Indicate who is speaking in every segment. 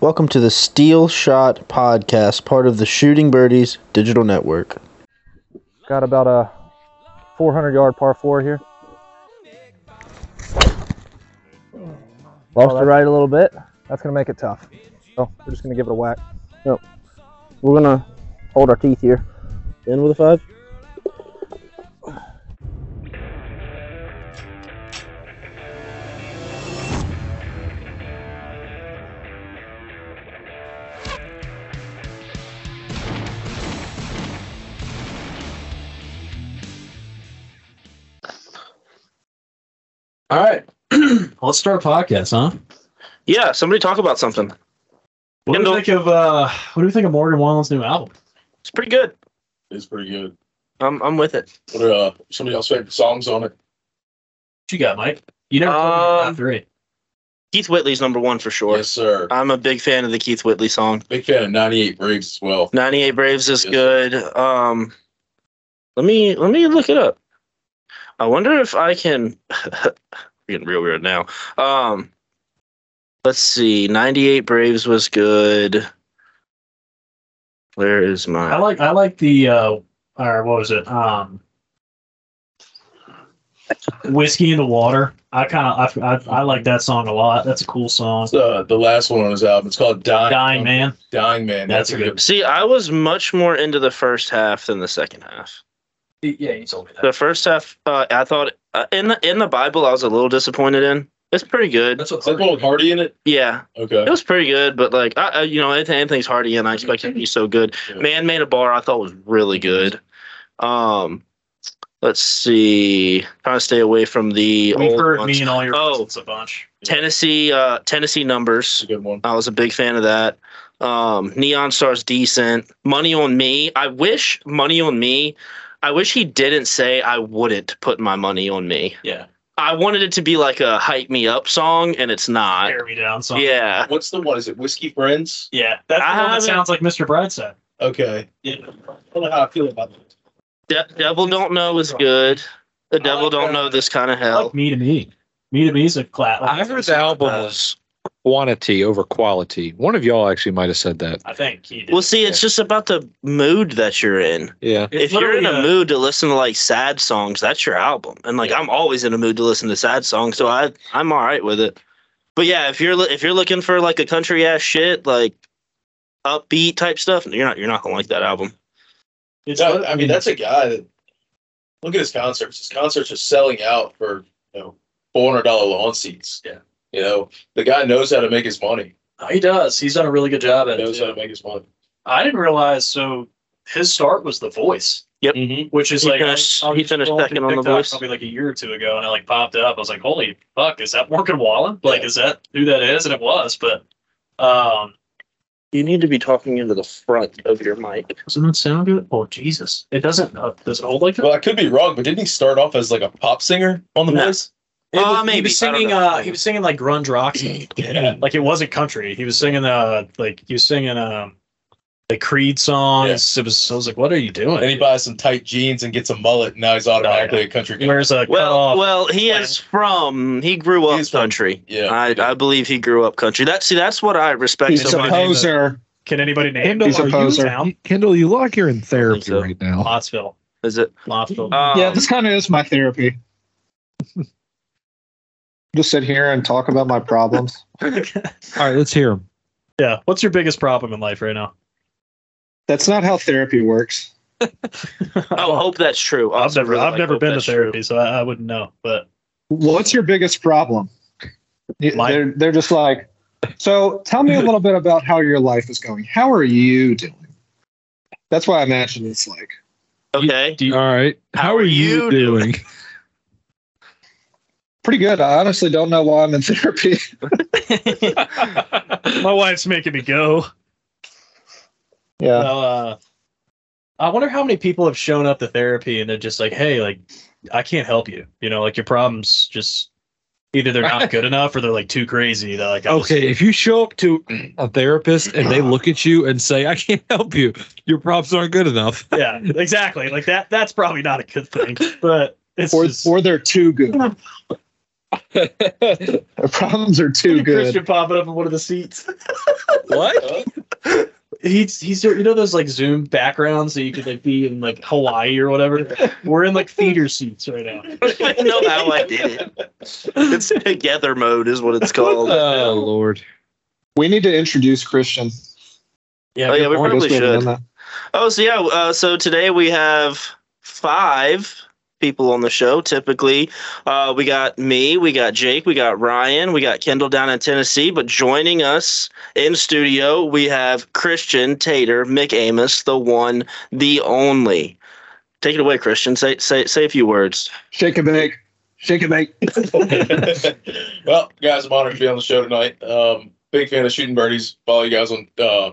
Speaker 1: Welcome to the Steel Shot Podcast, part of the Shooting Birdies Digital Network.
Speaker 2: Got about a 400 yard par four here.
Speaker 3: Lost
Speaker 2: Oh,
Speaker 3: the
Speaker 2: that's-
Speaker 3: right a little bit.
Speaker 2: Oh, That's going to make it tough. So we're just going to give it a whack.
Speaker 3: We're gonna hold our teeth here.
Speaker 1: In with a five.
Speaker 4: All right. Let's start a podcast, huh?
Speaker 5: Yeah, somebody talk about something.
Speaker 4: What do
Speaker 5: Kendall.
Speaker 4: we think of uh what do we think of Morgan Wallen's new album?
Speaker 5: It's pretty good.
Speaker 6: It's pretty good.
Speaker 5: I'm I'm with it.
Speaker 6: What are uh, some of y'all's favorite songs on it?
Speaker 4: What you got, Mike? You never told me your
Speaker 5: Um,
Speaker 4: top three.
Speaker 5: Keith Whitley's number one for sure.
Speaker 6: Yes, sir.
Speaker 5: I'm a big fan of the Keith Whitley song.
Speaker 6: Big fan of 98 Braves as well.
Speaker 5: 98 Braves is
Speaker 6: Yes.
Speaker 5: good. Um, let me let me look it up. I wonder if I can. getting real weird now. Um, let's see. 98 Braves was good. Where is my?
Speaker 4: I like I like the uh or what was it? Um Whiskey in the Water. I kind of I, I I like that song a lot. That's a cool song.
Speaker 6: It's, uh, the last one on his album. It's called Dying,
Speaker 4: Dying Man.
Speaker 6: Dying Man.
Speaker 4: That's a good
Speaker 5: see, I was much more into the first half than the second half.
Speaker 4: Yeah, you told me
Speaker 5: The first half, uh, I thought uh, in the in the Bible, I was a little disappointed in. It's pretty good.
Speaker 4: That's what
Speaker 6: Is that one with Hardy in it?
Speaker 5: Yeah,
Speaker 6: Okay.
Speaker 5: it was pretty good, but like, I, I, you know, anything, anything's Hardy, and I expected it to be so good.
Speaker 6: Yeah.
Speaker 5: Man made a bar, I thought was really good. Um, let's see, trying to stay away from the
Speaker 4: We've
Speaker 5: old
Speaker 4: heard
Speaker 5: ones.
Speaker 4: me and all your
Speaker 5: Oh.
Speaker 4: friends a bunch.
Speaker 5: Tennessee, uh, Tennessee
Speaker 6: It's
Speaker 5: numbers.
Speaker 6: a good one.
Speaker 5: I was a big fan of that. Um, Neon Star's decent. Money on Me. I wish Money on Me. I wish he didn't say I wouldn't put my money on me.
Speaker 4: Yeah.
Speaker 5: I wanted it to be like a hype me up song, and it's not.
Speaker 4: Tear me down song.
Speaker 5: Yeah.
Speaker 6: What's the one? Is it Whiskey Friends?
Speaker 4: Yeah. That's the
Speaker 5: I
Speaker 4: one that
Speaker 5: haven't-
Speaker 4: sounds like Mr. Brightside.
Speaker 6: Okay.
Speaker 4: Yeah.
Speaker 6: I don't know how I feel about that.
Speaker 5: De- Devil Don't Know is good. The Devil
Speaker 6: like
Speaker 5: Don't
Speaker 6: that.
Speaker 5: Know This Kind of
Speaker 4: I
Speaker 5: Hell.
Speaker 4: like Me to Me. Me to Me's a clap.
Speaker 7: I heard the album was quantity over quality. One of y'all actually might have said that.
Speaker 4: I think he did.
Speaker 5: Well, see, it's just about the mood that you're in.
Speaker 7: Yeah.
Speaker 4: It's
Speaker 5: if you're in a,
Speaker 4: literally
Speaker 5: mood to listen to like sad songs, that's your album. And like I'm always in a mood to listen to sad songs, so I I'm all right with it. But yeah, if you're li- if you're looking for like a country ass shit, like upbeat type stuff, you're not you're not gonna like that album.
Speaker 4: it's
Speaker 6: Yeah,
Speaker 4: literally-
Speaker 6: I mean, that's a guy that. Look at his concerts. His concerts are selling out for you know four hundred dollar lawn seats.
Speaker 4: Yeah.
Speaker 6: You know the guy knows how to make his money.
Speaker 4: he does. He's done a really good job at it.
Speaker 6: knows
Speaker 4: too.
Speaker 6: how to make his money.
Speaker 4: I didn't realize. So his start was The Voice.
Speaker 5: Yep.
Speaker 6: Mhm.
Speaker 4: Which is
Speaker 5: He
Speaker 4: like
Speaker 5: finished-
Speaker 4: I was
Speaker 5: he finished
Speaker 4: scrolling
Speaker 5: second
Speaker 4: through
Speaker 5: on The
Speaker 4: TikTok
Speaker 5: Voice.
Speaker 4: probably like a year or two ago, and it like popped up. I was like, "Holy fuck, is that Morgan Wallen? Like, is that who that is?" And it was, but um,
Speaker 5: You need to be talking into the front of your mic.
Speaker 4: doesn't that sound good? Oh Jesus, it doesn't. Uh, does it hold like that?
Speaker 6: Well, I could be wrong, but didn't he start off as like a pop singer on the
Speaker 5: No.
Speaker 6: voice?
Speaker 4: It
Speaker 5: Uh,
Speaker 4: was- He
Speaker 5: maybe.
Speaker 4: was
Speaker 5: I don't
Speaker 4: singing.
Speaker 5: know.
Speaker 4: Uh, he was singing like grunge rock.
Speaker 6: Yeah.
Speaker 4: like it wasn't country. He was singing. Uh, like he was singing. Um, the Creed songs. It was. I was like, "What are you doing?"
Speaker 6: And he buys some tight jeans and gets a mullet, and now he's automatically a country guy.
Speaker 4: Where's a
Speaker 5: Well,
Speaker 4: cutoff?
Speaker 5: well, he is from. He grew up
Speaker 6: He's from-
Speaker 5: country.
Speaker 6: Yeah.
Speaker 5: I, I believe he grew up country. That see, that's what I respect
Speaker 4: He's
Speaker 5: so
Speaker 4: a
Speaker 5: much.
Speaker 4: po- poser. Can anybody name
Speaker 7: Kendall,
Speaker 4: it?
Speaker 7: are you- Kendall, you look like you're in therapy
Speaker 5: so.
Speaker 7: right now.
Speaker 4: Pottsville.
Speaker 5: Is it?
Speaker 4: Pottsville.
Speaker 5: Um,
Speaker 8: yeah, this kind of is my therapy. Just sit here and talk about my problems.
Speaker 7: All right, let's hear him.
Speaker 4: yeah. What's your biggest problem in life right now?
Speaker 8: That's not how therapy works.
Speaker 5: I oh, hope that's true.
Speaker 4: I've
Speaker 5: Also,
Speaker 4: never,
Speaker 5: really,
Speaker 4: I've
Speaker 5: like,
Speaker 4: never
Speaker 5: hope
Speaker 4: been to
Speaker 5: that's
Speaker 4: therapy, so I, I wouldn't know. But
Speaker 8: What's your biggest problem? Yeah,
Speaker 4: Mine.
Speaker 8: They're, they're just like, so tell me a little bit about how your life is going. How are you doing? That's why I imagine it's like,
Speaker 5: true. Okay.
Speaker 7: All right. How, are you doing?
Speaker 8: pretty good. I honestly don't know why I'm in therapy.
Speaker 4: my wife's making me go.
Speaker 8: yeah.
Speaker 4: Well, uh, I wonder how many people have shown up to therapy and they're just like, "Hey, like, I can't help you. You know, like your problems just either they're not good enough or they're like too crazy. They're like, I'll just-
Speaker 7: okay, if you show up to a therapist and they look at you and say, I can't help you, your props aren't good enough.
Speaker 4: yeah, exactly. Like that. That's probably not a good thing. But it's
Speaker 8: Or,
Speaker 4: just,
Speaker 8: or they're too good. Their problems are too good.
Speaker 4: Christian popping up in one of the seats.
Speaker 7: What?
Speaker 4: He's he's doing- you know those like Zoom backgrounds that you could like be in like Hawaii or whatever. We're in like theater seats right now.
Speaker 5: I don't even know how I did it. It's together mode, is what it's called.
Speaker 7: Oh Lord.
Speaker 9: We need to introduce Christian.
Speaker 4: Yeah,
Speaker 5: oh yeah, we
Speaker 9: I guess
Speaker 5: probably
Speaker 9: we haven't done
Speaker 5: should.
Speaker 9: that.
Speaker 5: Oh, so yeah. Uh, so today we have five people on the show. Typically, uh, we got me, we got Jake, we got Ryan, we got Kendall down in Tennessee. But joining us in studio, we have Christian Tater, Mick Amos, the one, the only. Take it away, Christian. Say say say a few words.
Speaker 9: Shake and bake. Shake and bake.
Speaker 6: well, guys, I'm honored to be on the show tonight. Um, big fan of shooting birdies. Follow you guys on uh,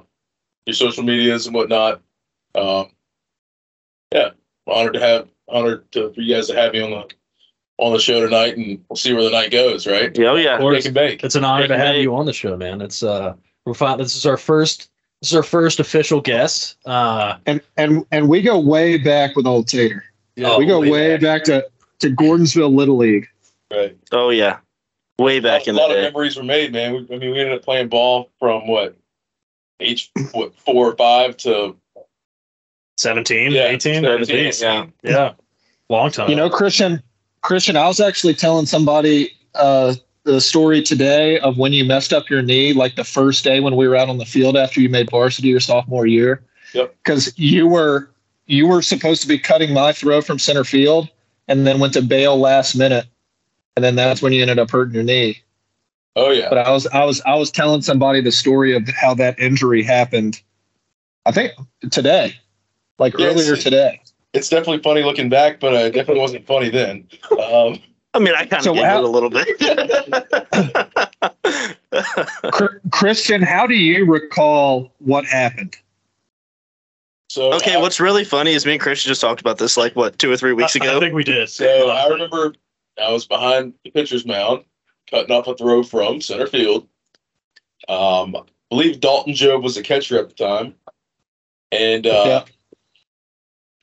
Speaker 6: your social medias and whatnot. Um, yeah, I'm honored to have honored to, for you guys to have me on the on the show tonight, and we'll see where the night goes. Right?
Speaker 5: Oh yeah.
Speaker 4: Of course.
Speaker 6: Bake and bake.
Speaker 4: It's an honor to have you on the show, man. It's uh, we're fine. This is our first. This is our first official guest. Uh,
Speaker 9: And and and we go way back with old Tater.
Speaker 4: yeah,
Speaker 9: we go
Speaker 6: Oh,
Speaker 9: way back to to Gordonsville Little League.
Speaker 6: Right.
Speaker 5: Oh yeah. Way back
Speaker 6: a
Speaker 5: in the
Speaker 6: lot of
Speaker 5: day.
Speaker 6: memories were made, man. We, I mean, we ended up playing ball from what age what four or five to
Speaker 4: 17,
Speaker 6: Yeah,
Speaker 4: 18,
Speaker 6: 17,
Speaker 4: Jeez.
Speaker 6: yeah.
Speaker 4: yeah, long time.
Speaker 9: You know, Christian, Christian, I was actually telling somebody uh, the story today of when you messed up your knee, like the first day when we were out on the field after you made varsity your sophomore year.
Speaker 6: Yep.
Speaker 9: Because you were you were supposed to be cutting my throw from center field, and then went to bail last minute, and then that's when you ended up hurting your knee.
Speaker 6: Oh yeah.
Speaker 9: But I was I was I was telling somebody the story of how that injury happened. I think today, like
Speaker 6: Yes.
Speaker 9: earlier today.
Speaker 6: It's definitely funny looking back, but uh, it definitely wasn't funny then. Um,
Speaker 5: I mean, I kind of
Speaker 9: So
Speaker 5: giggled
Speaker 9: how-
Speaker 5: a little bit.
Speaker 9: Cr- Christian, how do you recall what happened?
Speaker 6: so
Speaker 5: okay,
Speaker 6: I-
Speaker 5: what's really funny is me and Christian just talked about this like what two or three weeks
Speaker 4: I- I,
Speaker 5: ago.
Speaker 4: think we did.
Speaker 6: So I remember I was behind the pitcher's mound, cutting off a throw from center field. Um, I believe Dalton Job was the catcher at the time, and uh,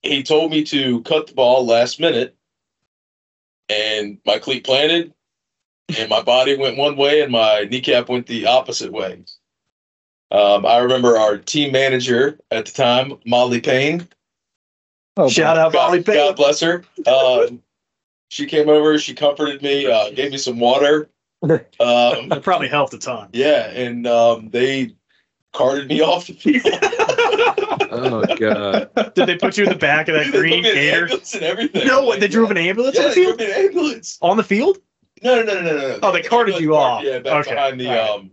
Speaker 6: he told me to cut the ball last minute, and my cleat planted, and my body went one way, and my kneecap went the opposite way. Um, I remember our team manager at the time, Molly Payne.
Speaker 10: Oh,
Speaker 4: Shout out
Speaker 6: God,
Speaker 4: Molly Payne.
Speaker 6: God bless her. Um, she came over. She comforted me. Uh, gave me some water. Um,
Speaker 4: That probably helped a ton.
Speaker 6: yeah, and um, they carted me off the field.
Speaker 7: Oh God.
Speaker 4: Did they put you in the back of that
Speaker 6: They
Speaker 4: green
Speaker 6: put me in an
Speaker 4: gator?
Speaker 6: ambulance and everything.
Speaker 4: No, what, they drove an ambulance
Speaker 6: Yeah,
Speaker 4: on the
Speaker 6: they drove
Speaker 4: field?
Speaker 6: me in an ambulance.
Speaker 4: On the field?
Speaker 6: No, no, no, no, no, no.
Speaker 4: Oh, they carted you off.
Speaker 6: Yeah, back
Speaker 4: Okay.
Speaker 6: behind the
Speaker 4: All right.
Speaker 6: um.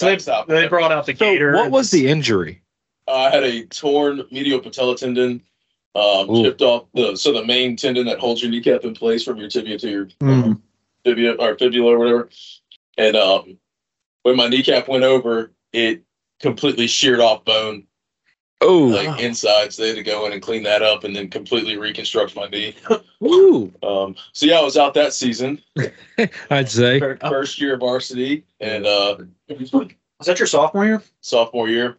Speaker 4: So they,
Speaker 6: backstop.
Speaker 4: they brought out the
Speaker 7: So
Speaker 4: gator.
Speaker 7: what was the injury?
Speaker 6: I had a torn medial patella tendon. Um,
Speaker 7: Ooh.
Speaker 6: chipped off the so the main tendon that holds your kneecap in place from your tibia to your
Speaker 4: Hmm.
Speaker 6: um, tibia or fibula or whatever. And um, when my kneecap went over, it completely sheared off bone
Speaker 7: Oh,
Speaker 6: like inside. So they had to go in and clean that up and then completely reconstruct my knee.
Speaker 7: woo!
Speaker 6: Um, so yeah, I was out that season,
Speaker 9: Oh.
Speaker 7: I'd say.
Speaker 6: fir- first year of varsity, and uh,
Speaker 4: Oh, Was that your sophomore year?
Speaker 6: sophomore year.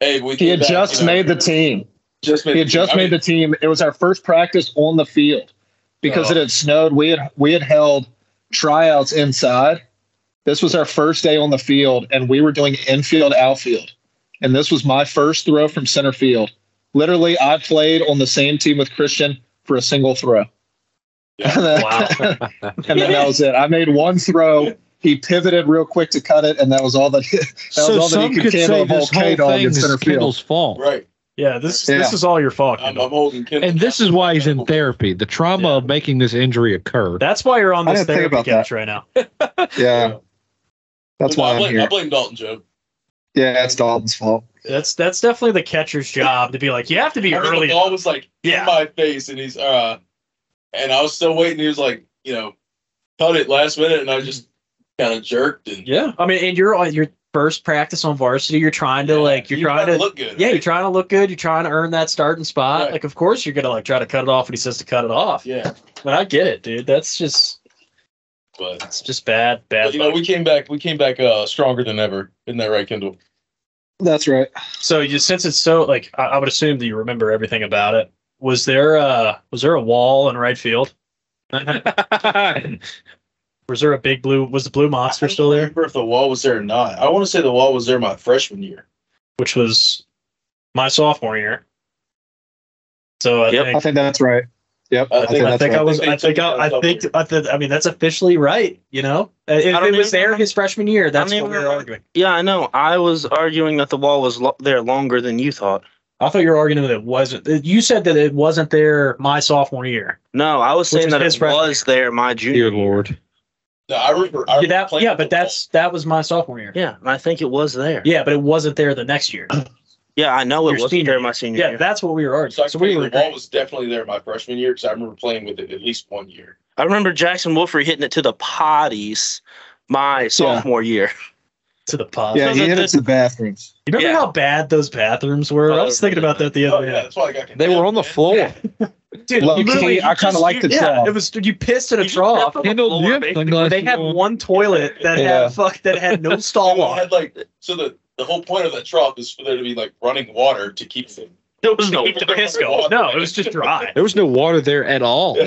Speaker 6: Hey, we
Speaker 9: He
Speaker 6: came
Speaker 9: had
Speaker 6: back,
Speaker 9: just
Speaker 6: you know,
Speaker 9: made the team.
Speaker 6: just made
Speaker 9: He had just
Speaker 6: I mean,
Speaker 9: made the team. It was our first practice on the field because
Speaker 6: Oh.
Speaker 9: it had snowed. We had we had held tryouts inside. This was our first day on the field, and we were doing infield outfield. And this was my first throw from center field. Literally, I played on the same team with Christian for a single throw.
Speaker 6: Yeah.
Speaker 9: And then- and then that was it. I made one throw. He pivoted real quick to cut it, and that was all that. That was
Speaker 7: So
Speaker 9: all that
Speaker 7: some
Speaker 9: he
Speaker 7: could
Speaker 9: could handle
Speaker 7: say
Speaker 9: a whole
Speaker 7: this whole
Speaker 9: K-Dog
Speaker 7: thing
Speaker 9: in
Speaker 7: is
Speaker 9: center field.
Speaker 7: Kendall's fault,
Speaker 6: right.
Speaker 4: Yeah, this
Speaker 9: Yeah.
Speaker 4: this is all your fault.
Speaker 6: I'm,
Speaker 4: Kendall.
Speaker 6: I'm holding Kendall.
Speaker 7: and this is why he's in therapy. The trauma
Speaker 4: Yeah.
Speaker 7: of making this injury occur.
Speaker 4: That's why you're on
Speaker 9: I
Speaker 4: this
Speaker 9: didn't think
Speaker 4: therapy
Speaker 9: about
Speaker 4: couch right now.
Speaker 9: Yeah, that's why
Speaker 6: I
Speaker 9: I'm
Speaker 6: blame, I
Speaker 9: here.
Speaker 6: blame Dalton Joe.
Speaker 9: Yeah, it's Dalton's fault.
Speaker 4: That's that's definitely the catcher's job to be like, you have to be
Speaker 6: I mean,
Speaker 4: early.
Speaker 6: The ball was like
Speaker 4: Yeah.
Speaker 6: in my face, and he's uh, and I was still waiting. He was like, you know, cut it last minute, and I just kind of jerked and
Speaker 4: Yeah, I mean, and you're on your first practice on varsity. You're trying to like, you're
Speaker 6: You
Speaker 4: trying to.
Speaker 6: look good.
Speaker 4: Yeah, you're trying to look good. You're trying to earn that starting spot.
Speaker 6: Right.
Speaker 4: Like, of course, you're gonna like try to cut it off when he says to cut it off.
Speaker 6: yeah.
Speaker 4: But I get it, dude. That's just,
Speaker 6: But,
Speaker 4: it's just bad, bad.
Speaker 6: but you know,
Speaker 4: luck.
Speaker 6: we came back. We came back uh stronger than ever. Isn't that right, Kendall?
Speaker 9: That's right.
Speaker 4: so you since it's so like, I, I would assume that you remember everything about it. Was there uh was there a wall in right field?
Speaker 7: I
Speaker 4: Was there a big blue? Was the blue monster still
Speaker 6: I
Speaker 4: there?
Speaker 6: remember if the wall was there or not. I want to say the wall was there my freshman year.
Speaker 4: Which was my sophomore year. So I
Speaker 5: Yep.
Speaker 4: think
Speaker 8: I think that's right. Yep.
Speaker 5: Uh,
Speaker 6: I think-
Speaker 4: I
Speaker 8: that's
Speaker 4: think
Speaker 8: right.
Speaker 4: I was.
Speaker 6: I think
Speaker 4: I
Speaker 6: they
Speaker 4: think
Speaker 6: took
Speaker 4: I, I
Speaker 6: those up
Speaker 4: think.
Speaker 6: here.
Speaker 4: I, th- I mean, that's officially right. You know, Uh, if
Speaker 5: I
Speaker 4: it
Speaker 5: don't
Speaker 4: was
Speaker 5: even
Speaker 4: there his freshman year, that's
Speaker 5: don't
Speaker 4: what we
Speaker 5: even
Speaker 4: were
Speaker 5: remember.
Speaker 4: arguing.
Speaker 5: Yeah, I know. I was arguing that the wall was lo- there longer than you thought.
Speaker 4: I thought you were arguing that it wasn't. that You said that it wasn't there my sophomore year.
Speaker 5: No, I was
Speaker 4: Which
Speaker 5: saying
Speaker 4: is
Speaker 5: that
Speaker 4: his
Speaker 5: it
Speaker 4: freshman
Speaker 5: was there my junior.
Speaker 7: Dear Lord.
Speaker 6: No, I remember. I
Speaker 4: Yeah,
Speaker 6: remember
Speaker 4: that-
Speaker 6: playing
Speaker 4: yeah,
Speaker 6: with
Speaker 4: but
Speaker 6: the wall.
Speaker 4: that's that was my sophomore year.
Speaker 5: Yeah, and I think it was there.
Speaker 4: Yeah, but it wasn't there the next year.
Speaker 5: yeah, I know
Speaker 4: Your
Speaker 5: it was
Speaker 4: senior
Speaker 5: there my
Speaker 4: year.
Speaker 5: senior
Speaker 4: Yeah,
Speaker 5: year.
Speaker 4: that's what we were arguing.
Speaker 6: So I
Speaker 4: So, we were
Speaker 6: the wall was definitely there my freshman year because I remember playing with it at least one year.
Speaker 5: I remember Jackson Wolfrey hitting it to the potties my sophomore year.
Speaker 4: to the pub.
Speaker 8: Yeah,
Speaker 5: So
Speaker 8: he
Speaker 5: the-
Speaker 8: hit it to the bathrooms.
Speaker 4: You remember
Speaker 5: Yeah.
Speaker 4: how bad those bathrooms were? I was thinking about that the
Speaker 6: Oh,
Speaker 4: other
Speaker 6: yeah,
Speaker 4: day.
Speaker 6: that's why I got
Speaker 7: They were on the floor.
Speaker 4: Dude,
Speaker 8: Low
Speaker 4: you literally-
Speaker 8: key, I kind of like the
Speaker 4: yeah,
Speaker 8: trough.
Speaker 4: it was. dude, You pissed in a
Speaker 5: You just
Speaker 4: trough.
Speaker 5: stepped on the
Speaker 7: Kendall, do you
Speaker 5: floor,
Speaker 7: have
Speaker 5: basically.
Speaker 7: sunglasses
Speaker 4: They had
Speaker 7: on?
Speaker 4: one toilet that
Speaker 8: Yeah.
Speaker 4: had fuck that had no
Speaker 6: Oh,
Speaker 4: stall
Speaker 6: well, I
Speaker 4: on.
Speaker 6: had like so the the whole point of that trough is for there to be like running water to keep it.
Speaker 5: There was no.
Speaker 6: Keep the
Speaker 4: Piss go. No, it was just dry.
Speaker 7: There was no water there at
Speaker 4: Oh,
Speaker 7: all.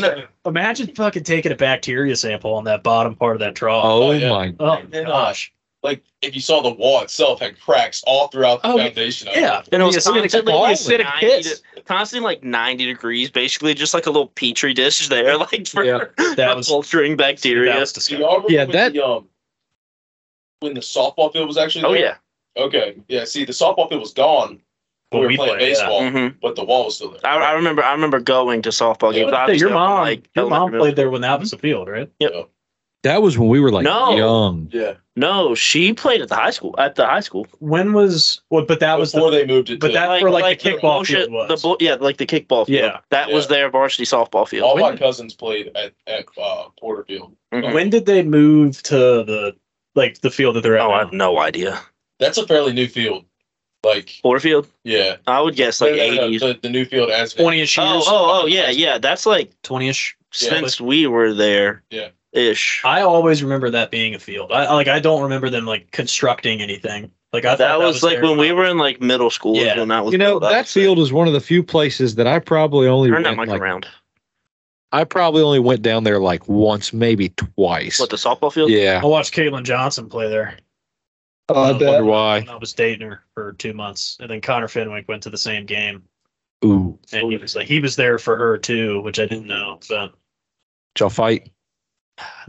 Speaker 4: Imagine fucking taking a bacteria sample on that bottom part of that trough.
Speaker 7: Oh,
Speaker 6: Oh, yeah.
Speaker 7: my.
Speaker 4: Oh,
Speaker 6: Yeah.
Speaker 5: uh,
Speaker 4: gosh.
Speaker 6: Like if you saw the wall itself had cracks all throughout the
Speaker 4: Oh,
Speaker 6: foundation. of it.
Speaker 4: Yeah,
Speaker 5: And it was
Speaker 4: The acidic-
Speaker 5: constantly
Speaker 4: the
Speaker 5: like
Speaker 4: acidic
Speaker 5: 90
Speaker 4: piss.
Speaker 5: de- constantly like ninety degrees, basically just like a little petri dish there, like for,
Speaker 7: Yeah,
Speaker 4: that
Speaker 5: for
Speaker 4: was-
Speaker 5: culturing bacteria.
Speaker 4: That was
Speaker 6: Do
Speaker 4: disgusting.
Speaker 6: y'all remember
Speaker 7: Yeah,
Speaker 6: when
Speaker 7: that-
Speaker 6: the, um, when the softball field was actually.
Speaker 5: oh
Speaker 6: there?
Speaker 5: yeah,
Speaker 6: Okay. Yeah. See, the softball field was gone. when
Speaker 4: When
Speaker 6: we were playing
Speaker 4: played, yeah. Mm-hmm.
Speaker 6: baseball,
Speaker 5: hmm
Speaker 6: but the wall was still there.
Speaker 5: I, I remember. I remember going to softball games.
Speaker 4: Yeah,
Speaker 5: obviously,
Speaker 4: your
Speaker 5: I
Speaker 4: mom,
Speaker 5: was, like,
Speaker 4: your mom
Speaker 5: elementary, middle
Speaker 4: played there when that was a field, right?
Speaker 7: That was when we were like
Speaker 5: No.
Speaker 7: young.
Speaker 6: yeah.
Speaker 5: No, she played at the high school. At the high school,
Speaker 4: When was? Well, but that was
Speaker 6: before
Speaker 4: the.
Speaker 6: they moved it.
Speaker 4: but
Speaker 6: to,
Speaker 4: that- That's where, like, the kickball
Speaker 5: bullshit-
Speaker 4: field was.
Speaker 5: Oh, The bull- yeah, like the kickball field.
Speaker 4: Yeah.
Speaker 5: that was
Speaker 6: Yeah.
Speaker 5: their varsity softball field.
Speaker 6: all my
Speaker 5: When-
Speaker 6: cousins played at at uh, Porterfield.
Speaker 5: Mhm.
Speaker 4: When did they move to the like the field that they're at?
Speaker 5: oh, I
Speaker 4: now?
Speaker 5: have no idea.
Speaker 6: That's a fairly new field. Like
Speaker 5: Porterfield.
Speaker 6: yeah,
Speaker 5: I would guess like
Speaker 6: No, no, no,
Speaker 5: eighties.
Speaker 6: the, the new field as
Speaker 4: 20ish
Speaker 5: Oh,
Speaker 4: years.
Speaker 5: oh, oh, yeah, yeah. That's like
Speaker 4: 20ish.
Speaker 5: since we were there.
Speaker 6: Yeah.
Speaker 5: Ish.
Speaker 4: I always remember that being a field. I I- like I don't remember them like constructing anything. Like I thought
Speaker 5: that was like
Speaker 4: there.
Speaker 5: when we were in like middle school. is
Speaker 4: Yeah.
Speaker 5: When that was
Speaker 7: You know,
Speaker 5: built up.
Speaker 7: that field is one of the few places that I probably only
Speaker 5: Turn that
Speaker 7: went,
Speaker 5: mic
Speaker 7: like,
Speaker 5: around.
Speaker 7: I probably only went down there like once, maybe twice.
Speaker 5: What the softball field?
Speaker 7: yeah.
Speaker 4: I watched Caitlin Johnson play there.
Speaker 8: Oh, I
Speaker 7: wonder
Speaker 8: bet.
Speaker 7: why.
Speaker 4: when I was dating her for two months, and then Connor Fenwick went to the same game,
Speaker 7: Ooh.
Speaker 4: and he was like he was there for her too, which I didn't know. But
Speaker 7: Did y'all fight?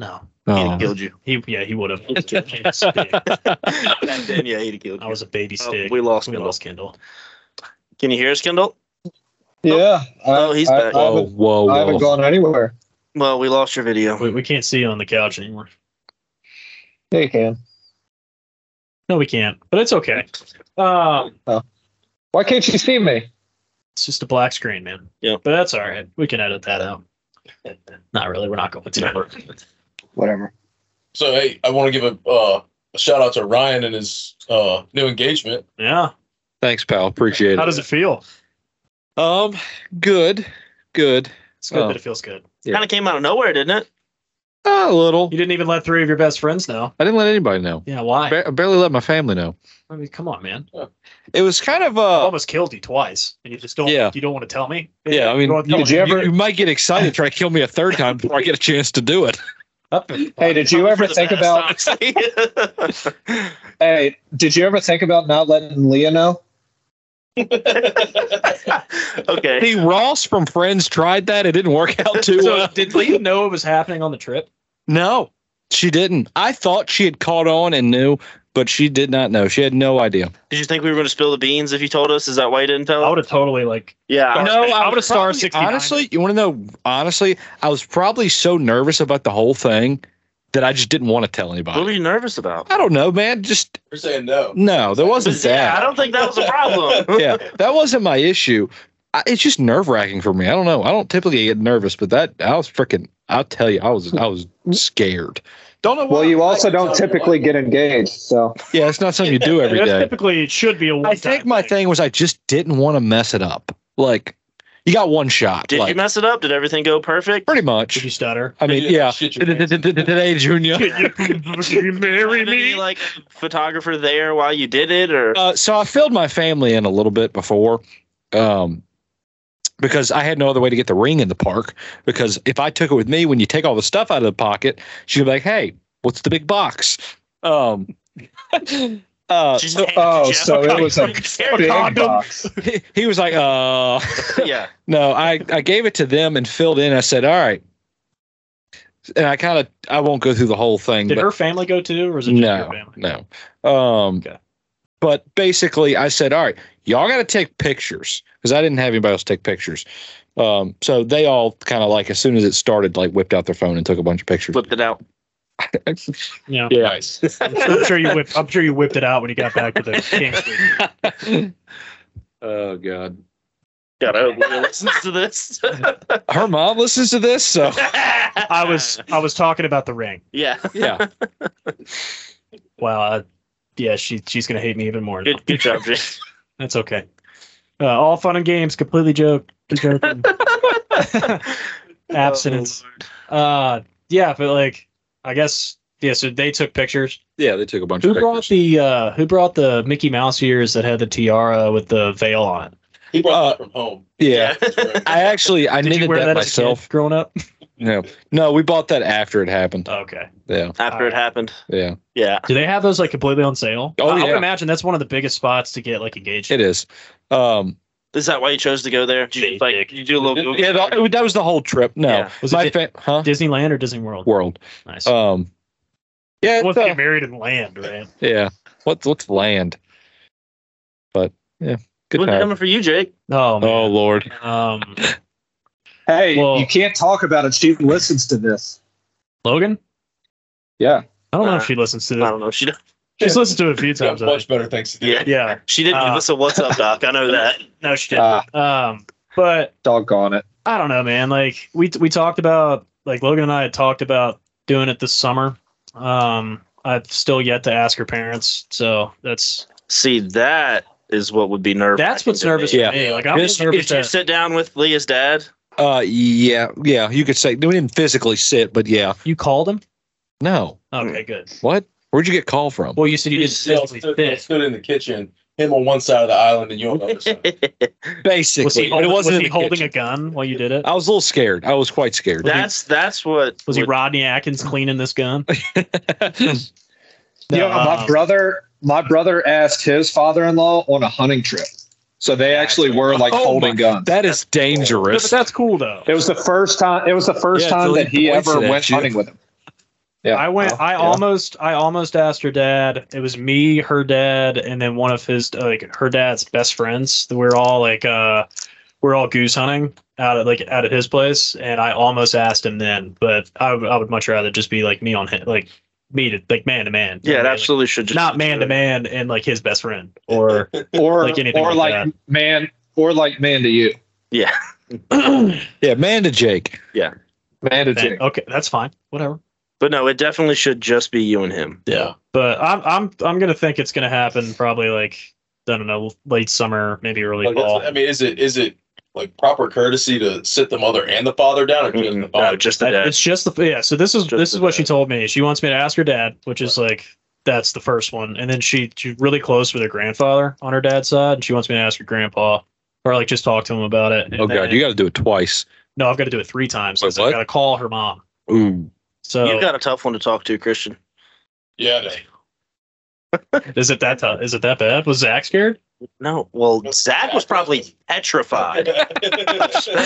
Speaker 4: no,
Speaker 5: He'd have
Speaker 7: Oh.
Speaker 5: killed you.
Speaker 4: he yeah he would have.
Speaker 5: Back then, yeah, he'd have killed
Speaker 4: I
Speaker 5: you.
Speaker 4: was a baby
Speaker 5: Oh,
Speaker 4: stick.
Speaker 5: we lost
Speaker 4: we
Speaker 5: Kendall.
Speaker 4: lost Kendall.
Speaker 5: Can you hear us, Kendall?
Speaker 8: Yeah.
Speaker 5: Oh, he's
Speaker 8: I,
Speaker 5: back.
Speaker 8: I,
Speaker 7: Whoa,
Speaker 8: haven't,
Speaker 7: whoa,
Speaker 9: Oh,
Speaker 8: I haven't
Speaker 7: whoa.
Speaker 8: gone anywhere.
Speaker 5: Well, we lost your video.
Speaker 4: We, we can't see you on the couch anymore.
Speaker 8: Yeah, you can.
Speaker 4: No, we can't. But it's okay. Um,
Speaker 8: Why can't you see me?
Speaker 4: It's just a black screen, man.
Speaker 5: Yeah.
Speaker 4: But that's all right. We can edit that out. Not really. We're not going to.
Speaker 8: Whatever.
Speaker 6: So hey, I want to give a, uh, a shout out to Ryan and his uh, new engagement.
Speaker 4: yeah.
Speaker 7: Thanks, pal. Appreciate
Speaker 4: How
Speaker 7: it.
Speaker 4: does it feel?
Speaker 7: Um, good, good.
Speaker 4: It's good,
Speaker 7: Oh.
Speaker 4: but it feels good.
Speaker 7: Yeah.
Speaker 5: Kind of came out of nowhere, didn't it?
Speaker 7: Ah, a little.
Speaker 4: You didn't even let three of your best friends know.
Speaker 7: I didn't let anybody know.
Speaker 4: Yeah. Why?
Speaker 7: Ba- I barely let my family know.
Speaker 4: I mean, come on, man.
Speaker 7: It was kind of
Speaker 4: I
Speaker 7: uh.
Speaker 4: almost killed you twice, and you just don't.
Speaker 7: Yeah.
Speaker 4: You don't want to tell me.
Speaker 7: Yeah, I
Speaker 4: You
Speaker 7: mean,
Speaker 4: don't wanna
Speaker 7: you,
Speaker 4: tell
Speaker 8: did you
Speaker 4: me.
Speaker 8: ever-
Speaker 7: you might get excited, try to kill me a third time before I get a chance to do it.
Speaker 8: Hey, did you
Speaker 5: Probably
Speaker 8: ever
Speaker 5: for the
Speaker 8: think
Speaker 5: best,
Speaker 8: about?
Speaker 5: honestly.
Speaker 8: Hey, did you ever think about not letting Leah know?
Speaker 5: okay.
Speaker 7: Hey, Ross from Friends tried that. It didn't work out too
Speaker 4: So,
Speaker 7: well.
Speaker 4: did Leah know it was happening on the trip?
Speaker 7: No, she didn't. I thought she had caught on and knew, but she did not know. She had no idea.
Speaker 5: Did you think we were going to spill the beans if you told us? Is that why you didn't tell
Speaker 4: I
Speaker 5: us?
Speaker 4: would have totally like.
Speaker 5: Yeah.
Speaker 4: No, I would've star 69.
Speaker 7: Honestly, you want to know? Honestly, I was probably so nervous about the whole thing that I just didn't want to tell
Speaker 5: What were
Speaker 7: anybody.
Speaker 5: you nervous about?
Speaker 7: I don't know, man. Just
Speaker 6: You're saying no.
Speaker 7: No, there wasn't
Speaker 5: Yeah, I
Speaker 7: that.
Speaker 5: don't think that was a problem.
Speaker 7: Yeah, that wasn't my issue. I, it's just nerve wracking for me. I don't know. I don't typically get nervous, but that I was freaking. I'll tell you, I was I was scared. Don't know why.
Speaker 8: Well, you also don't typically get engaged, so
Speaker 7: yeah, it's not something you do every
Speaker 4: That's
Speaker 7: day.
Speaker 4: typically it should be a.
Speaker 7: I think my thing was I just didn't want to mess it up. Like, you got one shot.
Speaker 5: Did
Speaker 7: like,
Speaker 5: you mess it up? Did everything go perfect?
Speaker 7: Pretty
Speaker 4: Did you
Speaker 7: much.
Speaker 4: stutter?
Speaker 7: I mean,
Speaker 6: Did you-
Speaker 7: yeah.
Speaker 6: shit your pants?
Speaker 7: Today, Junior.
Speaker 4: you marry
Speaker 5: Did you, like a photographer there while you did it, or
Speaker 7: Uh, so I filled my family in a little bit before. Um, because I had no other way to get the ring in the park. Because if I took it with me, when you take all the stuff out of the pocket, she'd be like, "Hey, what's the big box?" Um, uh,
Speaker 5: Just
Speaker 7: so-
Speaker 5: hand
Speaker 8: Oh,
Speaker 5: Jeff
Speaker 8: so it was a big
Speaker 7: condom.
Speaker 8: box.
Speaker 7: he, he was like, "Uh,
Speaker 5: yeah.
Speaker 7: no." I I gave it to them and filled in. I said, "All right," and I kind of I won't go through the whole thing.
Speaker 4: Did
Speaker 7: but-
Speaker 4: her family go too, or is it just your family?
Speaker 7: no. Um,
Speaker 4: Okay.
Speaker 7: But basically, I said, all right, y'all got to take pictures because I didn't have anybody else take pictures. Um, so they all kind of like, as soon as it started, like whipped out their phone and took a bunch of pictures.
Speaker 5: Flipped it out.
Speaker 4: Yeah.
Speaker 7: yeah.
Speaker 6: Nice.
Speaker 4: I'm sure- I'm sure you whipped. I'm sure you whipped it out when you got back to the camp.
Speaker 7: oh, God.
Speaker 5: God, I hope Leah listens to this.
Speaker 7: Her mom listens to this. So,
Speaker 4: I was I was talking about the ring.
Speaker 5: Yeah.
Speaker 7: yeah.
Speaker 4: Wow. I, uh, yeah, she she's gonna hate me even more.
Speaker 5: Good, good job, James.
Speaker 4: That's okay. Uh, all fun and games. Completely joke. Joking. Abstinence. Uh, yeah, but like, I guess yeah. So they took pictures.
Speaker 7: Yeah, they took a bunch
Speaker 4: Who
Speaker 7: of
Speaker 4: brought
Speaker 7: pictures.
Speaker 4: the uh Who brought the Mickey Mouse ears that had the tiara with the veil on it?
Speaker 6: He
Speaker 7: Uh,
Speaker 6: brought that from home.
Speaker 7: yeah. I actually, I
Speaker 4: Did you
Speaker 7: needed
Speaker 4: wear
Speaker 7: that,
Speaker 4: that, as a kid
Speaker 7: myself.
Speaker 4: growing up?
Speaker 7: No, no, we bought that after it happened.
Speaker 4: Okay.
Speaker 7: Yeah.
Speaker 5: After it happened.
Speaker 7: Yeah.
Speaker 5: Yeah.
Speaker 4: Do they have those like completely on sale?
Speaker 7: Oh,
Speaker 4: I, I would
Speaker 7: yeah.
Speaker 4: imagine that's one of the biggest spots to get like engaged.
Speaker 7: It is. Um,
Speaker 5: Is that why you chose to go there? Did you,
Speaker 4: Big
Speaker 5: like,
Speaker 4: dick.
Speaker 5: you do a little Google
Speaker 7: yeah, that, that was the whole trip. No,
Speaker 5: Yeah.
Speaker 4: Was
Speaker 7: my
Speaker 4: it
Speaker 7: fa- huh?
Speaker 4: Disneyland or Disney World?
Speaker 7: world.
Speaker 4: Nice.
Speaker 7: Um, yeah,
Speaker 4: Once
Speaker 7: it's,
Speaker 4: they
Speaker 7: uh,
Speaker 4: married in land, right?
Speaker 7: yeah. What's what's land? But yeah, good
Speaker 5: What's
Speaker 7: time.
Speaker 5: coming for you, Jake?
Speaker 4: Oh
Speaker 7: Oh
Speaker 4: man.
Speaker 7: Lord,
Speaker 4: Um,
Speaker 8: Hey,
Speaker 4: Well-
Speaker 8: you can't talk about it. She listens to this.
Speaker 4: Logan.
Speaker 8: Yeah.
Speaker 4: I don't know
Speaker 5: Uh,
Speaker 4: if she listens to
Speaker 5: I
Speaker 4: this.
Speaker 5: don't know. She did
Speaker 4: She's listened to it a few
Speaker 6: He's got
Speaker 4: times. I
Speaker 6: much
Speaker 4: think.
Speaker 6: better things to do.
Speaker 5: Yeah.
Speaker 4: Yeah.
Speaker 5: she didn't
Speaker 4: Uh,
Speaker 5: give us a what's up, Doc. I know that.
Speaker 4: No, she didn't.
Speaker 8: Ah,
Speaker 7: Uh,
Speaker 4: Um, but
Speaker 8: doggone it.
Speaker 4: I don't know, man. Like we we talked about, like Logan and I had talked about doing it this summer. Um, I've still yet to ask her parents, so that's
Speaker 5: See, that is what would be nerve.
Speaker 4: that's what's nervous
Speaker 7: Yeah.
Speaker 4: to me. Like I'm
Speaker 7: This-
Speaker 4: nervous
Speaker 5: If you
Speaker 4: that
Speaker 5: sit down with Leah's dad,
Speaker 7: uh, yeah, yeah. You could say we didn't physically sit, but yeah,
Speaker 4: you called him.
Speaker 7: no.
Speaker 4: Okay, good.
Speaker 7: What? Where'd you get called from?
Speaker 4: Well, you said you
Speaker 6: He
Speaker 4: didn't
Speaker 6: still
Speaker 4: physically
Speaker 6: stood,
Speaker 4: fit.
Speaker 6: stood in the kitchen, him on one side of the island and you on the other side.
Speaker 7: Basically,
Speaker 4: Was he,
Speaker 7: it
Speaker 4: holding, was
Speaker 7: wasn't in
Speaker 4: he
Speaker 7: the
Speaker 4: holding
Speaker 7: kitchen.
Speaker 4: a gun while you did it?
Speaker 7: I was a little scared. I was quite scared.
Speaker 5: that's that's what
Speaker 4: Was he
Speaker 5: would-
Speaker 4: Rodney Atkins cleaning this gun?
Speaker 8: Yeah,
Speaker 4: No,
Speaker 8: my
Speaker 4: um,
Speaker 8: brother, my brother asked his father-in-law on a hunting trip, so they actually were like
Speaker 7: Oh my-
Speaker 8: holding guns.
Speaker 7: that is
Speaker 4: No, but
Speaker 7: dangerous.
Speaker 4: that's cool though.
Speaker 8: it was the first time. It was the first
Speaker 7: Yeah,
Speaker 8: time
Speaker 7: Billy
Speaker 8: that he
Speaker 7: points
Speaker 8: ever
Speaker 7: it at
Speaker 8: went
Speaker 7: you.
Speaker 8: hunting with him. Yeah,
Speaker 4: I went. I almost. I almost asked her dad. It was me, her dad, and then one of his like her dad's best friends. We are all like, uh, we are all goose hunting out at like out at his place, and I almost asked him then, but I would I would much rather just be like me on hi- like me to like man to man.
Speaker 5: yeah, it absolutely should just
Speaker 4: not man to man and like his best friend or
Speaker 8: or
Speaker 4: Like anything
Speaker 8: or
Speaker 4: like
Speaker 8: like man, or like man to you,
Speaker 5: Yeah,
Speaker 7: yeah, man to Jake.
Speaker 8: man to Jake.
Speaker 4: okay, that's fine, whatever.
Speaker 5: but no, it definitely should just be you and him.
Speaker 4: Yeah, but I'm I'm I'm gonna think it's gonna happen probably like I don't know late summer maybe early
Speaker 6: Like, uh,
Speaker 4: fall.
Speaker 6: that's- I mean, is it is it like proper courtesy to sit the mother and the father down, or just the
Speaker 5: Mm,
Speaker 6: father?
Speaker 5: No, just the
Speaker 4: That-
Speaker 5: dad.
Speaker 4: It's just the yeah. So this is
Speaker 5: Just
Speaker 4: this
Speaker 5: the
Speaker 4: is what she
Speaker 5: dad.
Speaker 4: told me. She wants me to ask her dad, which is like that's the first one, and then she she's really close with her grandfather on her dad's side, and she wants me to ask her grandpa or like just talk to him about it. And
Speaker 7: Oh
Speaker 4: then-
Speaker 7: God, you got to do it twice.
Speaker 4: no, I've got to do it three times.
Speaker 7: Wait,
Speaker 4: since I've
Speaker 7: what?
Speaker 4: got to call her mom.
Speaker 7: Ooh,
Speaker 4: So
Speaker 5: You've got a tough one to talk to, Christian.
Speaker 6: Yeah, no.
Speaker 4: is it that tou- is it that bad? Was Zach scared?
Speaker 5: No, well, Zach was probably petrified.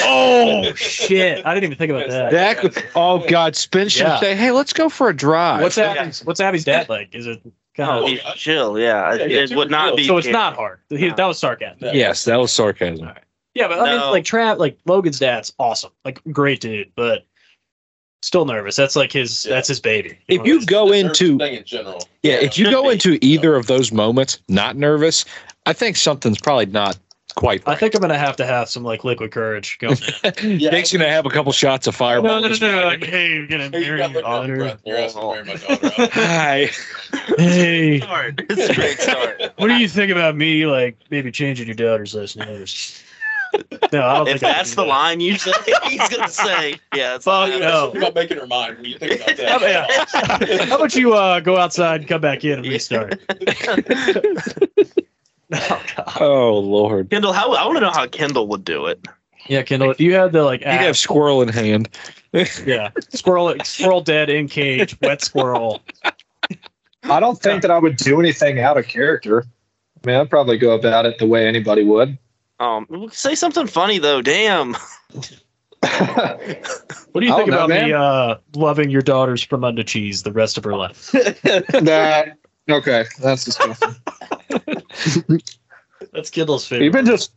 Speaker 4: Oh shit! I didn't even think about that.
Speaker 7: That. was- Oh God, Spence should
Speaker 4: Yeah.
Speaker 7: say, "Hey, let's go for a drive."
Speaker 4: What's Abby's What's Abby's dad like? Is it
Speaker 5: No,
Speaker 4: kind of
Speaker 5: he's chill. Yeah,
Speaker 6: Yeah, yeah,
Speaker 5: it would not
Speaker 6: chill.
Speaker 5: be.
Speaker 4: so? It's not hard. He, that was sarcasm.
Speaker 6: No.
Speaker 7: Yes, that was sarcasm.
Speaker 4: Yeah, but I
Speaker 5: No.
Speaker 4: mean, like Trav, like Logan's dad's awesome, like great dude, but still nervous. That's like his,
Speaker 6: Yeah.
Speaker 4: that's his baby.
Speaker 7: If you go
Speaker 6: Nervous
Speaker 7: into
Speaker 6: thing in general.
Speaker 7: yeah, if you go into either of those moments not nervous, I think something's probably not quite.
Speaker 4: I
Speaker 7: Right.
Speaker 4: think I'm gonna have to have some like liquid courage. Go.
Speaker 7: Jake's gonna have a couple shots of fireball.
Speaker 4: Like, hey, you're gonna
Speaker 6: Hey, you
Speaker 4: marry
Speaker 6: got
Speaker 4: your
Speaker 6: looking out in
Speaker 4: daughter.
Speaker 6: breath. You're asking to marry my daughter.
Speaker 7: Hi.
Speaker 4: Hey,
Speaker 5: Start. It's a great start.
Speaker 4: what do you think about me? Like maybe changing your daughter's last name? no, I don't
Speaker 5: If
Speaker 4: think I can
Speaker 5: that's
Speaker 4: do
Speaker 5: the
Speaker 4: that.
Speaker 5: line you say, he's gonna say, "Yeah, it's
Speaker 4: Fuck
Speaker 5: not
Speaker 4: no.
Speaker 6: Think about making her mind. What do you think about that?
Speaker 4: How about, Oh, yeah. How about you uh, go outside and come back in and restart?
Speaker 7: Oh Lord. Oh,
Speaker 5: Kendall, how I want to know how Kendall would do it.
Speaker 4: Yeah, Kendall, if you had the like,
Speaker 7: You'd have
Speaker 4: app-
Speaker 7: squirrel in hand.
Speaker 4: yeah, squirrel, squirrel dead in cage, wet squirrel.
Speaker 8: I don't think that I would do anything out of character. I mean, I'd probably go about it the way anybody would.
Speaker 5: Um, say something funny though. Damn.
Speaker 4: What do you
Speaker 8: I don't
Speaker 4: think
Speaker 8: know,
Speaker 4: about
Speaker 8: man.
Speaker 4: me uh, loving your daughter's Fremunda cheese the rest of her life?
Speaker 8: that okay, that's disgusting.
Speaker 4: That's Kendall's
Speaker 8: You've
Speaker 4: favorite.
Speaker 8: been just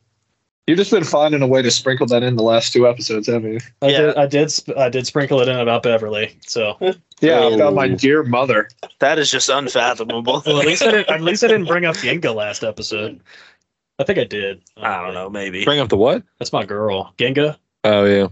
Speaker 8: you've just been finding a way to sprinkle that in the last two episodes, haven't you?
Speaker 4: I did, I did, sp- I did sprinkle it in about Beverly. So
Speaker 8: Yeah, about my
Speaker 7: Oh.
Speaker 8: dear mother.
Speaker 5: That is just unfathomable.
Speaker 4: well, at least I didn't, at least I didn't bring up Genga last episode. I think I did.
Speaker 5: I don't know. Maybe.
Speaker 7: Bring up the what?
Speaker 4: That's my girl, Genga.
Speaker 7: Oh yeah.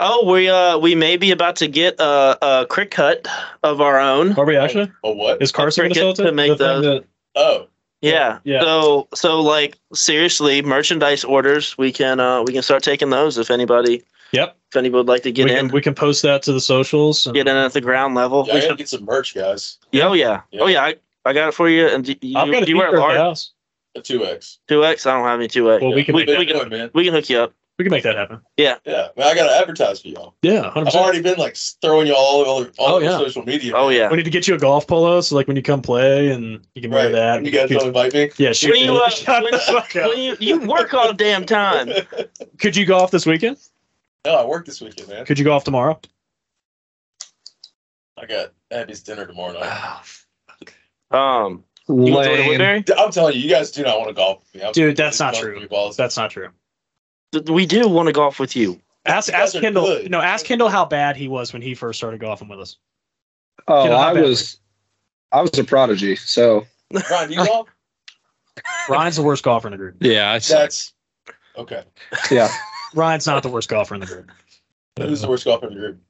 Speaker 5: Oh, we uh we may be about to get a a crick cut of our own.
Speaker 4: Are we actually?
Speaker 6: Or Oh, what?
Speaker 4: Is Carson
Speaker 5: Cricket
Speaker 4: Minnesota?
Speaker 5: to make
Speaker 4: The thing
Speaker 5: those.
Speaker 4: that-
Speaker 6: Oh,
Speaker 5: Yeah.
Speaker 4: Yeah.
Speaker 5: So so like seriously, merchandise orders we can uh we can start taking those if anybody
Speaker 4: Yep.
Speaker 5: if anybody would like to get
Speaker 4: we,
Speaker 5: in
Speaker 4: Can, we can post that to the socials. and-
Speaker 5: get in at the ground level.
Speaker 6: yeah, I
Speaker 5: we
Speaker 6: gotta
Speaker 5: should,
Speaker 6: get some merch, guys.
Speaker 5: yeah, oh yeah.
Speaker 6: Yeah.
Speaker 5: Oh yeah. I, I got it for you. And do, you,
Speaker 4: I've got a
Speaker 5: do you wear
Speaker 4: t-shirt at the
Speaker 5: large
Speaker 4: house.
Speaker 6: A two X.
Speaker 5: two X? I don't have any two X.
Speaker 4: Well, we can
Speaker 5: we,
Speaker 4: make
Speaker 5: we,
Speaker 6: Bitcoin,
Speaker 5: can,
Speaker 6: man.
Speaker 5: we can hook you up.
Speaker 4: We can make that happen.
Speaker 6: Yeah, man, I gotta advertise for y'all.
Speaker 4: Yeah, hundred
Speaker 6: I've
Speaker 4: percent.
Speaker 6: already been like throwing y'all all over all
Speaker 4: Oh,
Speaker 6: over
Speaker 4: yeah.
Speaker 6: social media.
Speaker 5: Oh yeah.
Speaker 4: We need to get you a golf polo, so like when you come play, and you can wear
Speaker 6: right.
Speaker 4: that.
Speaker 6: You guys don't invite me.
Speaker 4: yeah, shoot.
Speaker 5: When you, uh,
Speaker 4: Shut
Speaker 5: when-
Speaker 4: the fuck up.
Speaker 5: Well, you, you work all damn time.
Speaker 4: Could you golf this weekend?
Speaker 6: No, I work this weekend, man.
Speaker 4: Could you golf tomorrow?
Speaker 6: I got Abby's dinner tomorrow night.
Speaker 5: Um, you want to go to
Speaker 8: Lame.
Speaker 5: Woodbury?
Speaker 6: I'm telling you, you guys do not want to golf with me. I'm
Speaker 4: Dude, that's not
Speaker 6: golf
Speaker 4: true.
Speaker 6: with you balls.
Speaker 4: That's not true.
Speaker 5: Th- We do want to golf with you.
Speaker 4: Ask
Speaker 6: You guys
Speaker 4: ask
Speaker 6: are
Speaker 4: Kendall.
Speaker 6: good.
Speaker 4: No, ask Kendall how bad he was when he first started golfing with us.
Speaker 8: Oh,
Speaker 4: Get on
Speaker 8: I
Speaker 4: that
Speaker 8: was I was a prodigy, so
Speaker 6: Ryan, do you golf?
Speaker 4: Ryan's the worst golfer in the group.
Speaker 7: Yeah. I said.
Speaker 6: That's okay.
Speaker 8: yeah.
Speaker 4: Ryan's not the worst golfer in the group.
Speaker 6: Who's the worst golfer in the group?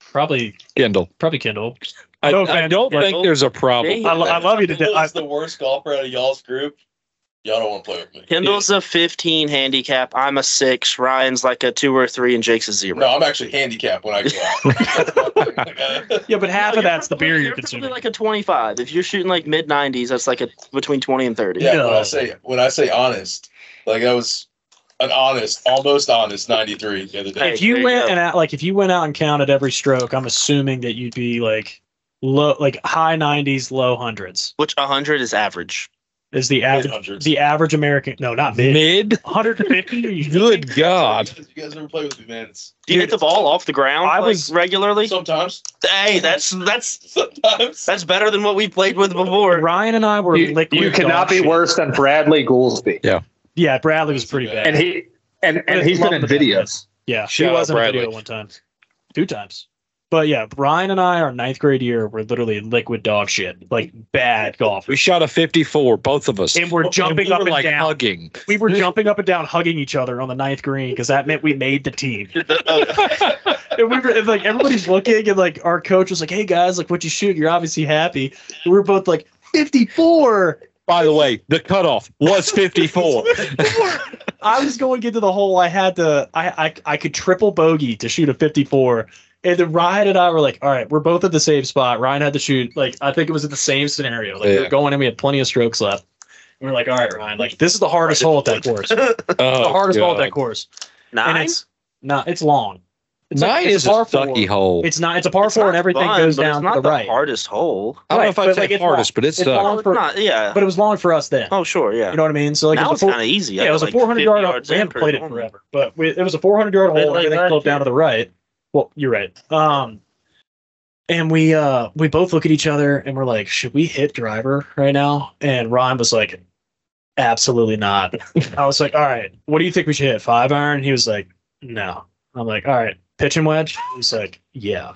Speaker 4: Probably
Speaker 7: Kendall.
Speaker 4: probably Kendall.
Speaker 7: I,
Speaker 4: No
Speaker 7: I
Speaker 4: offense,
Speaker 7: don't think
Speaker 5: Kendall.
Speaker 7: there's a problem.
Speaker 5: Dang.
Speaker 4: I, lo- I love you to death.
Speaker 6: Kendall
Speaker 4: I-
Speaker 6: is the worst golfer out of y'all's group. Y'all don't want to play with me.
Speaker 5: Kendall's a 15 handicap. I'm a six. Ryan's like a two or three, and Jake's a zero.
Speaker 6: No, I'm actually handicapped when I go out.
Speaker 4: Yeah, but half
Speaker 5: No,
Speaker 4: of
Speaker 5: you're
Speaker 4: that's the
Speaker 5: probably-
Speaker 4: beer you're
Speaker 5: probably
Speaker 4: consuming.
Speaker 5: Like a 25. If you're shooting like mid 90s, that's like a between 20 and 30.
Speaker 6: yeah, when I
Speaker 4: No.
Speaker 6: say when I say honest, like I was an honest, almost honest 93 the other day.
Speaker 4: if you
Speaker 5: there you
Speaker 4: went
Speaker 5: go.
Speaker 4: and out, like if you went out and counted every stroke, I'm assuming that you'd be like low, like high 90s, low hundreds
Speaker 5: Which 100 is average.
Speaker 4: is the average.
Speaker 6: hundreds.
Speaker 4: The average American, no, not mid,
Speaker 7: Mid.
Speaker 4: 150. Are you
Speaker 7: Good God.
Speaker 6: You guys, you guys never play with me, man. It's,
Speaker 5: Do you hit the ball off the ground
Speaker 4: I
Speaker 5: like,
Speaker 4: was-
Speaker 5: regularly?
Speaker 6: sometimes,
Speaker 5: hey, that's that's
Speaker 6: sometimes.
Speaker 5: that's better than what we played with before.
Speaker 4: Ryan and I were
Speaker 8: You,
Speaker 4: liquid.
Speaker 8: you
Speaker 4: dog
Speaker 8: cannot be
Speaker 4: shit.
Speaker 8: worse than Bradley Goolsby.
Speaker 4: Yeah, Bradley was pretty bad.
Speaker 8: And he and,
Speaker 4: But
Speaker 8: and
Speaker 4: it's
Speaker 8: he's been
Speaker 4: lumped
Speaker 8: in
Speaker 4: with that
Speaker 8: videos.
Speaker 4: Yeah,
Speaker 7: Shout
Speaker 4: she
Speaker 7: out
Speaker 4: was in a video
Speaker 7: Bradley.
Speaker 4: one time, two times. But yeah, Ryan and I, our ninth grade year, were literally liquid dog shit, like bad
Speaker 7: We
Speaker 4: golfers,
Speaker 7: shot a 54, both of us.
Speaker 4: and we're jumping
Speaker 7: we
Speaker 4: up
Speaker 7: were,
Speaker 4: and
Speaker 7: like
Speaker 4: down.
Speaker 7: hugging.
Speaker 4: We were jumping up and down, hugging each other on the ninth green because that meant we made the team. And we were and like everybody's looking, and like our coach was like, "Hey guys, like what you shoot, you're obviously happy." And we were both like, "54."
Speaker 7: By the way, the cutoff was 54.
Speaker 4: I was going into the hole. I had to. I I, I could triple bogey to shoot a 54. And then Ryan and I were like, all right, we're both at the same spot. Ryan had to shoot like I think it was at the same scenario. Like we
Speaker 7: Yeah.
Speaker 4: were going and we had plenty of strokes left. And we're like, all right, Ryan, like this is the hardest hole at that course. the
Speaker 7: Oh,
Speaker 4: hardest hole at
Speaker 7: God.
Speaker 4: that course. And
Speaker 5: Nine?
Speaker 4: it's not. It's long. It's
Speaker 7: Nine
Speaker 4: like- it's
Speaker 7: is
Speaker 4: a
Speaker 7: a
Speaker 4: par
Speaker 7: sucky
Speaker 4: four.
Speaker 7: hole.
Speaker 4: It's not. It's a par
Speaker 5: It's
Speaker 4: four,
Speaker 5: not
Speaker 4: and everything
Speaker 5: fun,
Speaker 4: goes
Speaker 5: but
Speaker 4: down
Speaker 5: it's not
Speaker 4: to the, right.
Speaker 5: hardest hole.
Speaker 7: I don't know
Speaker 4: Right,
Speaker 7: if I'd
Speaker 4: but,
Speaker 7: say
Speaker 4: like, it's
Speaker 7: hardest, but it's
Speaker 4: It's
Speaker 7: sucked.
Speaker 4: long
Speaker 5: It's
Speaker 4: for,
Speaker 5: not, yeah.
Speaker 4: but it was long for us then.
Speaker 5: oh sure, yeah.
Speaker 4: You know what I mean? So like
Speaker 5: now
Speaker 4: it was
Speaker 5: it's
Speaker 4: a four-
Speaker 5: kind of easy. I
Speaker 4: yeah, it was
Speaker 5: got,
Speaker 4: a
Speaker 5: like,
Speaker 4: 400
Speaker 5: 50
Speaker 4: yard.
Speaker 5: yards
Speaker 4: We
Speaker 5: in
Speaker 4: haven't
Speaker 5: per
Speaker 4: played it
Speaker 5: hole.
Speaker 4: forever, but we, it was a 400 yard
Speaker 5: Played
Speaker 4: hole.
Speaker 5: like
Speaker 4: Everything
Speaker 5: last
Speaker 4: sloped
Speaker 5: year.
Speaker 4: down to the right. Well, you're right. Um, and we uh we both look at each other and we're like, should we hit driver right now? And Ron was like, absolutely not. I was like, all right, what do you think we should hit five iron? He was like, no. I'm like, all right, pitching wedge. He's like, yeah.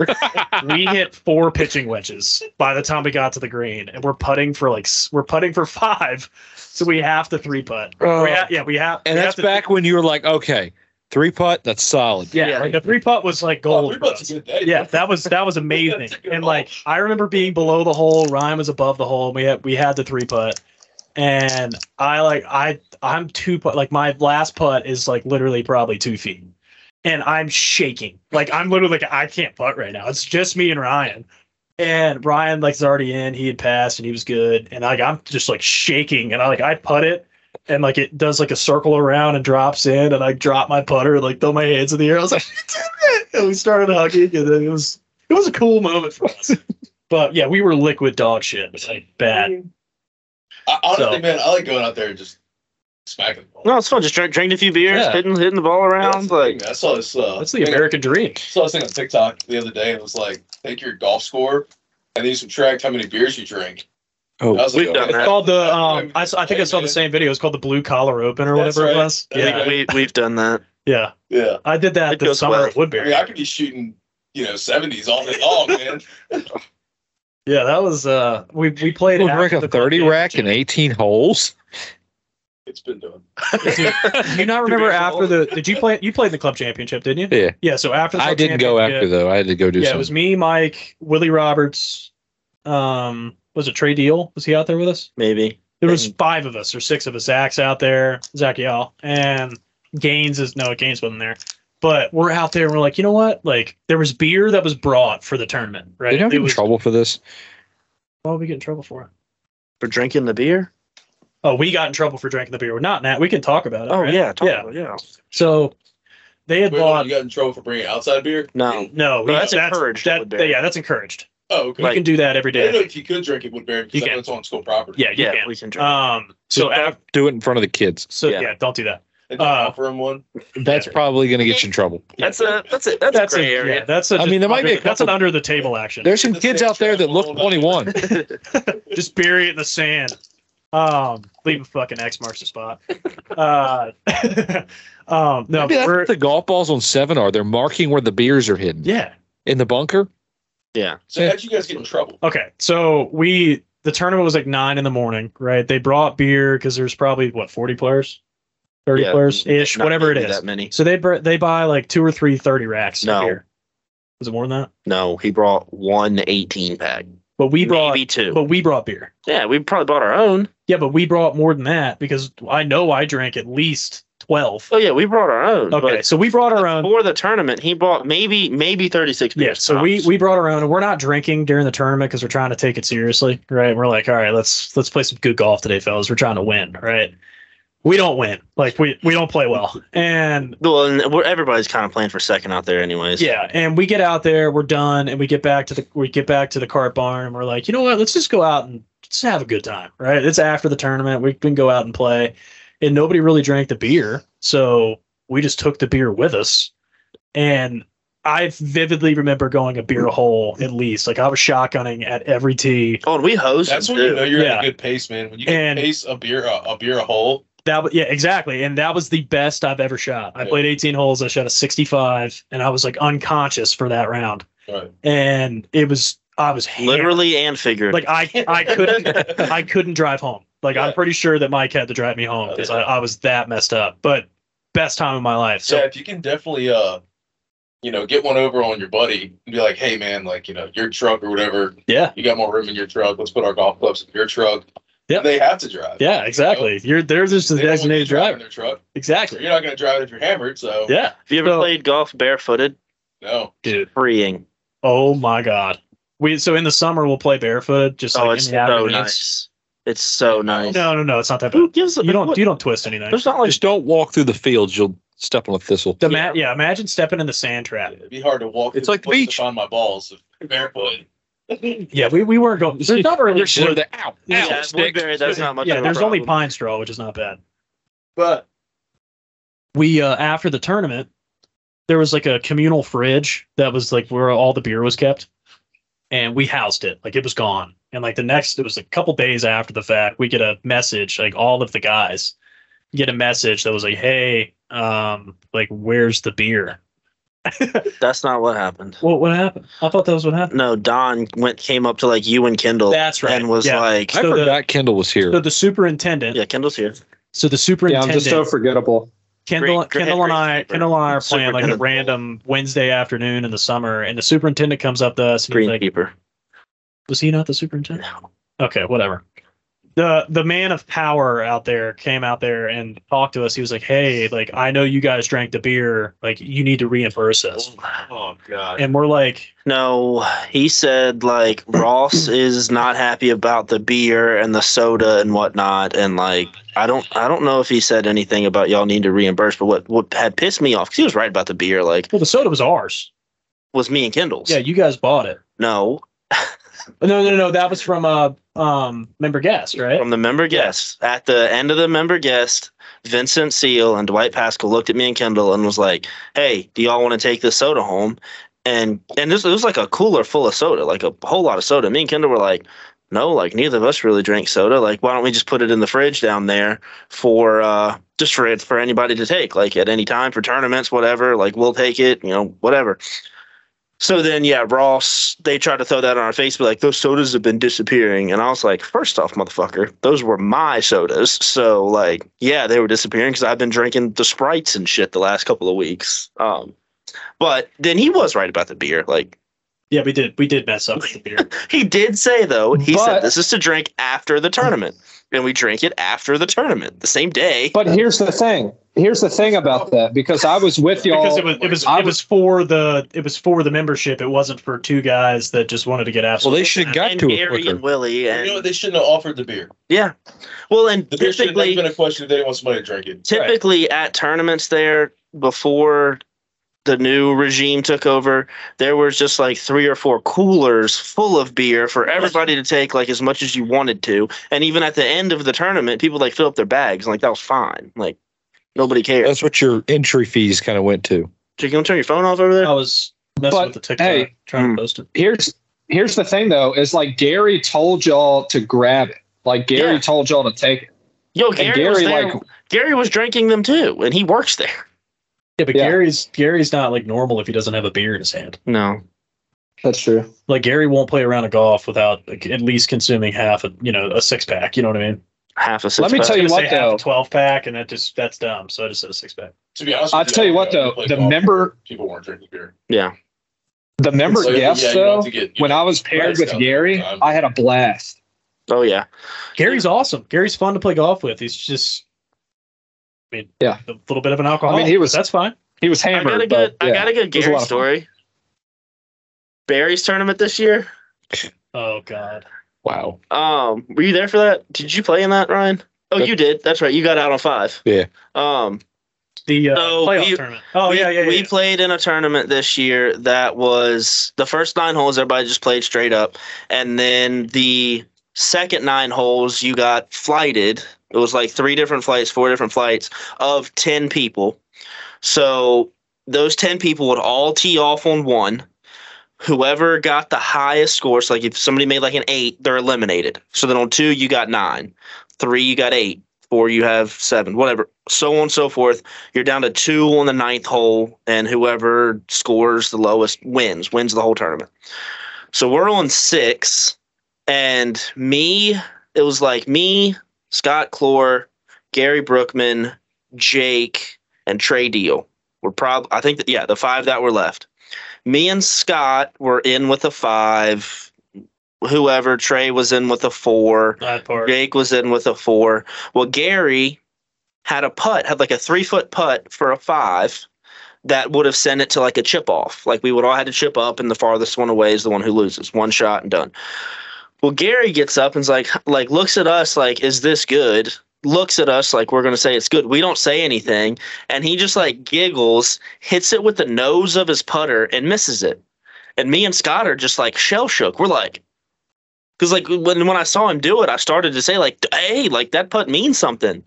Speaker 4: we hit four pitching wedges by the time we got to the green, and we're putting for like s- we're putting for five, so we have to three putt.
Speaker 7: Oh.
Speaker 4: we ha- yeah, we have.
Speaker 7: and
Speaker 4: we have
Speaker 7: that's
Speaker 4: to-
Speaker 7: back when you were like, okay, three putt, that's solid.
Speaker 4: Yeah,
Speaker 5: Yeah.
Speaker 4: like the three putt was like
Speaker 6: Oh,
Speaker 4: gold.
Speaker 6: three
Speaker 4: for
Speaker 6: bucks
Speaker 4: us.
Speaker 6: a good day.
Speaker 4: yeah, that was that was amazing.
Speaker 6: That's a good
Speaker 4: and
Speaker 6: hole.
Speaker 4: like I remember being below the hole, Ryan was above the hole, and we had we had the three putt. And I like I I'm two putt like my last putt is like literally probably two feet. And I'm shaking. Like I'm literally like I can't putt right now. It's just me and Ryan. And Ryan like's already in, he had passed and he was good. And like I'm just like shaking and I like I putt it and like it does like a circle around and drops in, and I drop my putter and like throw my hands in the air. I was like, and we started hugging, and then it was it was a cool moment for us. But yeah, we were liquid dog shit. Like bad.
Speaker 6: I, honestly,
Speaker 4: So-
Speaker 6: man, I like going out there and just smacking the ball.
Speaker 5: No, it's fun. Just drink, drinking a few beers,
Speaker 7: Yeah.
Speaker 5: hitting hitting the ball around.
Speaker 6: That's the thing,
Speaker 5: Like,
Speaker 6: man. I saw this. Uh,
Speaker 4: That's the
Speaker 6: thing-
Speaker 4: American dream.
Speaker 6: I saw this thing on TikTok the other day. and It was like, take your golf score and then you subtract how many beers you drink.
Speaker 7: Oh,
Speaker 6: I was
Speaker 5: we've
Speaker 6: like,
Speaker 5: done
Speaker 6: okay.
Speaker 5: that.
Speaker 4: It's called the um. I, s- I think I saw the same video. It's called the Blue Collar Open or
Speaker 6: That's
Speaker 4: whatever it
Speaker 6: right.
Speaker 4: was.
Speaker 6: That's
Speaker 4: Yeah,
Speaker 6: right.
Speaker 5: we we've done that.
Speaker 4: yeah.
Speaker 6: Yeah.
Speaker 4: I did that
Speaker 5: It
Speaker 4: this
Speaker 5: goes
Speaker 4: summer
Speaker 5: well.
Speaker 4: at
Speaker 6: I mean,
Speaker 4: Woodbury.
Speaker 6: I could be shooting, you know, 70s all day long, man.
Speaker 4: Yeah, that was uh. We we played
Speaker 7: we'll
Speaker 4: after
Speaker 7: break a
Speaker 4: the club
Speaker 7: 30
Speaker 4: game.
Speaker 7: rack in 18 holes.
Speaker 6: It's been done.
Speaker 4: Dude, you not remember
Speaker 6: Dude,
Speaker 4: after the? Did you play? You played the club championship, didn't you?
Speaker 7: Yeah.
Speaker 4: Yeah. So after the
Speaker 7: I
Speaker 4: club
Speaker 7: didn't go
Speaker 4: championship-
Speaker 7: after, though. I had to go do
Speaker 4: Yeah, it was
Speaker 7: something.
Speaker 4: me, Mike, Willie Roberts. Um, was it Trey Deal? Was he out there with us?
Speaker 5: Maybe.
Speaker 4: There was five of us or six of us. Zach's out there, Zach Yell, and Gaines is no Gaines wasn't there. But we're out there and we're like, you know what? Like there was beer that was brought for the tournament, right?
Speaker 7: Did you ever
Speaker 4: It
Speaker 7: get in
Speaker 4: was-
Speaker 7: trouble for this?
Speaker 4: What would we get in trouble for?
Speaker 5: For drinking the beer.
Speaker 4: Oh, we got in trouble for drinking the beer. We're not Nat. We can talk about it.
Speaker 5: Oh
Speaker 4: right?
Speaker 5: yeah,
Speaker 4: yeah.
Speaker 5: totally, yeah.
Speaker 4: So they had
Speaker 6: Wait,
Speaker 4: bought.
Speaker 6: you got in trouble for bringing outside beer?
Speaker 5: No,
Speaker 4: No,
Speaker 5: Well,
Speaker 4: we-
Speaker 5: that's encouraged at
Speaker 4: That,
Speaker 5: Woodbury.
Speaker 4: yeah, that's encouraged.
Speaker 6: Oh, okay.
Speaker 4: you can do that every
Speaker 6: I didn't know
Speaker 4: day.
Speaker 6: if you could drink it with beer
Speaker 4: You
Speaker 6: because I
Speaker 4: can.
Speaker 6: know it's on school property.
Speaker 4: Yeah, you
Speaker 5: yeah,
Speaker 4: can.
Speaker 5: we can Uh, drink.
Speaker 4: Um, so
Speaker 7: Just don't
Speaker 4: after,
Speaker 7: do it in front of the kids.
Speaker 4: so yeah.
Speaker 5: yeah.
Speaker 4: don't do that.
Speaker 6: And
Speaker 4: uh,
Speaker 6: offer him one.
Speaker 7: That's probably going to get you in trouble.
Speaker 5: that's a that's a that's, a gray
Speaker 4: a,
Speaker 5: area.
Speaker 4: Yeah, that's a
Speaker 7: I mean, there might be a
Speaker 4: under- that's an
Speaker 7: couple-
Speaker 4: under the table action.
Speaker 7: There's some kids out there that look 21.
Speaker 4: Just bury it in the sand. Um, leave a fucking X marks the spot. Uh, um, no,
Speaker 7: Maybe that's
Speaker 4: we're,
Speaker 7: what the golf balls on seven are. They're marking where the beers are hidden
Speaker 4: yeah.
Speaker 7: in the bunker.
Speaker 6: So how'd you guys get in trouble?
Speaker 4: Okay, so we the tournament was like nine in the morning, right? They brought beer because there's probably what forty players, thirty
Speaker 5: Yeah,
Speaker 4: players ish,
Speaker 5: not
Speaker 4: whatever it
Speaker 5: maybe
Speaker 4: is.
Speaker 5: That many?
Speaker 4: So they br- they buy like two or three 30 racks. of
Speaker 5: No.
Speaker 4: beer. was it more than that?
Speaker 5: No, he brought one 18 pack.
Speaker 4: But we brought
Speaker 5: maybe two.
Speaker 4: but we brought beer.
Speaker 5: yeah, we probably bought our own.
Speaker 4: Yeah, but we brought more than that because I know I drank at least 12.
Speaker 5: Oh yeah, we brought our own.
Speaker 4: Okay, so we brought
Speaker 5: but
Speaker 4: our own.
Speaker 5: for the tournament, he bought maybe maybe 36 beers.
Speaker 4: Yeah, so we
Speaker 5: tops.
Speaker 4: we brought our own, and we're not drinking during the tournament because we're trying to take it seriously, right? We're like, all right, let's let's play some good golf today, fellas. We're trying to win, right? We don't win, like we we don't play well, and
Speaker 5: well, and we're, everybody's kind of playing for second out there, anyways.
Speaker 4: Yeah, and we get out there, we're done, and we get back to the we get back to the cart barn, and we're like, you know what? Let's just go out and just have a good time, right? It's after the tournament. We can go out and play, and nobody really drank the beer, so we just took the beer with us. And I vividly remember going a beer hole at least. Like I was shotgunning at every tee.
Speaker 5: Oh, and we hosed.
Speaker 6: That's
Speaker 5: them,
Speaker 6: when you
Speaker 5: too.
Speaker 6: know you're
Speaker 4: Yeah.
Speaker 6: at a good pace, man. When you can
Speaker 4: And-
Speaker 6: pace a beer a, a beer a hole.
Speaker 4: That wa- yeah, exactly. And that was the best I've ever shot. I
Speaker 6: Yeah.
Speaker 4: played 18 holes. I shot a 65, and I was like unconscious for that round.
Speaker 6: Right.
Speaker 4: And it was I was hammered.
Speaker 5: literally and figuratively.
Speaker 4: like I I couldn't I couldn't drive home. Like I'm
Speaker 6: Yeah.
Speaker 4: pretty sure that Mike had to drive me home because I, I was that messed up. But best time of my life. So
Speaker 6: yeah, if you can definitely uh you know, get one over on your buddy and be like, hey man, like, you know, your truck or whatever,
Speaker 4: yeah,
Speaker 6: you got more room in your truck. Let's put our golf clubs in your truck.
Speaker 4: Yep.
Speaker 6: They have to drive.
Speaker 4: yeah, exactly. You're there's just a
Speaker 6: They don't want you
Speaker 4: designated
Speaker 6: driving
Speaker 4: driver.
Speaker 6: Their truck. So
Speaker 4: Exactly.
Speaker 6: you're not going to drive it if you're hammered. So
Speaker 4: Yeah,
Speaker 5: Have you ever
Speaker 4: So-
Speaker 5: played golf barefooted?
Speaker 6: no.
Speaker 4: dude.
Speaker 5: Freeing.
Speaker 4: Oh my god. We so in the summer we'll play barefoot. Just
Speaker 5: Oh,
Speaker 4: like
Speaker 5: it's
Speaker 4: in
Speaker 5: so
Speaker 4: the afternoons.
Speaker 5: nice. It's so nice.
Speaker 4: No, no, no. It's not that
Speaker 5: Who
Speaker 4: bad.
Speaker 5: gives a
Speaker 4: You don't
Speaker 5: what-
Speaker 4: you don't twist anything.
Speaker 5: There's not like
Speaker 7: Just don't walk through the fields. You'll step on a thistle.
Speaker 4: The ma- yeah, imagine stepping in the sand trap.
Speaker 6: It'd be hard to walk.
Speaker 7: It's
Speaker 6: through
Speaker 7: like the
Speaker 6: woods
Speaker 7: beach.
Speaker 6: To find my balls barefoot.
Speaker 4: Yeah, we, we weren't going. There's not really.
Speaker 7: You're sitting there, ow,
Speaker 5: yeah,
Speaker 7: ow,
Speaker 5: at
Speaker 7: stick.
Speaker 5: Woodbury, that's not much.
Speaker 4: yeah,
Speaker 5: of a
Speaker 4: there's only
Speaker 5: problem.
Speaker 4: pine straw, which is not bad.
Speaker 6: But
Speaker 4: we uh after the tournament there was like a communal fridge that was like where all the beer was kept and we housed it like it was gone and like the next it was a couple days after the fact we get a message like all of the guys get a message that was like hey um like where's the beer
Speaker 5: That's not what happened.
Speaker 4: what what happened i thought that was what happened
Speaker 5: No, Don went came up to like you and Kendall
Speaker 4: that's right
Speaker 5: and was
Speaker 4: yeah.
Speaker 5: like,
Speaker 7: I
Speaker 4: So the-
Speaker 7: forgot Kendall was here.
Speaker 4: so the superintendent
Speaker 5: "Yeah, Kendall's here."
Speaker 4: so
Speaker 8: Yeah,
Speaker 4: the
Speaker 8: I'm
Speaker 4: superintendent
Speaker 8: just so forgettable.
Speaker 4: Kendall,
Speaker 5: Great- great-
Speaker 4: Kendall and
Speaker 5: great
Speaker 4: I,
Speaker 5: keeper.
Speaker 4: Kendall and I are playing
Speaker 5: Super
Speaker 4: like a
Speaker 5: Kendall.
Speaker 4: random Wednesday afternoon in the summer, and the superintendent comes up to us and he's like,
Speaker 5: Greenkeeper.
Speaker 4: "Was he not the superintendent?"
Speaker 5: No.
Speaker 4: Okay, whatever. the the man of power out there came out there and talked to us. He was like, "Hey, like I know you guys drank the beer. Like you need to reimburse us."
Speaker 6: Oh god.
Speaker 4: And we're like,
Speaker 5: No, he said like Ross is not happy about the beer and the soda and whatnot, and like I don't I don't know if he said anything about y'all need to reimburse, but what what had pissed me off because he was right about the beer, like
Speaker 4: "Well, the soda was ours.
Speaker 5: was me and Kendall's.
Speaker 4: Yeah, you guys bought it."
Speaker 5: No,
Speaker 4: Oh, No, no, no. That was from uh um member guest, right?
Speaker 5: from the member guest at the end of the member guest. Vincent Seal and Dwight Pascal looked at me and Kendall and was like, "Hey, do y'all want to take this soda home?" And and this it was like a cooler full of soda, like a whole lot of soda. Me and Kendall were like, "No, like neither of us really drink soda. Like, why don't we just put it in the fridge down there for uh just for for anybody to take, like at any time for tournaments, whatever. Like, we'll take it, you know, whatever." So then, yeah, Ross, they tried to throw that on our face, but like those sodas have been disappearing. And I was like, first off, motherfucker, those were my sodas. So like, yeah, they were disappearing because I've been drinking the sprites and shit the last couple of weeks. Um, but then he was right about the beer. Like
Speaker 4: Yeah, we did. We did mess up with the beer.
Speaker 5: he did say though, he said
Speaker 9: But-
Speaker 5: this is to drink after the tournament, and we drink it after the tournament the same day.
Speaker 9: But here's the thing. Here's the thing about that because I was with y'all.
Speaker 4: because it was it was
Speaker 9: I
Speaker 4: it was for the it was for the membership. It wasn't for two guys that just wanted to get
Speaker 7: Well,
Speaker 4: absolutely.
Speaker 7: they should have got
Speaker 5: and
Speaker 7: to it
Speaker 5: Gary
Speaker 7: quicker.
Speaker 5: and
Speaker 6: You
Speaker 5: Willie,
Speaker 6: know what?
Speaker 5: and
Speaker 6: They shouldn't have offered the beer.
Speaker 5: yeah, well, and
Speaker 6: The beer should not
Speaker 5: typically
Speaker 6: have been a question if they want somebody to drink it.
Speaker 5: typically at tournaments there before the new regime took over there was just like three or four coolers full of beer for everybody to take like as much as you wanted to and even at the end of the tournament people like fill up their bags and like that was fine like nobody cares
Speaker 7: That's what your entry fees kind of went to.
Speaker 5: Jake, you want to turn your phone off over there
Speaker 9: Oh,
Speaker 4: I was messing
Speaker 9: But,
Speaker 4: with the TikTok,
Speaker 9: hey,
Speaker 4: trying
Speaker 5: mm.
Speaker 4: to post it.
Speaker 9: here's here's the thing though is like Gary told y'all to grab it. Like Gary
Speaker 5: Yeah.
Speaker 9: told y'all to take it.
Speaker 5: yo
Speaker 9: And
Speaker 5: gary, was
Speaker 9: Gary,
Speaker 5: there.
Speaker 9: like
Speaker 5: gary was drinking them too and he works there
Speaker 4: Yeah, but
Speaker 9: Yeah.
Speaker 4: Gary's Gary's not like normal if he doesn't have a beer in his hand.
Speaker 5: no
Speaker 9: that's true.
Speaker 4: Like Gary won't play a round of golf without like, at least consuming half a you know a six pack. You know what I mean?
Speaker 5: half a six
Speaker 9: Let me
Speaker 5: pack.
Speaker 9: tell you
Speaker 4: Gonna
Speaker 9: what,
Speaker 4: say half a
Speaker 9: though.
Speaker 4: twelve pack, and that just that's dumb. So I just said a six pack.
Speaker 6: To be honest,
Speaker 9: I'll
Speaker 6: with
Speaker 9: tell you what
Speaker 6: yeah,
Speaker 9: though,
Speaker 6: we played
Speaker 9: the
Speaker 6: golf,
Speaker 9: member
Speaker 6: people weren't drinking beer.
Speaker 9: the member
Speaker 6: So, yeah,
Speaker 9: guests
Speaker 6: yeah, you don't have
Speaker 9: though,
Speaker 6: to get- you
Speaker 9: when
Speaker 6: know,
Speaker 9: I was paired
Speaker 6: priced
Speaker 9: with
Speaker 6: out
Speaker 9: Gary,
Speaker 6: all the time.
Speaker 9: I had a blast.
Speaker 5: oh yeah
Speaker 4: Gary's awesome. Gary's fun to play golf with. He's just, I mean,
Speaker 9: Yeah.
Speaker 4: a little bit of an alcohol.
Speaker 6: Oh,
Speaker 9: he was-
Speaker 4: That's fine.
Speaker 9: He was
Speaker 5: I got
Speaker 9: hammered.
Speaker 5: a good.
Speaker 9: but,
Speaker 5: I
Speaker 9: yeah.
Speaker 5: got a good
Speaker 9: was a
Speaker 5: Gary
Speaker 9: lot of fun.
Speaker 5: story. Barry's tournament this year.
Speaker 4: Oh God.
Speaker 7: Wow.
Speaker 5: Um, were you there for that? Did you play in that, Ryan? Oh, you did. That's right. You got out on five.
Speaker 7: Yeah.
Speaker 5: Um.
Speaker 4: The uh,
Speaker 5: So
Speaker 4: playoff
Speaker 5: we-
Speaker 4: tournament. Oh
Speaker 5: we-
Speaker 4: yeah, yeah, yeah.
Speaker 5: We played in a tournament this year that was the first nine holes. Everybody just played straight up, and then the second nine holes you got flighted. It was like three different flights, four different flights of ten people. So those ten people would all tee off on one. Whoever got the highest score, so like if somebody made like an eight, they're eliminated. So then on two, you got nine, three, you got eight, four, you have seven, whatever, so on and so forth you're down to two on the ninth hole, and whoever scores the lowest wins, wins the whole tournament. So we're on six, and me, it was like me, Scott Clore, Gary Brookman, Jake, and Trey Deal. We're probably, I think, that, yeah, the five that were left. Me and Scott were in with a five. Whoever, Trey was in with a four.
Speaker 4: that part.
Speaker 5: Jake was in with a four. Well, Gary had a putt, had like a three foot putt for a five that would have sent it to like a chip off. Like we would all had to chip up, and the farthest one away is the one who loses. One shot and done. Well, Gary gets up and's like, like looks at us like, is this good? Looks at us like we're gonna say it's good. We don't say anything, and he just like giggles, hits it with the nose of his putter, and misses it. And me and Scott are just like shell shook. We're like, because like when when I saw him do it, I started to say like, "Hey, like that putt means something."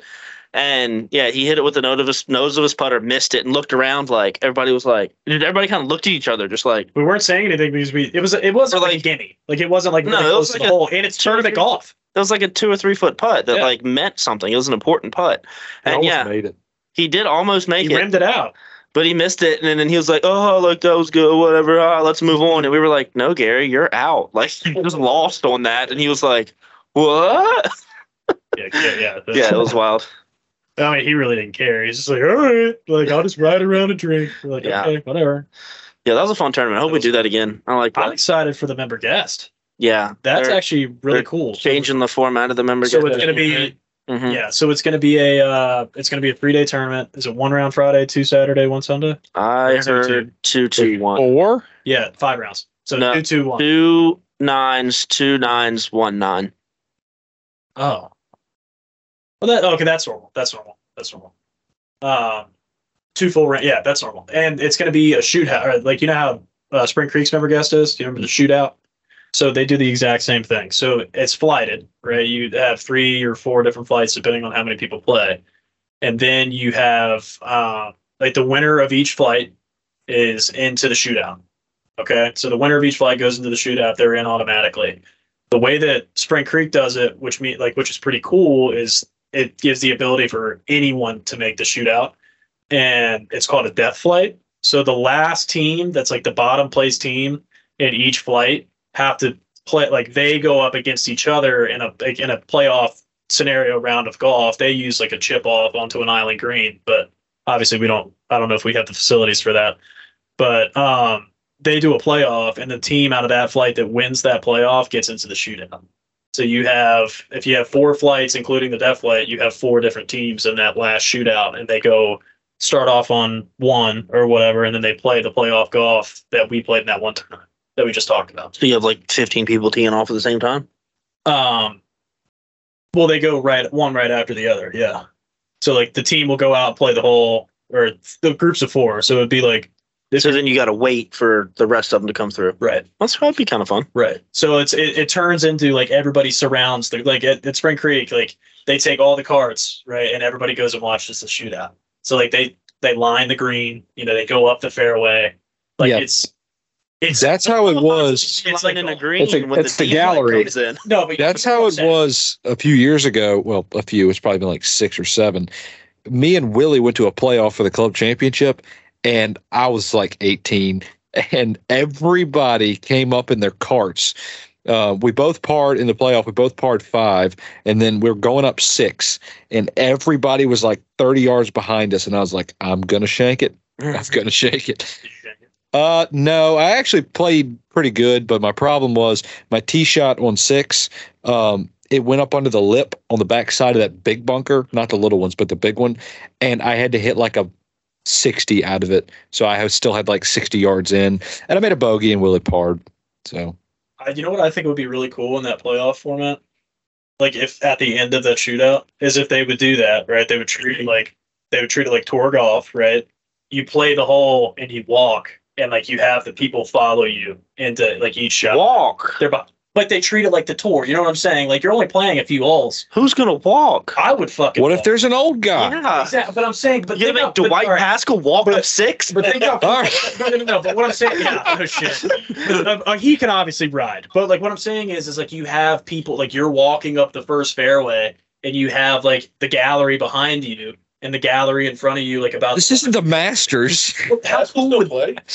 Speaker 5: And yeah, he hit it with the note of his nose of his putter, missed it, and looked around like everybody was like, everybody kind of looked at each other, just like
Speaker 4: We weren't saying anything because we it was it wasn't
Speaker 5: Or,
Speaker 4: like,
Speaker 5: like-
Speaker 4: a gimme. Like it wasn't like
Speaker 5: No,
Speaker 4: really
Speaker 5: it was
Speaker 4: close to
Speaker 5: like
Speaker 4: the
Speaker 5: a-
Speaker 4: hole. And it's tournament golf.
Speaker 5: it was like a two or three foot putt that
Speaker 4: Yeah.
Speaker 5: like meant something. It was an important putt,
Speaker 7: I
Speaker 5: and
Speaker 7: almost
Speaker 5: yeah,
Speaker 7: made it.
Speaker 5: he did almost make
Speaker 4: He
Speaker 5: it,
Speaker 4: rimmed it out.
Speaker 5: but he missed it, and then he was like, "Oh, like that was good, whatever. Ah, let's move on." And we were like, "No, Gary, you're out." Like he was lost on that, and he was like, "What?"
Speaker 4: Yeah, yeah, yeah. The-
Speaker 5: Yeah, it was wild.
Speaker 4: I mean, he really didn't care. He's just like, all right, like I'll just ride around and drink. We're like,
Speaker 5: Yeah.
Speaker 4: okay, whatever.
Speaker 5: Yeah, that was a fun tournament. I hope we do that again. I like that.
Speaker 4: I'm excited for the member guest.
Speaker 5: Yeah,
Speaker 4: That's
Speaker 5: they're
Speaker 4: actually really
Speaker 5: they're
Speaker 4: cool.
Speaker 5: changing the format of the member
Speaker 4: So
Speaker 5: game.
Speaker 4: it's gonna be
Speaker 5: Mhm.
Speaker 4: yeah. So it's gonna be a uh, it's gonna be a three day tournament. Is it one round Friday, two Saturday, one Sunday?
Speaker 5: I
Speaker 4: Two,
Speaker 5: heard two, two, one,
Speaker 7: Or
Speaker 4: Yeah, five rounds. So
Speaker 5: No.
Speaker 4: two, two, one.
Speaker 5: two nines, two nines, one nine.
Speaker 4: Oh. Well, that okay. That's normal. That's normal. That's normal. Um, two full round. Yeah, that's normal. And it's going to be a shootout. Or like you know how uh, Spring Creek's member guest is. Do you remember the shootout? So they do the exact same thing. So it's flighted, right? You have three or four different flights depending on how many people play, and then you have uh, like the winner of each flight is into the shootout. Okay, so the winner of each flight goes into the shootout. They're in automatically the way that Spring Creek does it, which mean like which is pretty cool, is it gives the ability for anyone to make the shootout, and it's called a death flight. So the last team that's like the bottom place team in each flight have to play like they go up against each other in a like, in a playoff scenario round of golf. They use like a chip off onto an island green, but obviously we don't. I don't know if we have the facilities for that, but um, they do a playoff and the team out of that flight that wins that playoff gets into the shootout. So you have if you have four flights, including the death flight, you have four different teams in that last shootout and they go start off on one or whatever, and then they play the playoff golf that we played in that one tournament that we just talked about.
Speaker 5: So you have like fifteen people teeing off at the same time.
Speaker 4: Um, well, they go right one right after the other. Yeah. So like the team will go out and play the whole or the groups of four. So it'd be like this
Speaker 5: So then you got to wait for the rest of them to come through.
Speaker 4: right.
Speaker 5: That's that'd be kind of fun.
Speaker 4: Right. So it's it, it turns into like everybody surrounds the like at, at Spring Creek, like they take all the carts, right, and everybody goes and watches the shootout. So like they they line the green, you know, they go up the fairway. Like
Speaker 7: Yeah.
Speaker 4: it's it's
Speaker 7: that's how it was.
Speaker 4: It's like
Speaker 5: in a
Speaker 4: a
Speaker 5: green.
Speaker 9: It's a-
Speaker 5: when
Speaker 9: it's the
Speaker 5: D flag
Speaker 9: gallery.
Speaker 5: comes in.
Speaker 4: no, but
Speaker 7: That's how it was a few years ago. Well, a few. It's probably been like six or seven. Me and Willie went to a playoff for the club championship, and I was like 18, and everybody came up in their carts. Uh, we both parred in the playoff. We both parred five, and then we are going up six, and everybody was like 30 yards behind us. And I was like, I'm going to shank it. I'm going to shake it. Uh, no, I actually played pretty good, but my problem was my tee shot on six. Um, it went up under the lip on the back side of that big bunker, not the little ones, but the big one, and I had to hit like a sixty out of it. So I have still had like sixty yards in, and I made a bogey and Willie parred. So
Speaker 4: I, you know what I think would be really cool in that playoff format? Like if at the end of that shootout is if they would do that, right? They would treat it like they would treat it like tour golf, right? You play the hole and you walk and like you have the people follow you into like each shot.
Speaker 5: Walk.
Speaker 4: They're bu- but they treat it like the tour, you know what I'm saying? Like you're only playing a few holes.
Speaker 5: Who's gonna walk?
Speaker 4: I would fucking
Speaker 7: what if
Speaker 4: walk.
Speaker 7: there's an old guy?
Speaker 5: Yeah.
Speaker 4: Exactly, but I'm saying but
Speaker 5: you
Speaker 4: think
Speaker 5: gonna make
Speaker 4: how- but-
Speaker 5: Dwight
Speaker 4: all right,
Speaker 5: Pascal walk up six?
Speaker 4: But think about
Speaker 7: All right.
Speaker 4: no, no, no, no. But what I'm saying, yeah, no shit. But, uh, uh, he can obviously ride, but like what I'm saying is, is like you have people like you're walking up the first fairway, and you have like the gallery behind you and the gallery in front of you, like about.
Speaker 7: This isn't the Masters.
Speaker 4: how
Speaker 6: Pascal
Speaker 4: cool
Speaker 6: still
Speaker 4: would
Speaker 6: play?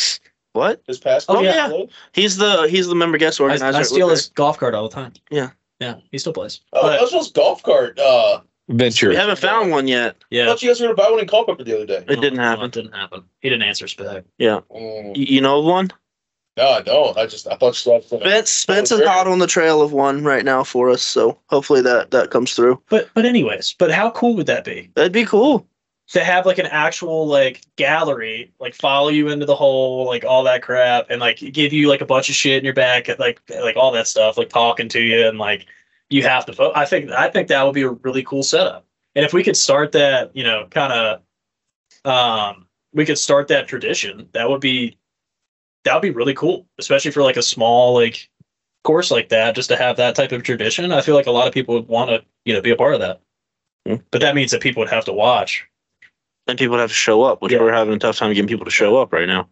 Speaker 5: What?
Speaker 6: Is Pascal
Speaker 4: Oh,
Speaker 5: yeah.
Speaker 6: still play?
Speaker 5: He's the he's the member guest
Speaker 4: I,
Speaker 5: organizer.
Speaker 4: I
Speaker 5: at
Speaker 4: steal
Speaker 5: Woodbury.
Speaker 4: his golf cart all the time.
Speaker 5: Yeah.
Speaker 4: yeah, he still plays.
Speaker 6: Oh,
Speaker 4: But-
Speaker 6: that was just golf cart. Uh,
Speaker 7: Venture.
Speaker 5: We haven't found one yet.
Speaker 6: I
Speaker 4: yeah,
Speaker 6: thought you guys were gonna buy one in Culpeper the other day.
Speaker 5: It didn't
Speaker 4: No,
Speaker 5: happen.
Speaker 4: It didn't happen. He didn't answer spec.
Speaker 6: Mm.
Speaker 5: You, you know of one?
Speaker 6: No, I don't. I just I thought you guys. Were
Speaker 5: Spence Spence is
Speaker 6: sure.
Speaker 5: hot on the trail of one right now for us, so hopefully that that comes through.
Speaker 4: But but anyways, but how cool would that be?
Speaker 5: That'd be cool.
Speaker 4: to have like an actual like gallery like follow you into the hole like all that crap and like give you like a bunch of shit in your back like like all that stuff like talking to you and like you have to fo- i think i think that would be a really cool setup and if we could start that you know kind of um we could start that tradition that would be that would be really cool especially for like a small like course like that just to have that type of tradition i feel like a lot of people would want to you know be a part of that
Speaker 5: Hmm.
Speaker 4: but that means that people would have to watch
Speaker 5: And people have to show up, which
Speaker 4: Yeah.
Speaker 5: we're having a tough time getting people to show up right now.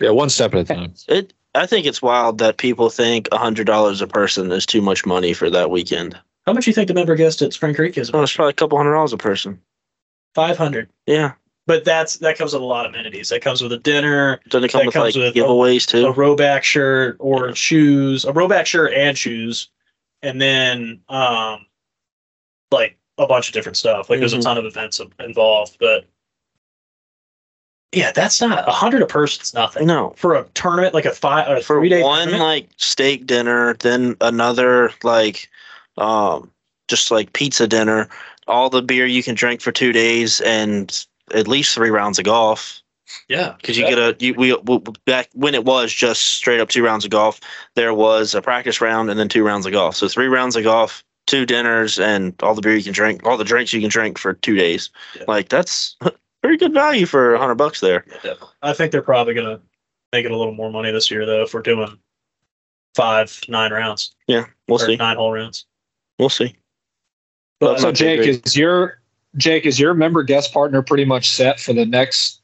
Speaker 7: Yeah, one step at a time.
Speaker 5: It I think it's wild that people think hundred dollars a person is too much money for that weekend.
Speaker 4: How much you think the member guest at Spring Creek is?
Speaker 5: Oh, it's probably a couple hundred dollars a person.
Speaker 4: Five hundred.
Speaker 5: Yeah.
Speaker 4: But that's that comes with a lot of amenities. That comes with a dinner,
Speaker 5: Doesn't it come
Speaker 4: That
Speaker 5: with
Speaker 4: comes with-
Speaker 5: like
Speaker 4: uh,
Speaker 5: giveaways
Speaker 4: a
Speaker 5: too?
Speaker 4: roback shirt or shoes, a roback shirt and shoes, and then um,
Speaker 5: Mm-hmm.
Speaker 4: like a bunch of different stuff. Like there's a
Speaker 5: Mhm.
Speaker 4: ton of events in- involved, but yeah, that's not a hundred a person's nothing
Speaker 5: No.
Speaker 4: for a tournament like a five or a
Speaker 5: For
Speaker 4: three day
Speaker 5: one
Speaker 4: tournament.
Speaker 5: like steak dinner, then another like um just like pizza dinner, all the beer you can drink for 2 days and at least 3 rounds of golf.
Speaker 4: yeah,
Speaker 5: because you get a you, we, we back when it was just straight up two rounds of golf there was a practice round and then two rounds of golf so three rounds of golf two dinners and all the beer you can drink all the drinks you can drink for two days
Speaker 4: Yeah.
Speaker 5: like that's pretty good value for a 100 bucks there
Speaker 4: I think they're probably gonna make it a little more money this year though if we're doing five nine rounds
Speaker 5: yeah we'll
Speaker 4: or
Speaker 5: see
Speaker 4: nine whole rounds.
Speaker 5: we'll see
Speaker 4: But
Speaker 9: So Jake, is your Jake is your member guest partner pretty much set for the next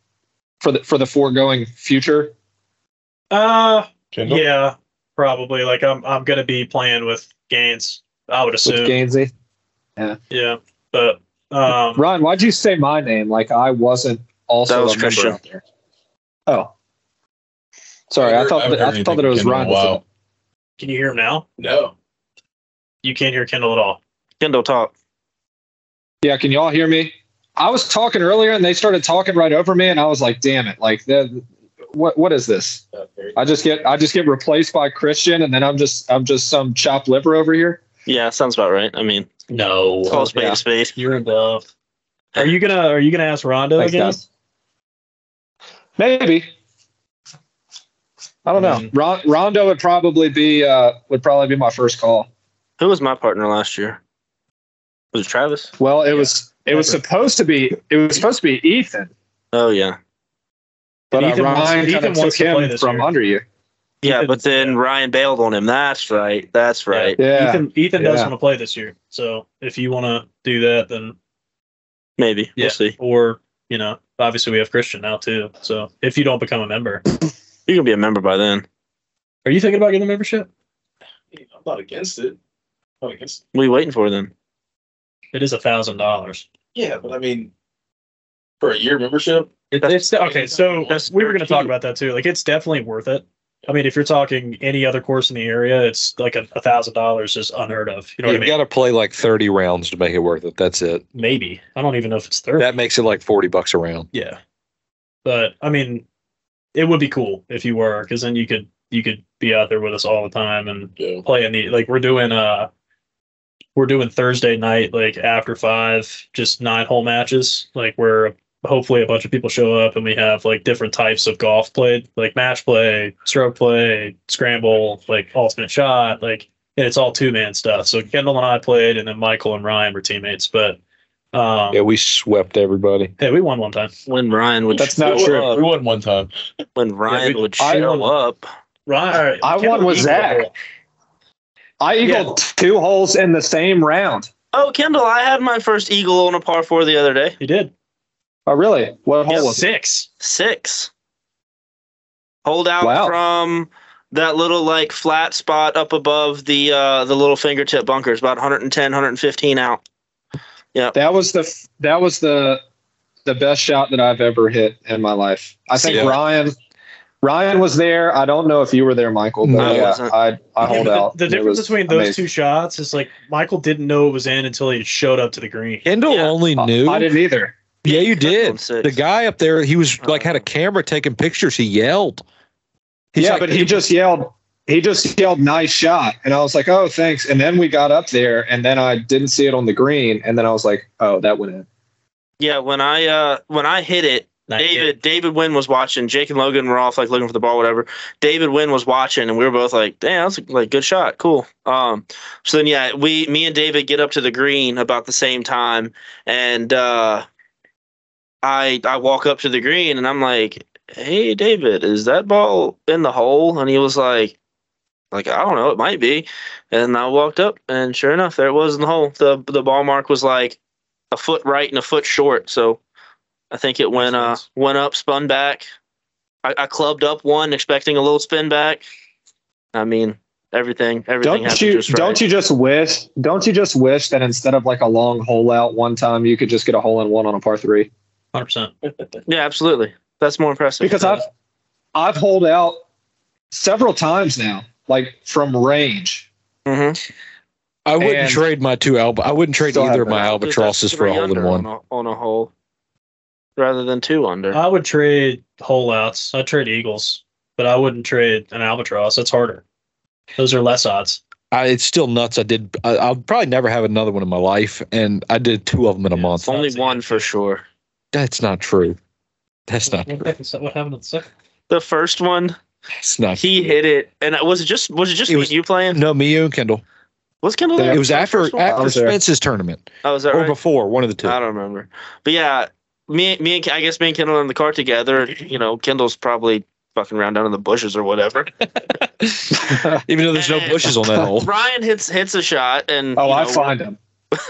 Speaker 9: for the for the foregoing future?
Speaker 4: uh,
Speaker 6: Kendall?
Speaker 4: yeah, probably like I'm I'm gonna be playing with Gaines. I would assume.
Speaker 9: with Gainsey?
Speaker 4: Yeah, but um,
Speaker 9: Ron, why'd you say my name? Like I wasn't also
Speaker 5: That was
Speaker 9: a
Speaker 5: Christian.
Speaker 9: member out there. Oh, sorry, I,
Speaker 6: heard-
Speaker 9: thought
Speaker 6: haven't
Speaker 9: that,
Speaker 6: heard
Speaker 9: I thought that it
Speaker 6: anything
Speaker 9: was
Speaker 6: from Kendall
Speaker 9: Ron.
Speaker 6: in a while.
Speaker 4: can you hear him now?
Speaker 6: No.
Speaker 4: You can't hear Kendall at all.
Speaker 5: kendall talk
Speaker 9: Yeah, can y'all hear me? I was talking earlier, and they started talking right over me, and I was like, "Damn it! Like, the- what what is this? I just get I just get replaced by Christian, and then I'm just I'm just some chopped liver over here."
Speaker 5: yeah sounds about right i mean
Speaker 4: No,
Speaker 5: call space
Speaker 9: Oh, yeah.
Speaker 5: space
Speaker 4: you're above. Are you gonna Are you gonna ask Rondo
Speaker 9: Thanks,
Speaker 4: again?
Speaker 9: guys. Maybe. I don't know.
Speaker 4: Mm.
Speaker 9: Ron- Rondo would probably be uh, would probably be my first call.
Speaker 5: who was my partner last year was it travis
Speaker 9: Well, it was it was supposed to be it was supposed to be Ethan,
Speaker 5: oh yeah
Speaker 9: but uh,
Speaker 4: Ethan
Speaker 9: Ryan
Speaker 4: wants-
Speaker 9: kind
Speaker 4: Ethan
Speaker 9: of took
Speaker 4: wants to play
Speaker 9: him
Speaker 4: this
Speaker 9: from
Speaker 4: year.
Speaker 9: under you.
Speaker 5: yeah
Speaker 4: Ethan-
Speaker 5: but then ryan bailed on him that's right that's right
Speaker 9: Yeah,
Speaker 4: Ethan Ethan does
Speaker 9: Yeah.
Speaker 4: want to play this year, so if you want to do that, then
Speaker 5: maybe
Speaker 4: Yeah.
Speaker 5: we'll see
Speaker 4: or you know, obviously we have Christian now too. So if you don't become a member,
Speaker 5: you can be a member by then
Speaker 4: are you thinking about getting a membership?
Speaker 6: I'm not against it. I'm not against it.
Speaker 5: what are you waiting for then
Speaker 4: It is a thousand dollars.
Speaker 6: Yeah, but I mean, for a year membership,
Speaker 4: It's okay. So
Speaker 5: That's-
Speaker 4: we were going to talk about that too. Like it's definitely worth it. I mean, if you're talking any other course in the area, it's like a a thousand dollars is unheard of. You know what I
Speaker 7: You've
Speaker 4: mean?
Speaker 7: got to play like 30 rounds to make it worth it. That's it.
Speaker 4: Maybe I don't even know if it's thirty.
Speaker 7: That makes it like 40 bucks a round.
Speaker 4: Yeah, but I mean, it would be cool if you were, because then you could you could be out there with us all the time and
Speaker 6: you know,
Speaker 4: playing the like we're doing. Uh, we're doing Thursday night like after five, just nine hole matches. Like where hopefully a bunch of people show up and we have like different types of golf played, like match play, stroke play, scramble, like ultimate shot, like and it's all two man stuff. So Kendall and I played, and then Michael and Ryan were teammates, but. Um,
Speaker 7: Yeah, we swept everybody.
Speaker 4: Hey, we won one time.
Speaker 5: when Ryan would
Speaker 9: That's
Speaker 5: show
Speaker 6: Oh,
Speaker 9: not true.
Speaker 5: up,
Speaker 6: we won one time.
Speaker 5: when Ryan
Speaker 4: we-
Speaker 5: would
Speaker 9: I
Speaker 5: show up.
Speaker 4: Right.
Speaker 9: I won with Zach. I eagled two holes in the same round.
Speaker 5: Oh, Kendall, I had my first eagle on a par four the other day.
Speaker 4: He did.
Speaker 9: Oh, really? What hole was it?
Speaker 4: Six.
Speaker 5: Six. Hold out
Speaker 9: Wow.
Speaker 5: from that little like flat spot up above the uh the little fingertip bunkers, about 110, 115 out.
Speaker 9: That was the f- that was the the best shot that I've ever hit in my life. I think
Speaker 7: Yeah.
Speaker 9: Ryan Ryan was there. I don't know if you were there, Michael, but
Speaker 7: No, I
Speaker 9: yeah,
Speaker 5: wasn't.
Speaker 9: I I hold
Speaker 4: the,
Speaker 9: out.
Speaker 4: the
Speaker 9: It
Speaker 4: difference
Speaker 9: was
Speaker 4: between those
Speaker 9: amazing.
Speaker 4: two shots is like Michael didn't know it was in until he showed up to the green.
Speaker 7: Kendall
Speaker 5: Yeah.
Speaker 7: only
Speaker 9: Uh,
Speaker 7: knew.
Speaker 9: I didn't either.
Speaker 7: yeah, you
Speaker 5: on
Speaker 7: did.
Speaker 5: six.
Speaker 7: The guy up there, he was like had a camera taking pictures. He yelled. He's
Speaker 9: Uh. yeah,
Speaker 7: like,
Speaker 9: but he just yelled. He just yelled, "Nice shot!" And I was like, "Oh, thanks." And then we got up there, and then I didn't see it on the green, and then I was like, "Oh, that went in."
Speaker 5: Yeah, when I uh when I hit it, David David Wynn was watching. Jake and Logan were off like looking for the ball, whatever. David Wynn was watching, and we were both like, "Damn, that's like good shot, cool." Um, so then yeah, we me and David get up to the green about the same time, and uh, I I walk up to the green, and I'm like, "Hey, David, is that ball in the hole?" And he was like. Like I don't know, it might be, and I walked up, and sure enough, there it was in the hole. the The ball mark was like a foot right and a foot short, so I think it went uh
Speaker 4: Nice.
Speaker 5: went up, spun back. I, I clubbed up one, expecting a little spin back. I mean, everything everything
Speaker 9: Don't
Speaker 5: happened
Speaker 9: you?
Speaker 5: just right.
Speaker 9: Don't you just wish? Don't you just wish that instead of like a long hole out one time, you could just get a hole in one on a par three?
Speaker 4: hundred percent.
Speaker 5: Yeah, absolutely. That's more impressive.
Speaker 9: Because I've I've holed out several times now, like from range.
Speaker 5: hmm
Speaker 7: I wouldn't
Speaker 9: and-
Speaker 7: trade my two alb. I wouldn't trade
Speaker 9: Still
Speaker 7: either
Speaker 9: have
Speaker 7: of my albatrosses for a hole in one.
Speaker 5: on a, on a hole. rather than two under.
Speaker 4: I would trade holdouts. I'd trade Eagles, but I wouldn't trade an albatross. That's harder. Those are less odds.
Speaker 7: I, it's still nuts. I did. I, I'll probably never have another one in my life, and I did two of them in a
Speaker 4: Yeah,
Speaker 7: month.
Speaker 5: it's only
Speaker 4: that's a-
Speaker 5: one for sure.
Speaker 7: That's not true. That's not.
Speaker 4: What happened to the second?
Speaker 5: The first one,
Speaker 7: That's not.
Speaker 5: he hit it, and I- was it just was it just
Speaker 7: It
Speaker 5: me
Speaker 7: was-
Speaker 5: and you playing?
Speaker 7: No, me, you, and Kendall.
Speaker 5: Was Kendall there?
Speaker 7: It was after
Speaker 5: First one?
Speaker 7: after
Speaker 3: was there.
Speaker 7: Spence's tournament
Speaker 5: Oh, was that
Speaker 7: or
Speaker 5: right? Uh,
Speaker 7: before one of the two.
Speaker 5: I don't remember. But yeah, me, me and Ke- I guess me and Kendall in the car together. You know, Kendall's probably fucking around down in the bushes or whatever.
Speaker 7: Even though there's no bushes on that hole.
Speaker 5: Ryan hits hits a shot, and
Speaker 9: Oh,
Speaker 5: you
Speaker 9: I
Speaker 5: know,
Speaker 9: find him.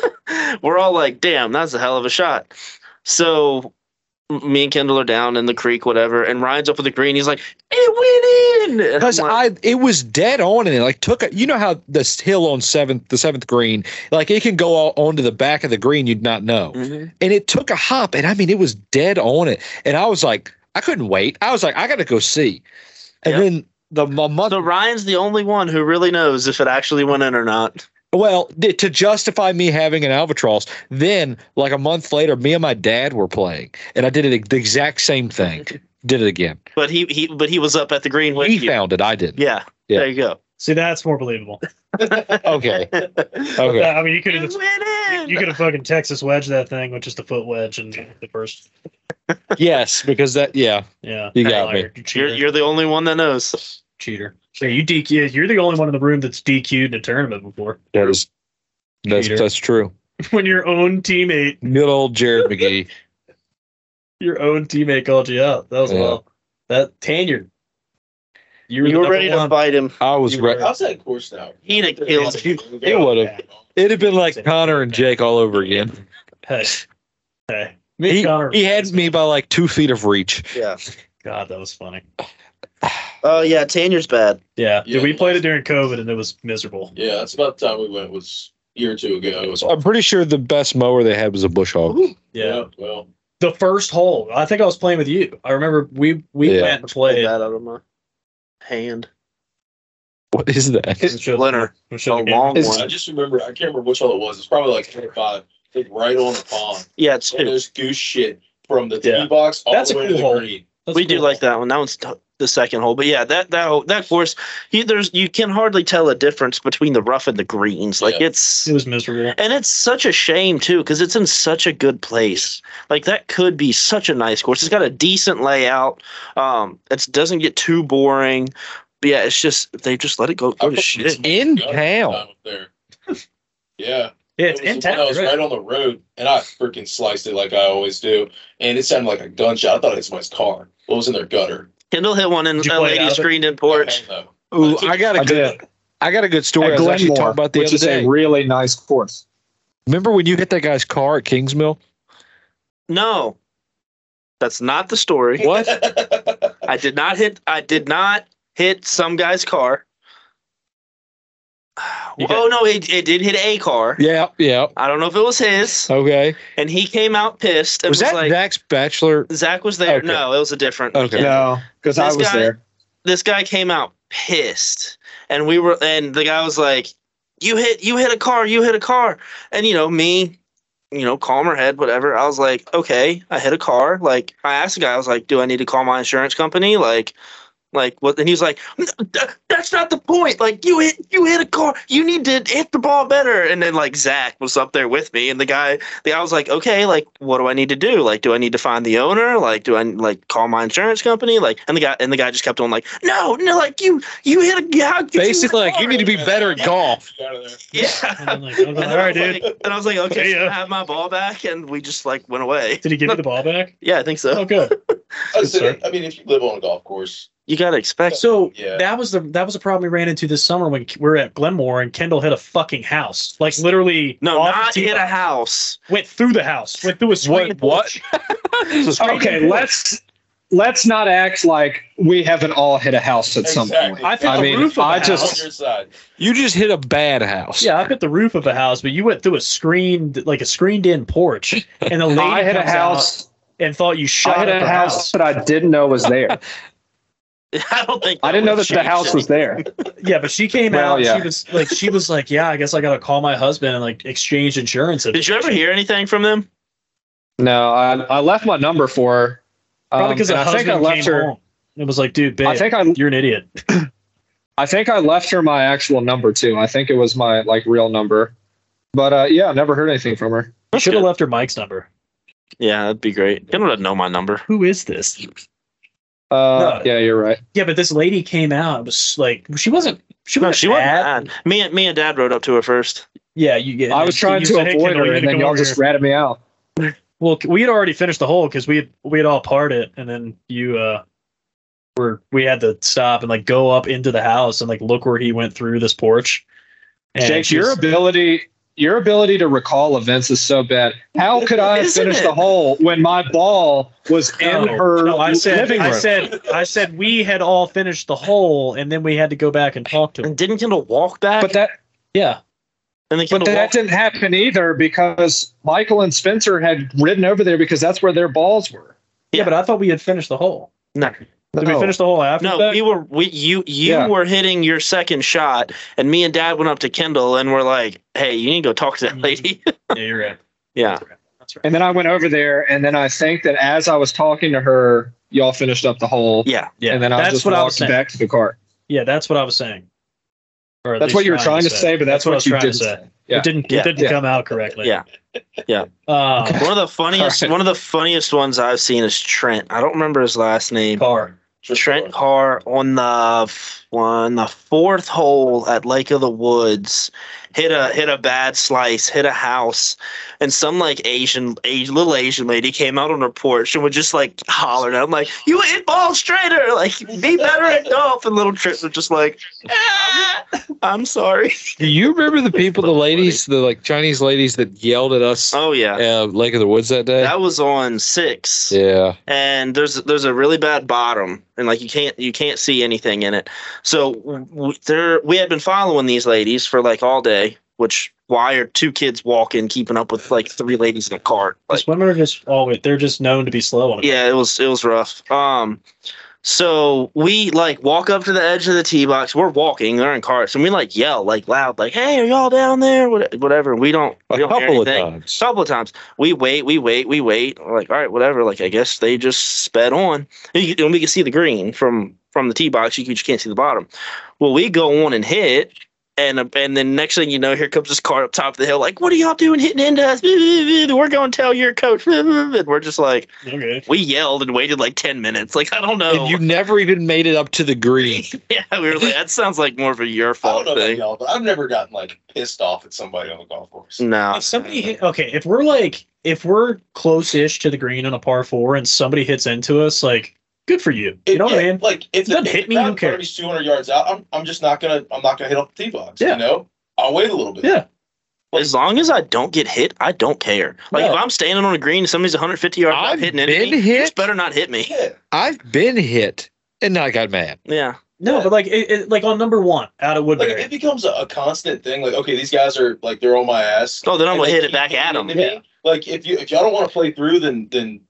Speaker 5: we're all like, "Damn, that's a hell of a shot." So m- me and Kendall are down in the creek, whatever, and Ryan's up at the green. He's like, "It went in." And I'm
Speaker 7: Because
Speaker 5: like,
Speaker 7: I, it was dead on, and it like took. A, you know how this hill on seventh, the seventh green, like it can go all onto the back of the green. You'd not know,
Speaker 5: Mhm.
Speaker 7: and it took a hop, and I mean it was dead on it, and I was like, I couldn't wait. I was like, I gotta go see, and
Speaker 5: Yep.
Speaker 7: then the my month.
Speaker 5: So Ryan's the only one who really knows if it actually went in or not.
Speaker 7: well, d- to justify me having an albatross, then like a month later, me and my dad were playing, and I did it the exact same thing. Did it again.
Speaker 5: But he, he but he was up at the green with
Speaker 7: He
Speaker 5: you.
Speaker 7: found it. I did.
Speaker 5: Yeah,
Speaker 7: Yeah.
Speaker 5: there you go.
Speaker 4: See, that's more believable.
Speaker 7: Okay.
Speaker 4: Uh,
Speaker 7: Okay.
Speaker 4: I mean, you could
Speaker 5: It
Speaker 4: have
Speaker 5: went in.
Speaker 4: you could have fucking Texas wedged that thing with just the foot wedge and the first.
Speaker 7: yes, because that. Yeah.
Speaker 4: Yeah,
Speaker 7: You got
Speaker 4: Liar. You cheater.
Speaker 5: You're, you're the only one that knows.
Speaker 4: cheater. Yeah, you DQ. You're the only one in the room that's DQ'd in a tournament before.
Speaker 7: That is that's
Speaker 4: Cheater.
Speaker 7: that's true.
Speaker 4: when your own teammate,
Speaker 7: Good old Jared McGee.
Speaker 4: your own teammate called you out. That was
Speaker 7: Yeah.
Speaker 4: well. That tenured.
Speaker 5: You,
Speaker 4: the
Speaker 5: were
Speaker 4: number
Speaker 5: ready to
Speaker 4: one.
Speaker 5: fight him.
Speaker 7: I was re-
Speaker 6: How's that course now?
Speaker 5: He'd have killed you.
Speaker 7: It would've. it'd have been like Connor and Jake all over again.
Speaker 4: Hey, hey. Me and
Speaker 7: He,
Speaker 4: Connor-
Speaker 7: he had me by like two feet of reach.
Speaker 5: Yeah.
Speaker 4: God, that was funny.
Speaker 5: Oh yeah, Tanner's bad.
Speaker 4: Yeah, dude,
Speaker 6: Yeah.
Speaker 4: we played it during COVID and it was miserable.
Speaker 6: Yeah, that's about the time we went was a year or two ago. It was
Speaker 7: I'm pretty sure the best mower they had was a bush hog.
Speaker 4: yeah.
Speaker 6: well,
Speaker 4: the first hole. I think I was playing with you. I remember we we
Speaker 7: Yeah.
Speaker 4: went and
Speaker 5: Pulled
Speaker 4: played.
Speaker 5: that out of my hand.
Speaker 7: What is that?
Speaker 4: Show-
Speaker 5: Leonard, a
Speaker 4: show the game.
Speaker 5: long
Speaker 9: It's-
Speaker 6: I
Speaker 5: one.
Speaker 6: just remember I can't remember which hole it was. It's probably like four or five. I think right on the pond.
Speaker 5: Yeah, it's
Speaker 6: And
Speaker 5: two.
Speaker 6: there's goose shit from the tee
Speaker 4: Yeah.
Speaker 6: box all
Speaker 4: That's
Speaker 6: the
Speaker 4: a
Speaker 6: way
Speaker 4: cool
Speaker 6: to
Speaker 4: hole.
Speaker 6: the green.
Speaker 4: That's
Speaker 5: we do
Speaker 4: cool.
Speaker 5: like that one. That one's t- the second hole. But yeah, that that hole- that course, you, there's you can hardly tell a difference between the rough and the greens. Like
Speaker 6: Yeah.
Speaker 5: it's
Speaker 4: It was miserable.
Speaker 5: and it's such a shame too because it's in such a good place. Like that could be such a nice course. It's got a decent layout. Um, it doesn't get too boring. But yeah, it's just they just let it go go to shit.
Speaker 7: In
Speaker 6: Yeah,
Speaker 7: town.
Speaker 6: time up there. Yeah.
Speaker 4: Yeah, it's
Speaker 6: It was
Speaker 4: in
Speaker 6: the one
Speaker 4: town.
Speaker 6: I was
Speaker 4: you're
Speaker 6: right.
Speaker 4: right.
Speaker 6: on the road, and I freaking sliced it like I always do, and it sounded like a gunshot. I thought it was somebody's car. What was in their gutter?
Speaker 5: Kendall hit one in
Speaker 4: Did you
Speaker 5: a
Speaker 4: play it out
Speaker 5: lady
Speaker 4: of it?
Speaker 5: screened in porch.
Speaker 6: Hell no.
Speaker 7: Ooh, I got
Speaker 9: I
Speaker 7: a
Speaker 9: did.
Speaker 7: good I got a good story.
Speaker 9: At
Speaker 7: I was actually talking
Speaker 9: Glenmore,
Speaker 7: about the
Speaker 9: which
Speaker 7: other
Speaker 9: is
Speaker 7: day.
Speaker 9: a really nice course.
Speaker 7: Remember when you hit that guy's car at Kingsmill?
Speaker 5: No, that's not the story.
Speaker 7: What?
Speaker 5: I did not hit. I did not hit some guy's car.
Speaker 4: You
Speaker 5: oh no, it, it did hit a car.
Speaker 7: yeah, yeah.
Speaker 5: I don't know if it was his,
Speaker 7: Okay.
Speaker 5: and he came out pissed. And
Speaker 7: Was
Speaker 5: was,
Speaker 7: that
Speaker 5: like,
Speaker 7: Zach's bachelor?
Speaker 5: Zach was there.
Speaker 7: Okay.
Speaker 5: No, it was a different.
Speaker 7: Okay.
Speaker 5: weekend.
Speaker 9: No, because I
Speaker 5: This
Speaker 9: was
Speaker 5: guy-
Speaker 9: there.
Speaker 5: This guy came out pissed, and we were, and the guy was like, "You hit, you hit a car, you hit a car," and you know me. You know, calmer head, whatever. I was like, okay, I hit a car. Like, I asked the guy, I was like, do I need to call my insurance company? Like, Like what? And he was like, "N- th- "That's not the point. Like you hit, you hit a car. You need to hit the ball better." And then like Zach was up there with me, and the guy, the guy was like, "Okay, like what do I need to do? Like do I need to find the owner? Like do I like call my insurance company? Like?" And the guy, and the guy just kept on like, "No, no, like you, you hit a how could you hit a
Speaker 7: Basically, like you
Speaker 5: car?"
Speaker 7: need to be better at golf.
Speaker 6: Get out of there.
Speaker 4: And
Speaker 5: Yeah.
Speaker 4: then, like, I was like,
Speaker 5: And then
Speaker 4: All
Speaker 5: I
Speaker 4: right,
Speaker 5: was
Speaker 4: dude.
Speaker 5: like- and I was like, okay,
Speaker 4: See
Speaker 5: so
Speaker 9: uh,
Speaker 4: ya."
Speaker 5: I have my ball back, and we just like went away.
Speaker 4: Did he give you the ball back?
Speaker 5: Yeah, I think so.
Speaker 4: Oh, good.
Speaker 6: I said,
Speaker 4: Sorry.
Speaker 6: I mean, if you live on a golf course,
Speaker 5: You gotta expect.
Speaker 4: So
Speaker 6: Yeah.
Speaker 4: that was the that was a problem we ran into this summer when we were at Glenmore and Kendall hit a fucking house. Like literally,
Speaker 5: No,
Speaker 4: off the
Speaker 5: not
Speaker 4: tee
Speaker 5: hit a
Speaker 4: box.
Speaker 5: house.
Speaker 4: Went through the house. Went through a screen.
Speaker 7: What?
Speaker 9: Okay, let's let's not act like we haven't all hit a house at some
Speaker 6: Exactly.
Speaker 9: point.
Speaker 4: I've hit
Speaker 9: I
Speaker 4: the
Speaker 9: mean,
Speaker 4: roof of a
Speaker 9: I
Speaker 6: I'm
Speaker 9: just-
Speaker 6: on your side.
Speaker 7: You just hit a bad house.
Speaker 4: Yeah, I've hit the roof of a house, but you went through a screened, like a screened-in porch, and the lady
Speaker 9: I hit a
Speaker 4: comes
Speaker 9: house.
Speaker 4: out and thought you
Speaker 9: I
Speaker 4: shot
Speaker 9: had
Speaker 4: at
Speaker 9: a
Speaker 4: the
Speaker 9: house,
Speaker 4: house.
Speaker 9: that I didn't know was there.
Speaker 5: I don't think.
Speaker 9: I didn't know
Speaker 5: would
Speaker 9: that the
Speaker 5: change
Speaker 9: house
Speaker 5: anything.
Speaker 9: was there.
Speaker 4: Yeah, but she came
Speaker 9: Well,
Speaker 4: out.
Speaker 9: yeah.
Speaker 4: She was like, she was like, yeah, I guess I gotta call my husband and like exchange insurance.
Speaker 5: Did you ever hear anything from them?
Speaker 9: No, I, I left my number for her. Um,
Speaker 4: Probably because
Speaker 9: and
Speaker 4: the
Speaker 9: I think
Speaker 4: husband
Speaker 9: I left
Speaker 4: came
Speaker 9: her.
Speaker 4: home. It was like, dude, babe,
Speaker 9: I think I
Speaker 4: you're an idiot.
Speaker 9: I think I left her my actual number too. I think it was my like real number. But uh, yeah, never heard anything from her.
Speaker 4: You should have
Speaker 5: good.
Speaker 4: left her Mike's number.
Speaker 5: Yeah, that'd be great. They don't know my number.
Speaker 4: Who is this?
Speaker 9: Uh,
Speaker 4: No.
Speaker 9: Yeah, you're right.
Speaker 4: Yeah, but this lady came out. It was like she wasn't. She
Speaker 5: No,
Speaker 4: wasn't.
Speaker 5: she wasn't
Speaker 4: bad.
Speaker 5: mad. Me and me and Dad rode up to her first.
Speaker 4: Yeah, you get.
Speaker 9: I was trying
Speaker 4: you
Speaker 9: to
Speaker 4: said, "Hey,
Speaker 9: avoid
Speaker 4: Kendall,
Speaker 9: her,
Speaker 4: you need
Speaker 9: and
Speaker 4: to
Speaker 9: then
Speaker 4: come
Speaker 9: y'all
Speaker 4: over
Speaker 9: just
Speaker 4: here."
Speaker 9: ratted me out.
Speaker 4: Well, we had already finished the hole because we had we had all parted, and then you uh were we had to stop and like go up into the house and like look where he went through this porch. And
Speaker 9: Jake,
Speaker 4: she
Speaker 9: your
Speaker 4: was-
Speaker 9: ability your ability to recall events is so bad. How could I have
Speaker 5: Isn't
Speaker 9: finished
Speaker 5: it?
Speaker 9: the hole when my ball was in
Speaker 4: No,
Speaker 9: her
Speaker 4: no, I said,
Speaker 9: living room?
Speaker 4: I said, I said, we had all finished the hole, and then we had to go back and talk to him.
Speaker 5: And didn't Kendall walk back?
Speaker 9: but that
Speaker 4: Yeah,
Speaker 5: and then
Speaker 9: but
Speaker 5: Kendall
Speaker 9: that
Speaker 5: walked.
Speaker 9: didn't happen either because Michael and Spencer had ridden over there because that's where their balls were.
Speaker 4: yeah,
Speaker 5: Yeah.
Speaker 4: but I thought we had finished the hole.
Speaker 5: No.
Speaker 4: Did we
Speaker 9: No.
Speaker 4: finish the hole after
Speaker 5: No,
Speaker 4: that?
Speaker 5: we were we you you
Speaker 9: Yeah.
Speaker 5: were hitting your second shot, and me and Dad went up to Kendall and we're like, "Hey, you need to go talk to that
Speaker 9: Mm-hmm.
Speaker 4: Mhm.
Speaker 5: lady."
Speaker 4: yeah, you're right.
Speaker 5: yeah,
Speaker 4: That's right.
Speaker 9: And then I went over there, and then I think that as I was talking to her, y'all finished up the hole.
Speaker 5: yeah.
Speaker 4: Yeah,
Speaker 9: and then I
Speaker 4: that's
Speaker 9: just
Speaker 4: what I
Speaker 9: walked
Speaker 4: was saying.
Speaker 9: back to the car.
Speaker 4: Yeah, that's what I was saying. Or at
Speaker 9: That's what
Speaker 4: least
Speaker 9: you were trying to say, but that's,
Speaker 4: what I
Speaker 9: what,
Speaker 4: was
Speaker 9: you
Speaker 4: trying to
Speaker 9: didn't
Speaker 4: say.
Speaker 9: say. Yeah.
Speaker 4: It didn't.
Speaker 5: Yeah.
Speaker 4: It didn't
Speaker 9: Yeah.
Speaker 4: come out correctly.
Speaker 5: Yeah. Yeah.
Speaker 4: Uh,
Speaker 5: One of the funniest
Speaker 9: Alright.
Speaker 5: one of the funniest ones I've seen is Trent. I don't remember his last name.
Speaker 4: car.
Speaker 5: Trent Carr on the f- on the fourth hole at Lake of the Woods hit a hit a bad slice, hit a house, and some like Asian a little Asian lady came out on her porch and was just like hollering. I'm like, "You hit ball straighter! Like be better at golf!" And little Trent was just like, "Ah, "I'm sorry."
Speaker 7: Do you remember the people, the ladies, the like Chinese ladies that yelled at us
Speaker 5: Oh yeah,
Speaker 7: at Lake of the Woods that day?
Speaker 5: that was on six.
Speaker 7: yeah.
Speaker 5: and there's there's a really bad bottom and like you can't you can't see anything in it so w- there we had been following these ladies for like all day which why are two kids walking keeping up with like three ladies in a cart like
Speaker 4: These women are just always. They're just known to be slow on it.
Speaker 5: yeah it was it was rough um so we like walk up to the edge of the tee box we're walking they're in carts and we like yell like loud like hey are y'all down there What- whatever we don't
Speaker 7: A
Speaker 5: we don't hear
Speaker 7: couple of
Speaker 5: anything
Speaker 7: times.
Speaker 5: couple of times. We wait, we wait, we wait. We're like, all right, whatever. Like, I guess they just sped on, and, you, and we can see the green from from the tee box. You, can- you just can't see the bottom. Well, we go on and hit, and and then next thing you know, here comes this car up top of the hill. Like, what are y'all doing hitting into us? We're going to tell your coach. And we're just like,
Speaker 4: Okay.
Speaker 5: we yelled and waited like ten minutes. Like, I don't know.
Speaker 7: And you never even made it up to the green.
Speaker 5: yeah, we were like, that sounds like more of a
Speaker 6: I
Speaker 5: your
Speaker 6: don't
Speaker 5: fault
Speaker 6: know about
Speaker 5: thing.
Speaker 6: y'all, but I've never gotten like pissed off at somebody on the golf course.
Speaker 5: No,
Speaker 4: If somebody hit, okay, if we're like if we're close-ish to the green on a par four and somebody hits into us, like good for you. You know what I
Speaker 6: Yeah,
Speaker 4: mean?
Speaker 6: Like if
Speaker 4: Doesn't hit me, who cares?
Speaker 6: Two hundred yards out, I'm, I'm just not gonna I'm not gonna hit off the tee box.
Speaker 4: Yeah.
Speaker 6: You know, I'll wait a little bit.
Speaker 4: Yeah.
Speaker 5: as long as I don't get hit, I don't care. Like
Speaker 4: Yeah.
Speaker 5: if I'm standing on a green and somebody's 150 yards out
Speaker 7: I've
Speaker 5: hitting into
Speaker 7: been
Speaker 5: me,
Speaker 7: hit.
Speaker 5: just better not hit me.
Speaker 6: Yeah.
Speaker 7: I've been hit and not got mad.
Speaker 5: Yeah.
Speaker 4: No, but like it, it, like on number one out of
Speaker 6: Like if
Speaker 4: Woodbury.
Speaker 6: it becomes a, a constant thing, like okay, these guys are like they're on my ass.
Speaker 5: Oh, then I'm
Speaker 6: and
Speaker 5: gonna
Speaker 6: they
Speaker 5: hit it
Speaker 6: keep
Speaker 5: back at
Speaker 6: hitting
Speaker 5: them.
Speaker 6: into me, Like if you if y'all don't want to play through, then then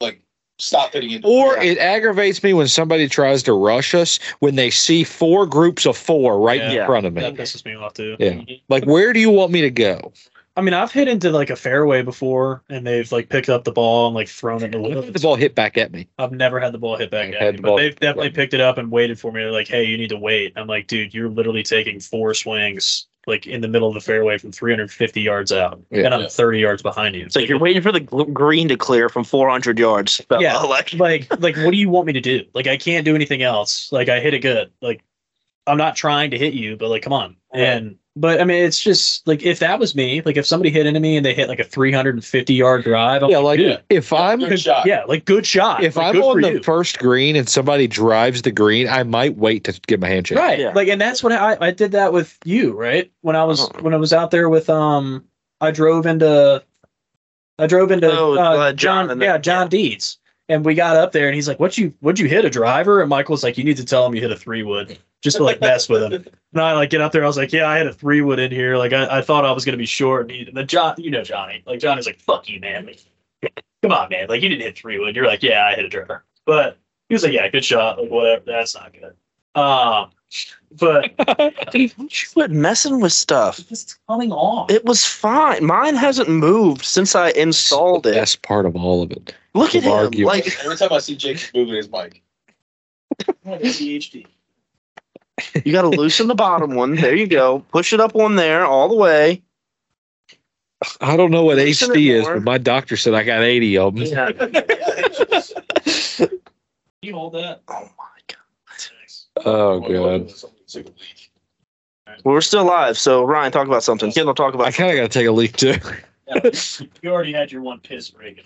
Speaker 6: like stop hitting it.
Speaker 7: Or it aggravates me when somebody tries to rush us when they see four groups of four right
Speaker 5: Yeah.
Speaker 7: in front of me.
Speaker 4: That pisses me off too.
Speaker 7: Yeah. Like, where do you want me to go?
Speaker 4: I mean, I've hit into like a fairway before, and they've like picked up the ball and like thrown it. in the
Speaker 7: What if
Speaker 4: woods.
Speaker 7: the ball hit back at me?
Speaker 4: I've never had the ball hit back
Speaker 7: I've
Speaker 4: at
Speaker 7: had
Speaker 4: me,
Speaker 7: the
Speaker 4: but
Speaker 7: ball-
Speaker 4: they've definitely picked it up and waited for me. They're like, "Hey, you need to wait." I'm like, "Dude, you're literally taking four swings like in the middle of the fairway from 350 yards out,
Speaker 7: Yeah.
Speaker 4: and I'm
Speaker 6: Yeah.
Speaker 4: 30 yards behind you."
Speaker 5: It's like you're waiting for the gl- green to clear from 400 yards. fella.
Speaker 4: Yeah.
Speaker 5: Like
Speaker 4: like like what do you want me to do like i can't do anything else like i hit it good like i'm not trying to hit you but like come on and but i mean it's just like if that was me like if somebody hit into me and they hit like a 350 yard drive I'm
Speaker 7: Yeah, like
Speaker 6: Yeah.
Speaker 7: if I'm
Speaker 6: Good shot.
Speaker 4: yeah like good shot
Speaker 7: if
Speaker 4: Like,
Speaker 7: I'm
Speaker 4: good for
Speaker 7: on the
Speaker 4: you.
Speaker 7: first green and somebody drives the green, I might wait to give my handshake.
Speaker 4: right
Speaker 5: Yeah.
Speaker 4: like and that's what i i did that with you right when i was
Speaker 5: Uh-huh.
Speaker 4: when i was out there with um i drove into i drove into
Speaker 5: Oh,
Speaker 4: uh,
Speaker 5: uh,
Speaker 4: john,
Speaker 5: John and the-
Speaker 4: yeah john deeds and we got up there and he's like what you would you hit a driver and michael's like you need to tell him you hit a three wood just to like mess with him and i like get up there i was like yeah i had a three wood in here like i, I thought i was going to be short and, he, and then john you know johnny like johnny's like fuck you man like, come on man like you didn't hit three wood you're like yeah i hit a driver but he was like yeah good shot like whatever that's not good um But
Speaker 5: You quit messing with stuff.
Speaker 4: it's coming off.
Speaker 5: It was fine. Mine hasn't moved since I installed it.
Speaker 7: Best part of all of it.
Speaker 5: Look at him.
Speaker 7: Argue.
Speaker 5: Like
Speaker 6: Every time I see Jake he's moving his mic,
Speaker 4: ADHD.
Speaker 5: you got to loosen the bottom one. There you go. Push it up on there all the way.
Speaker 7: I don't know what
Speaker 5: Listen
Speaker 7: HD
Speaker 5: to
Speaker 7: is,
Speaker 5: more.
Speaker 7: but my doctor said I got 80 of them.
Speaker 5: Yeah.
Speaker 4: You hold that.
Speaker 5: Oh my god.
Speaker 7: Oh, God.
Speaker 5: Well, we're still live, so Ryan, talk about something. Kendall, talk
Speaker 7: I
Speaker 5: about.
Speaker 7: kind of got to take a leak too.
Speaker 4: You already had your one piss break.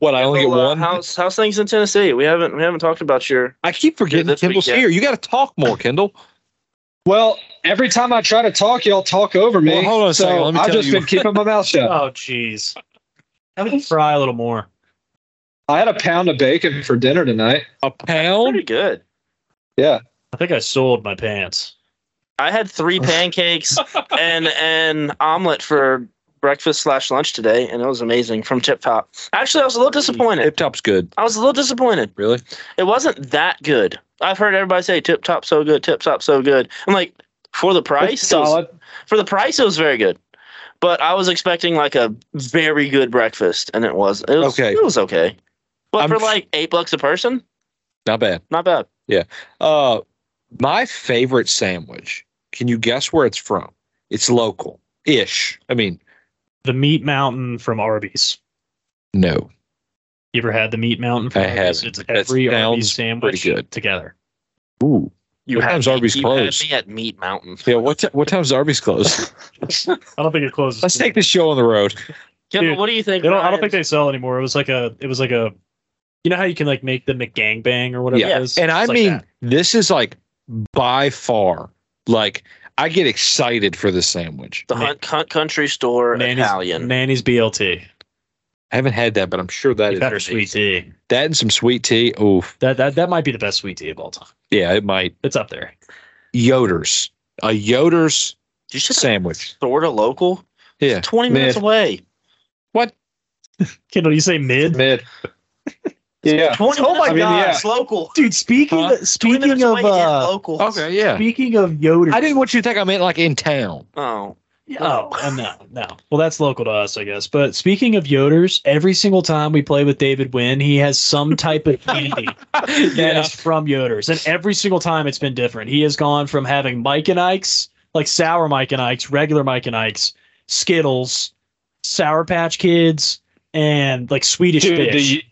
Speaker 7: what, I only get
Speaker 5: So, uh,
Speaker 7: one?
Speaker 5: how's how's things in Tennessee? We haven't we haven't talked about your.
Speaker 7: I keep forgetting
Speaker 5: this
Speaker 7: Kendall's
Speaker 5: weekend.
Speaker 7: here. You got to talk more, Kendall.
Speaker 9: Well, every time I try to talk, y'all talk over me.
Speaker 7: Well, hold on a
Speaker 9: so
Speaker 7: second. Let me
Speaker 9: I've
Speaker 7: tell
Speaker 9: just
Speaker 7: you.
Speaker 9: been keeping my mouth shut.
Speaker 4: Oh jeez. I would fry a little more.
Speaker 9: I had a pound of bacon for dinner tonight.
Speaker 7: A pound?
Speaker 5: Pretty good.
Speaker 4: I think I sold my pants.
Speaker 5: I had three pancakes and an omelet for breakfast slash lunch today, and it was amazing from Tip Top. Actually, I was a little disappointed.
Speaker 7: Tip top's good.
Speaker 5: I was a little disappointed.
Speaker 7: Really?
Speaker 5: It wasn't that good. I've heard everybody say Tip Top so good, Tip Top so good. I'm like, for the price,
Speaker 9: It's
Speaker 5: it was-
Speaker 9: solid.
Speaker 5: for the price, it was very good. But I was expecting like a very good breakfast, and it was. It was
Speaker 7: Okay.
Speaker 5: It was okay. But
Speaker 7: I'm
Speaker 5: for
Speaker 7: f-
Speaker 5: like eight bucks a person,
Speaker 7: Not bad.
Speaker 5: not bad.
Speaker 7: Uh, my favorite sandwich. Can you guess where it's from? It's local ish. I mean,
Speaker 4: The meat mountain from Arby's.
Speaker 7: no.
Speaker 4: You ever had the meat mountain from
Speaker 7: I
Speaker 4: Arby's?
Speaker 7: haven't,
Speaker 4: It's
Speaker 7: but that
Speaker 4: every Arby's
Speaker 7: sounds
Speaker 4: sandwich
Speaker 7: pretty good.
Speaker 4: together.
Speaker 7: Ooh.
Speaker 5: You
Speaker 7: What time's
Speaker 5: me-
Speaker 7: Arby's
Speaker 5: you
Speaker 7: closed?
Speaker 5: Had me at Meat Mountain.
Speaker 7: Yeah. What t- what time's Arby's closed?
Speaker 4: I don't think it closes.
Speaker 7: Let's take this show on the road.
Speaker 5: Kendall,
Speaker 4: Dude,
Speaker 5: what do you think?
Speaker 4: They don't, I don't
Speaker 5: Ryan's-
Speaker 4: think they sell anymore. It was like a. It was like a. You know how you can like make the McGangbang or whatever
Speaker 7: Yeah,
Speaker 4: it is.
Speaker 7: And I
Speaker 4: It's like
Speaker 7: mean,
Speaker 4: that.
Speaker 7: this is like by far, like I get excited for this sandwich.
Speaker 5: The Hunt, Hunt Country Store
Speaker 4: Nanny's,
Speaker 5: Italian.
Speaker 4: Nanny's BLT.
Speaker 7: I haven't had that, but I'm sure that is
Speaker 4: better
Speaker 7: amazing.
Speaker 4: sweet tea.
Speaker 7: That and some sweet tea. Oof.
Speaker 4: That that that might be the best sweet tea of all time.
Speaker 7: Yeah, it might.
Speaker 4: It's up there.
Speaker 7: Yoders. A Yoders
Speaker 5: You should say
Speaker 7: sandwich.
Speaker 5: sort of local.
Speaker 7: Yeah.
Speaker 5: 20 minutes
Speaker 9: Mid.
Speaker 5: away.
Speaker 4: Kendall, you say mid?
Speaker 9: Mid.
Speaker 5: Yeah. oh my
Speaker 9: I mean,
Speaker 5: God.
Speaker 9: yeah.
Speaker 5: It's local.
Speaker 4: Dude, speaking
Speaker 7: Huh?
Speaker 4: of,
Speaker 5: 20 minutes
Speaker 4: speaking of
Speaker 5: away is
Speaker 4: uh,
Speaker 5: local.
Speaker 7: Okay. Yeah.
Speaker 4: speaking of Yoder.
Speaker 7: I didn't want you to think I meant like in town.
Speaker 5: Oh.
Speaker 4: Oh, uh, no, no. Well, that's local to us, I guess. But speaking of Yoders, every single time we play with David Wynn, he has some type of candy that is from Yoders. And every single time it's been different. He has gone from having Mike and Ike's, like sour Mike and Ike's, regular Mike and Ike's, Skittles, Sour Patch Kids, and like Swedish
Speaker 9: Dude,
Speaker 4: fish.
Speaker 9: the,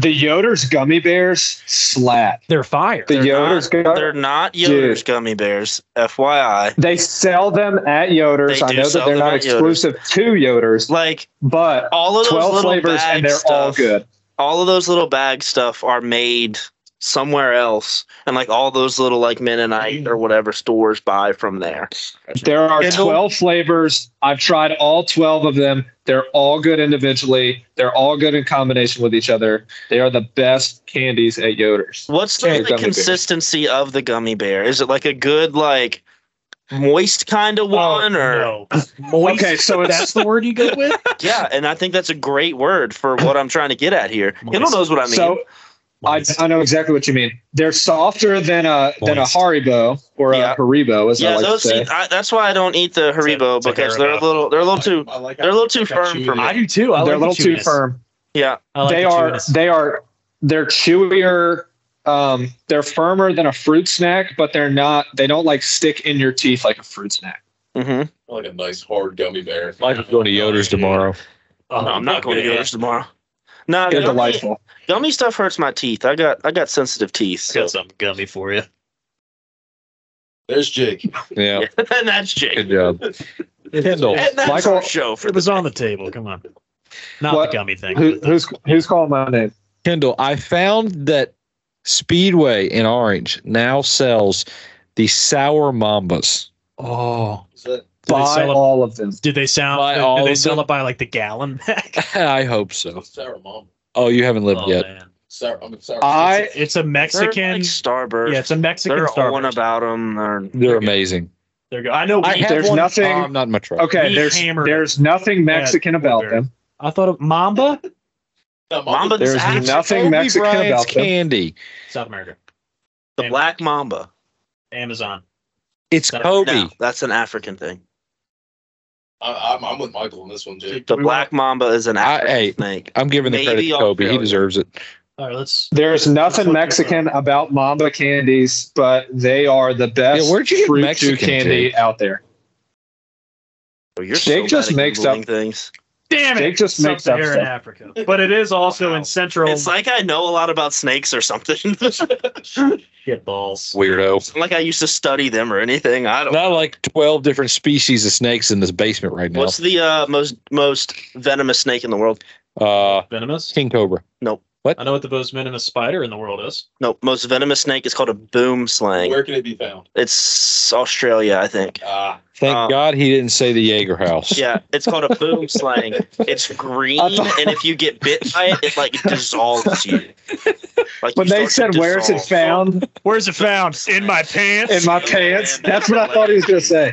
Speaker 9: the Yoder's gummy bears slap.
Speaker 4: They're fire.
Speaker 9: The
Speaker 5: They're
Speaker 9: Yoder's
Speaker 5: not,
Speaker 9: gummy
Speaker 5: They're not Yoder's
Speaker 9: Dude.
Speaker 5: gummy bears, FYI.
Speaker 9: They sell them at Yoder's.
Speaker 5: They
Speaker 9: I
Speaker 5: do
Speaker 9: know
Speaker 5: sell
Speaker 9: that they're
Speaker 5: them
Speaker 9: not
Speaker 5: at Yoder's.
Speaker 9: exclusive to Yoder's,
Speaker 5: Like
Speaker 9: but
Speaker 5: all of those
Speaker 9: 12
Speaker 5: little
Speaker 9: flavors
Speaker 5: bag
Speaker 9: and they're
Speaker 5: stuff,
Speaker 9: all good.
Speaker 5: All of those little bag stuff are made somewhere else, and like all those little like Mennonite or whatever stores buy from there.
Speaker 9: There are
Speaker 7: Kendall?
Speaker 9: 12 flavors. I've tried all 12 of them. They're all good individually. They're all good in combination with each other. They are the best candies at Yoder's.
Speaker 5: What's the,
Speaker 9: Yeah,
Speaker 5: the
Speaker 9: gummy bears.
Speaker 5: consistency of the gummy bear? Is it like a good like moist kind of one, or
Speaker 4: Oh, no. Moist.
Speaker 9: Okay, so it's-
Speaker 4: that's the word you go with?
Speaker 5: yeah? And I think that's a great word for what I'm trying to get at here. Kendall knows what I mean.
Speaker 9: So I, I know exactly what you mean. They're softer than a than a
Speaker 7: Moist.
Speaker 9: Haribo or
Speaker 5: Yeah.
Speaker 9: a Haribo, as I
Speaker 5: yeah,
Speaker 9: like to
Speaker 5: those.
Speaker 9: say.
Speaker 5: I, that's why I don't eat the Haribo
Speaker 4: it's a
Speaker 5: because they're a
Speaker 4: Haribo.
Speaker 5: little they're a little too
Speaker 6: I like
Speaker 5: they're a little too firm for
Speaker 4: I
Speaker 5: me.
Speaker 4: do too. I
Speaker 9: They're a
Speaker 4: like
Speaker 9: little
Speaker 4: the
Speaker 9: too
Speaker 4: chewiness.
Speaker 9: firm.
Speaker 5: Yeah,
Speaker 4: I like
Speaker 9: they
Speaker 4: the
Speaker 9: are
Speaker 4: chewiness.
Speaker 9: they are they're chewier. Um, they're firmer than a fruit snack, but they're not. They don't like stick in your teeth like a fruit snack.
Speaker 5: hmm
Speaker 6: I like a nice hard gummy bear.
Speaker 7: I could go to Yoders tomorrow.
Speaker 4: Oh,
Speaker 5: no, I'm not going to
Speaker 4: yeah.
Speaker 5: yours tomorrow. No,
Speaker 9: They're
Speaker 5: gummy,
Speaker 9: delightful.
Speaker 5: gummy stuff hurts my teeth. I got I got sensitive teeth.
Speaker 4: I
Speaker 5: So.
Speaker 4: got something gummy for you.
Speaker 6: There's Jake.
Speaker 7: Yeah.
Speaker 5: and that's Jake.
Speaker 7: Good job. Kendall.
Speaker 5: And that's
Speaker 9: Michael-
Speaker 5: our show for
Speaker 4: It
Speaker 5: the
Speaker 4: was on the table. Come on. Not
Speaker 9: What?
Speaker 4: the gummy thing.
Speaker 9: Who, who's who's calling my name?
Speaker 7: Kendall, I found that Speedway in Orange now sells the sour mambas. Oh.
Speaker 6: Is that-
Speaker 4: Do they
Speaker 9: Buy
Speaker 4: sell it-
Speaker 9: all of them.
Speaker 4: Did they sound?
Speaker 7: By
Speaker 4: Did
Speaker 7: all
Speaker 4: they
Speaker 7: of
Speaker 4: sell
Speaker 7: them?
Speaker 4: it by like the gallon back?
Speaker 7: I hope so.
Speaker 6: that's Sour mom.
Speaker 7: Oh, you haven't lived
Speaker 4: Oh,
Speaker 7: yet.
Speaker 4: man.
Speaker 6: Sour. I'm a sour.
Speaker 9: I
Speaker 4: It's a
Speaker 5: They're
Speaker 4: Mexican.
Speaker 5: like Starburst.
Speaker 4: yeah, it's a Mexican
Speaker 5: they're
Speaker 4: star.
Speaker 5: on about them. They're,
Speaker 7: They're amazing.
Speaker 4: There you go. I know.
Speaker 7: I
Speaker 4: wheat-
Speaker 7: have
Speaker 9: There's
Speaker 7: one.
Speaker 9: nothing-
Speaker 7: Oh, I'm not in my truck.
Speaker 9: okay.
Speaker 4: We
Speaker 9: There's
Speaker 4: hammered
Speaker 9: there's nothing Mexican about
Speaker 4: Blueberry.
Speaker 9: them.
Speaker 4: I thought of Mamba.
Speaker 6: No, Mamba-
Speaker 5: Mamba.
Speaker 9: There's
Speaker 5: Zaps,
Speaker 9: nothing
Speaker 7: Kobe
Speaker 9: Mexican
Speaker 7: Bryant's
Speaker 9: about them.
Speaker 7: candy.
Speaker 4: South America.
Speaker 5: The Black Mamba.
Speaker 4: Amazon.
Speaker 7: It's
Speaker 4: No.
Speaker 7: Kobe.
Speaker 5: No, that's an African thing.
Speaker 6: I, I'm, I'm with Michael on this one, dude.
Speaker 5: The
Speaker 4: We
Speaker 5: black mamba is an
Speaker 7: I-
Speaker 5: African
Speaker 7: hey.
Speaker 5: snake.
Speaker 7: I'm giving the
Speaker 5: Maybe
Speaker 7: credit to
Speaker 5: I'll
Speaker 7: Kobe. He
Speaker 5: feel it.
Speaker 7: deserves it.
Speaker 4: All right, let's.
Speaker 9: There's nothing Mexican about Mamba candies, but they are the best
Speaker 7: Yeah, where'd you get
Speaker 9: fruit
Speaker 7: Mexican
Speaker 9: juice candy out there.
Speaker 5: Oh, you're
Speaker 9: Jake
Speaker 5: so
Speaker 9: just
Speaker 5: bad at
Speaker 9: makes up-
Speaker 5: Googling things.
Speaker 4: Damn it!
Speaker 9: Jake just makes up
Speaker 4: Sub-Saharan
Speaker 9: stuff.
Speaker 4: Africa, but it is also in Central.
Speaker 5: It's like I know a lot about snakes or something.
Speaker 4: Get balls.
Speaker 7: Weirdo.
Speaker 5: It's not like I used to study them or anything. I don't.
Speaker 7: Not like 12 different species of snakes in this basement right now.
Speaker 5: What's the uh, most most venomous snake in the world?
Speaker 7: Uh,
Speaker 4: Venomous.
Speaker 7: King Cobra.
Speaker 4: I know what the most venomous spider in the world is.
Speaker 5: No, most venomous snake is called a boom slang.
Speaker 6: Where can it be found?
Speaker 5: It's Australia, I think.
Speaker 6: Ah,
Speaker 7: Thank
Speaker 5: Uh,
Speaker 7: God he didn't say the Jaeger house.
Speaker 5: Yeah, it's called a boom slang. It's green,
Speaker 9: I thought-
Speaker 5: and if you get bit by it, it like dissolves you. Like
Speaker 9: When
Speaker 5: you
Speaker 9: they said
Speaker 5: start to
Speaker 9: where's it
Speaker 5: dissolve."
Speaker 9: found
Speaker 4: Where's it found? In my pants.
Speaker 9: in my pants, that's what I thought he was going to say.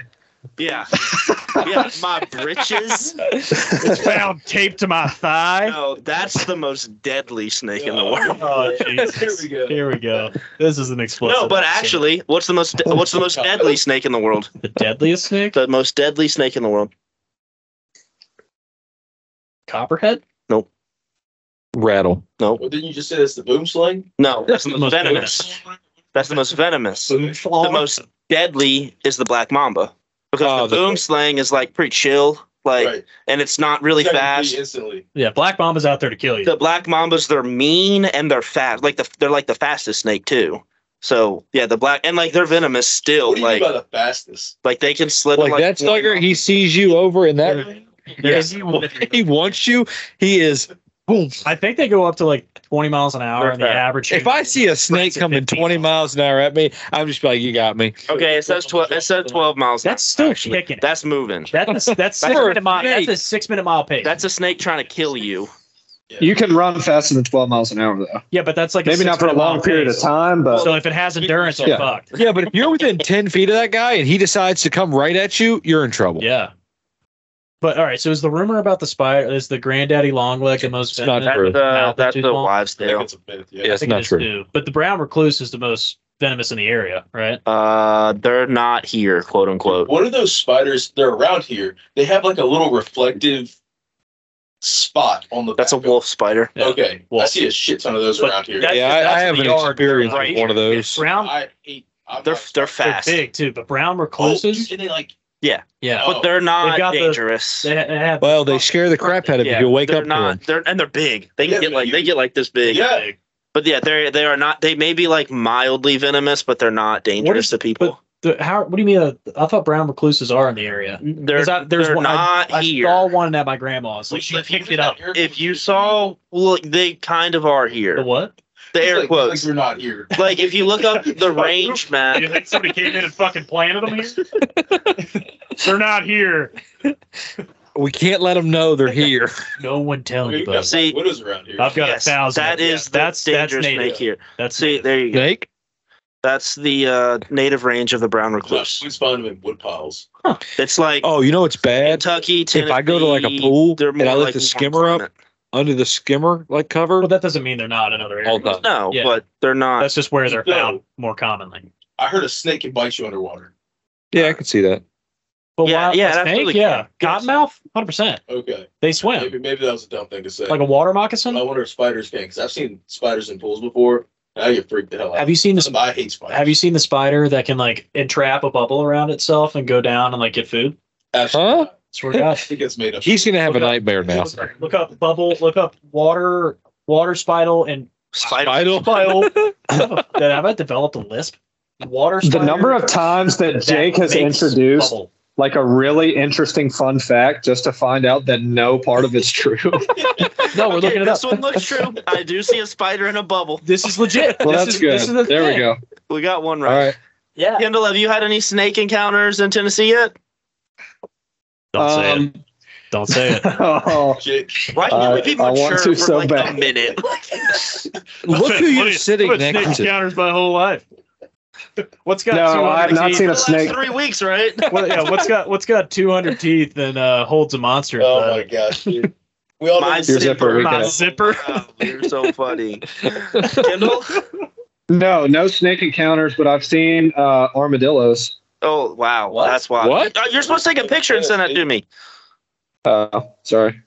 Speaker 5: Yeah, yeah, my britches.
Speaker 4: it's found taped to my thigh.
Speaker 5: No, that's the most deadly snake in the
Speaker 6: Oh.
Speaker 5: world.
Speaker 4: Oh,
Speaker 6: here
Speaker 4: Jesus.
Speaker 6: we go.
Speaker 4: Here we go. This is an explosive.
Speaker 5: No, but
Speaker 4: episode.
Speaker 5: actually, what's the most what's the most deadly snake in the world?
Speaker 4: the deadliest snake,
Speaker 5: The most deadly snake in the world.
Speaker 4: copperhead.
Speaker 7: Rattle.
Speaker 6: well, didn't you just say that's the boom slang?
Speaker 5: No, that's the
Speaker 4: The
Speaker 5: most
Speaker 4: most
Speaker 5: venomous. That's the most venomous.
Speaker 6: Boom
Speaker 5: The most deadly is the black mamba because
Speaker 7: Oh,
Speaker 5: the
Speaker 7: that's
Speaker 5: boom
Speaker 7: right.
Speaker 5: slang is like pretty chill, like,
Speaker 6: right.
Speaker 5: and it's not really
Speaker 6: Technically,
Speaker 5: fast.
Speaker 6: Instantly.
Speaker 4: Yeah, black bomb is out there to kill you.
Speaker 5: The black mambas, they're mean and they're fast. Like the they're like the fastest snake too. So yeah, the black and like they're venomous still.
Speaker 6: What do you mean
Speaker 5: Like
Speaker 6: by the fastest?
Speaker 5: like they can slither
Speaker 7: Like,
Speaker 5: like,
Speaker 7: that sucker, he sees you over in that. and he, wa- he wants you. He is. Boom.
Speaker 4: I think they go up to like 20 miles an hour, and the
Speaker 5: Okay.
Speaker 4: average.
Speaker 7: If I see a snake coming 20 miles an hour at me, I'm just like, you got me.
Speaker 5: Okay, it says twelve. It says twelve miles. an
Speaker 4: that's
Speaker 5: hour,
Speaker 4: still
Speaker 5: actually.
Speaker 4: kicking.
Speaker 5: That's moving.
Speaker 4: That's that's six
Speaker 7: For a
Speaker 4: minute mile. That's
Speaker 7: snake.
Speaker 4: a six minute mile pace.
Speaker 5: That's a snake trying to kill you.
Speaker 9: You can run faster than 12 miles an hour, though.
Speaker 4: yeah, but that's like
Speaker 9: Maybe not for a
Speaker 4: six-minute
Speaker 9: long
Speaker 4: mile
Speaker 9: period of
Speaker 4: pace.
Speaker 9: time, but
Speaker 4: So if it has endurance, you're
Speaker 9: Yeah.
Speaker 4: fucked.
Speaker 7: Yeah, but if you're within 10 feet of that guy and he decides to come right at you, you're in trouble.
Speaker 4: Yeah. But all right, so is the rumor about the spider is the granddaddy long leg the most
Speaker 7: It's not
Speaker 4: venomous?
Speaker 7: true.
Speaker 5: That's the
Speaker 4: Altitude
Speaker 5: that's uh, the
Speaker 4: ball?
Speaker 5: wives'
Speaker 6: I think
Speaker 5: tale.
Speaker 6: it's a myth. Yeah.
Speaker 7: Yeah,
Speaker 4: I
Speaker 7: it's
Speaker 4: think it
Speaker 7: not
Speaker 4: is
Speaker 7: true.
Speaker 4: too. But the brown recluse is the most venomous in the area, right?
Speaker 5: Uh, they're not here, quote unquote.
Speaker 6: What are those spiders? They're around here. They have like a little reflective spot on the.
Speaker 5: That's a
Speaker 6: back.
Speaker 5: wolf spider.
Speaker 4: Yeah.
Speaker 6: Okay, I
Speaker 4: Wolf.
Speaker 6: see a shit ton of those
Speaker 4: But
Speaker 6: around here.
Speaker 4: that-
Speaker 7: yeah,
Speaker 4: that's
Speaker 7: I, I have
Speaker 4: the
Speaker 7: an
Speaker 4: yard,
Speaker 7: experience
Speaker 4: right?
Speaker 7: with one of those.
Speaker 4: Brown
Speaker 6: I hate. I'm
Speaker 5: They're
Speaker 6: not-
Speaker 5: they're
Speaker 4: they're
Speaker 5: fast.
Speaker 4: big too, but brown
Speaker 6: Oh,
Speaker 4: recluses,
Speaker 6: and they like
Speaker 4: yeah,
Speaker 6: Oh.
Speaker 5: but they're not
Speaker 4: got the-
Speaker 5: dangerous.
Speaker 4: they, ha- they have
Speaker 7: Well, they scare the crap out of you. You'll wake
Speaker 5: they're
Speaker 7: up to
Speaker 5: not.
Speaker 7: them.
Speaker 5: They're and they're big. They
Speaker 6: Yeah,
Speaker 5: get
Speaker 6: but
Speaker 5: like
Speaker 6: you-
Speaker 5: they get like this big.
Speaker 6: Yeah.
Speaker 4: big.
Speaker 5: But yeah, they they are not. They may be like mildly venomous, but they're not dangerous
Speaker 4: is-
Speaker 5: to people.
Speaker 4: The, how? What do you mean? Uh, I thought brown recluses are in the area.
Speaker 5: They're,
Speaker 4: 'Cause I- there's
Speaker 5: they're
Speaker 4: one-
Speaker 5: not
Speaker 4: I
Speaker 5: here.
Speaker 4: saw one at my grandma's. Like she
Speaker 6: like,
Speaker 4: picked
Speaker 6: even
Speaker 4: it up.
Speaker 6: that air
Speaker 5: if you
Speaker 6: pollution,
Speaker 5: saw, look, they kind of are here.
Speaker 4: The what?
Speaker 5: The
Speaker 6: it's
Speaker 5: air
Speaker 6: like,
Speaker 5: quotes.
Speaker 6: Like we're not here.
Speaker 5: like if you look up the range map,
Speaker 4: think somebody came in and fucking planted them here? they're not here.
Speaker 7: We can't let them know they're here.
Speaker 4: No one tell
Speaker 6: Okay,
Speaker 4: you
Speaker 6: you got
Speaker 4: about it.
Speaker 5: See-
Speaker 6: black widows around here.
Speaker 4: I've got
Speaker 5: yes,
Speaker 4: a thousand.
Speaker 5: That
Speaker 4: of them.
Speaker 5: is the dangerous
Speaker 4: native.
Speaker 5: snake here.
Speaker 4: That's
Speaker 5: See, there you go.
Speaker 7: Snake?
Speaker 5: That's the uh, native range of the brown
Speaker 6: No,
Speaker 5: recluse.
Speaker 6: we find them in wood piles.
Speaker 5: It's like
Speaker 7: Oh, you know what's bad?
Speaker 5: Kentucky, Tennessee.
Speaker 7: if I go to, like, a pool
Speaker 5: they're
Speaker 7: and I
Speaker 5: more
Speaker 7: let
Speaker 5: like
Speaker 7: the
Speaker 5: warm
Speaker 7: skimmer up- Under the skimmer, like cover?
Speaker 4: Well, that doesn't mean they're not in other
Speaker 7: All
Speaker 4: areas.
Speaker 7: done.
Speaker 5: climate. No,
Speaker 4: Yeah.
Speaker 5: but they're not.
Speaker 4: That's just where they're
Speaker 6: No.
Speaker 4: found more commonly.
Speaker 6: I heard a snake can bite you underwater.
Speaker 7: Yeah, I can see that.
Speaker 4: But
Speaker 5: Yeah,
Speaker 4: yeah,
Speaker 5: yeah,
Speaker 4: yeah,
Speaker 5: that's
Speaker 4: snake,
Speaker 5: really
Speaker 4: yeah,
Speaker 5: good.
Speaker 4: cottonmouth, hundred percent.
Speaker 6: Okay,
Speaker 4: They swim
Speaker 6: maybe Oh, maybe that was a dumb thing to say.
Speaker 4: like a water moccasin.
Speaker 6: I wonder if spiders can, because I've seen spiders in pools before. And I get freaked the hell out.
Speaker 4: Have you seen this?
Speaker 6: I hate spiders.
Speaker 4: Have you seen the spider that can like entrap a bubble around itself and go down and like get food?
Speaker 6: Absolutely
Speaker 7: Huh?
Speaker 6: not.
Speaker 4: Swear to God.
Speaker 6: I think it's made up.
Speaker 7: He's going to have a
Speaker 4: Look up.
Speaker 7: nightmare now.
Speaker 4: Look up- Look up bubble. Look up water. Water spider and
Speaker 5: Spider.
Speaker 7: Idle.
Speaker 4: spider. Did have I developed a lisp? Water.
Speaker 9: the
Speaker 4: spider
Speaker 9: number of times that
Speaker 4: that
Speaker 9: Jake has
Speaker 4: makes
Speaker 9: introduced
Speaker 4: bubble.
Speaker 9: like a really interesting fun fact just to find out that no part of it's true.
Speaker 4: No, we're
Speaker 5: Okay,
Speaker 4: looking it up.
Speaker 5: this one looks true. I do see a spider in a bubble.
Speaker 4: This is legit.
Speaker 9: well,
Speaker 4: this
Speaker 9: that's
Speaker 4: is,
Speaker 9: good.
Speaker 4: This is the
Speaker 9: there
Speaker 4: thing.
Speaker 9: we go.
Speaker 5: We got one
Speaker 7: All
Speaker 5: right.
Speaker 7: right.
Speaker 4: Yeah.
Speaker 5: Kendall, have you had any snake encounters in Tennessee yet?
Speaker 4: Don't say it.
Speaker 9: Um,
Speaker 4: Don't say it.
Speaker 9: oh,
Speaker 6: Shit.
Speaker 5: Why
Speaker 9: Uh,
Speaker 5: can't we be
Speaker 9: I
Speaker 5: mature
Speaker 9: want to
Speaker 5: for
Speaker 9: so
Speaker 5: like a
Speaker 9: bad.
Speaker 5: minute?
Speaker 7: Look who you're sitting next to.
Speaker 4: Encounters my whole life. What's got?
Speaker 9: No,
Speaker 4: 200
Speaker 9: I have not
Speaker 4: teeth?
Speaker 9: seen a
Speaker 5: The last
Speaker 9: snake.
Speaker 5: Three weeks, right?
Speaker 4: What, yeah, what's got? What's got 200 teeth and uh, holds a monster?
Speaker 6: Oh
Speaker 4: inside
Speaker 6: my
Speaker 4: it?
Speaker 6: gosh, dude. We all know
Speaker 5: My
Speaker 6: this is-
Speaker 9: zipper, we
Speaker 5: My
Speaker 9: got-
Speaker 5: zipper. Wow, you're so funny, Kendall.
Speaker 9: No, no snake encounters, but I've seen uh, armadillos.
Speaker 5: Oh wow,
Speaker 6: What?
Speaker 5: that's why.
Speaker 7: What?
Speaker 5: You're supposed to take a picture and send that to me.
Speaker 9: Oh, sorry.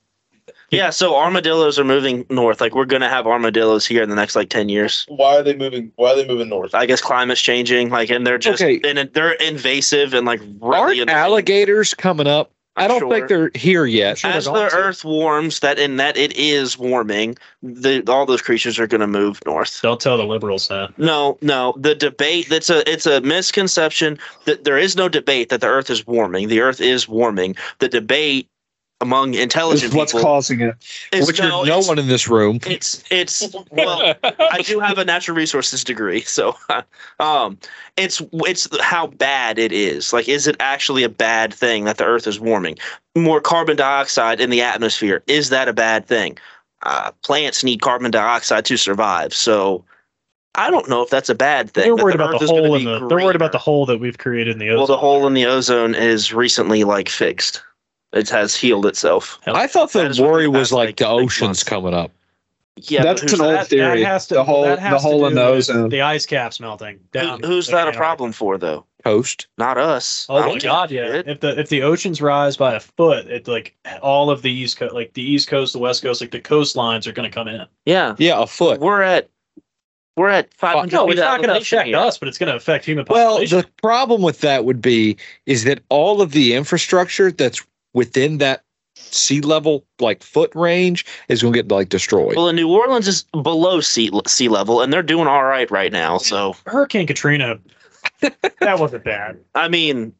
Speaker 5: Yeah, so armadillos are moving north. Like we're gonna have armadillos here in the next like ten years.
Speaker 6: Why are they moving? Why are they moving north?
Speaker 5: I guess climate's changing. Like, and they're just
Speaker 7: Okay.
Speaker 5: and they're invasive and like really
Speaker 7: Aren't
Speaker 5: annoying.
Speaker 7: alligators coming up? I don't
Speaker 5: Sure.
Speaker 7: think they're here yet.
Speaker 5: As the Earth warms, that in that it is warming, the, all those creatures are going to move north.
Speaker 4: Don't tell the liberals that.
Speaker 5: No, no, the debate that's a it's a misconception that there is no debate that the Earth is warming. The Earth is warming. The debate among
Speaker 9: This
Speaker 5: intelligent
Speaker 9: is what's
Speaker 5: people
Speaker 9: causing it.
Speaker 5: is
Speaker 7: which is
Speaker 5: no,
Speaker 7: no
Speaker 5: it's,
Speaker 7: one in this room.
Speaker 5: It's it's well, I do have a natural resources degree, so um, it's it's how bad it is. Like, is it actually a bad thing that the Earth is warming? More carbon dioxide in the atmosphere is that a bad thing? Uh, plants need carbon dioxide to survive, so I don't know if that's a bad thing.
Speaker 4: They're
Speaker 5: that
Speaker 4: worried
Speaker 5: the
Speaker 4: about
Speaker 5: Earth
Speaker 4: the
Speaker 5: is gonna
Speaker 4: hole in
Speaker 5: be
Speaker 4: the. They're worried about
Speaker 5: greener.
Speaker 4: the hole that we've created in the
Speaker 5: Well,
Speaker 4: ozone.
Speaker 5: the hole in the ozone is recently like fixed. It has healed itself.
Speaker 7: I thought
Speaker 5: That
Speaker 7: the
Speaker 5: is what
Speaker 7: worry
Speaker 5: the
Speaker 7: was
Speaker 5: past,
Speaker 7: like
Speaker 5: like,
Speaker 7: the
Speaker 5: six months.
Speaker 7: oceans coming up.
Speaker 5: Yeah, but
Speaker 9: That's
Speaker 5: who's
Speaker 9: an old
Speaker 5: that,
Speaker 9: theory.
Speaker 4: has to,
Speaker 9: the hole,
Speaker 4: that
Speaker 9: the
Speaker 4: has to
Speaker 9: hole in
Speaker 4: do
Speaker 9: the
Speaker 4: with
Speaker 9: ozone.
Speaker 4: The ice caps melting. Down
Speaker 5: who- who's
Speaker 4: the
Speaker 5: that a
Speaker 4: Antarctic.
Speaker 5: problem for though?
Speaker 7: Coast.
Speaker 5: Not us. I
Speaker 4: Oh my
Speaker 5: don't
Speaker 4: god,
Speaker 5: give a
Speaker 4: yeah.
Speaker 5: shit.
Speaker 4: If the if the oceans rise by a foot, it like all of the east coast, like the east coast, the west coast, like the coastlines are going to come in.
Speaker 5: Yeah.
Speaker 7: Yeah, a foot.
Speaker 5: We're at we're at five hundred.
Speaker 4: Oh, No, it's not going to affect us, but it's going to affect human
Speaker 7: Well,
Speaker 4: population.
Speaker 7: the problem with that would be is that all of the infrastructure that's within that sea level like foot range is going to get like destroyed.
Speaker 5: Well, in New Orleans is below sea sea level, and they're doing all right right now. So
Speaker 4: Hurricane Katrina, that wasn't bad.
Speaker 5: I mean,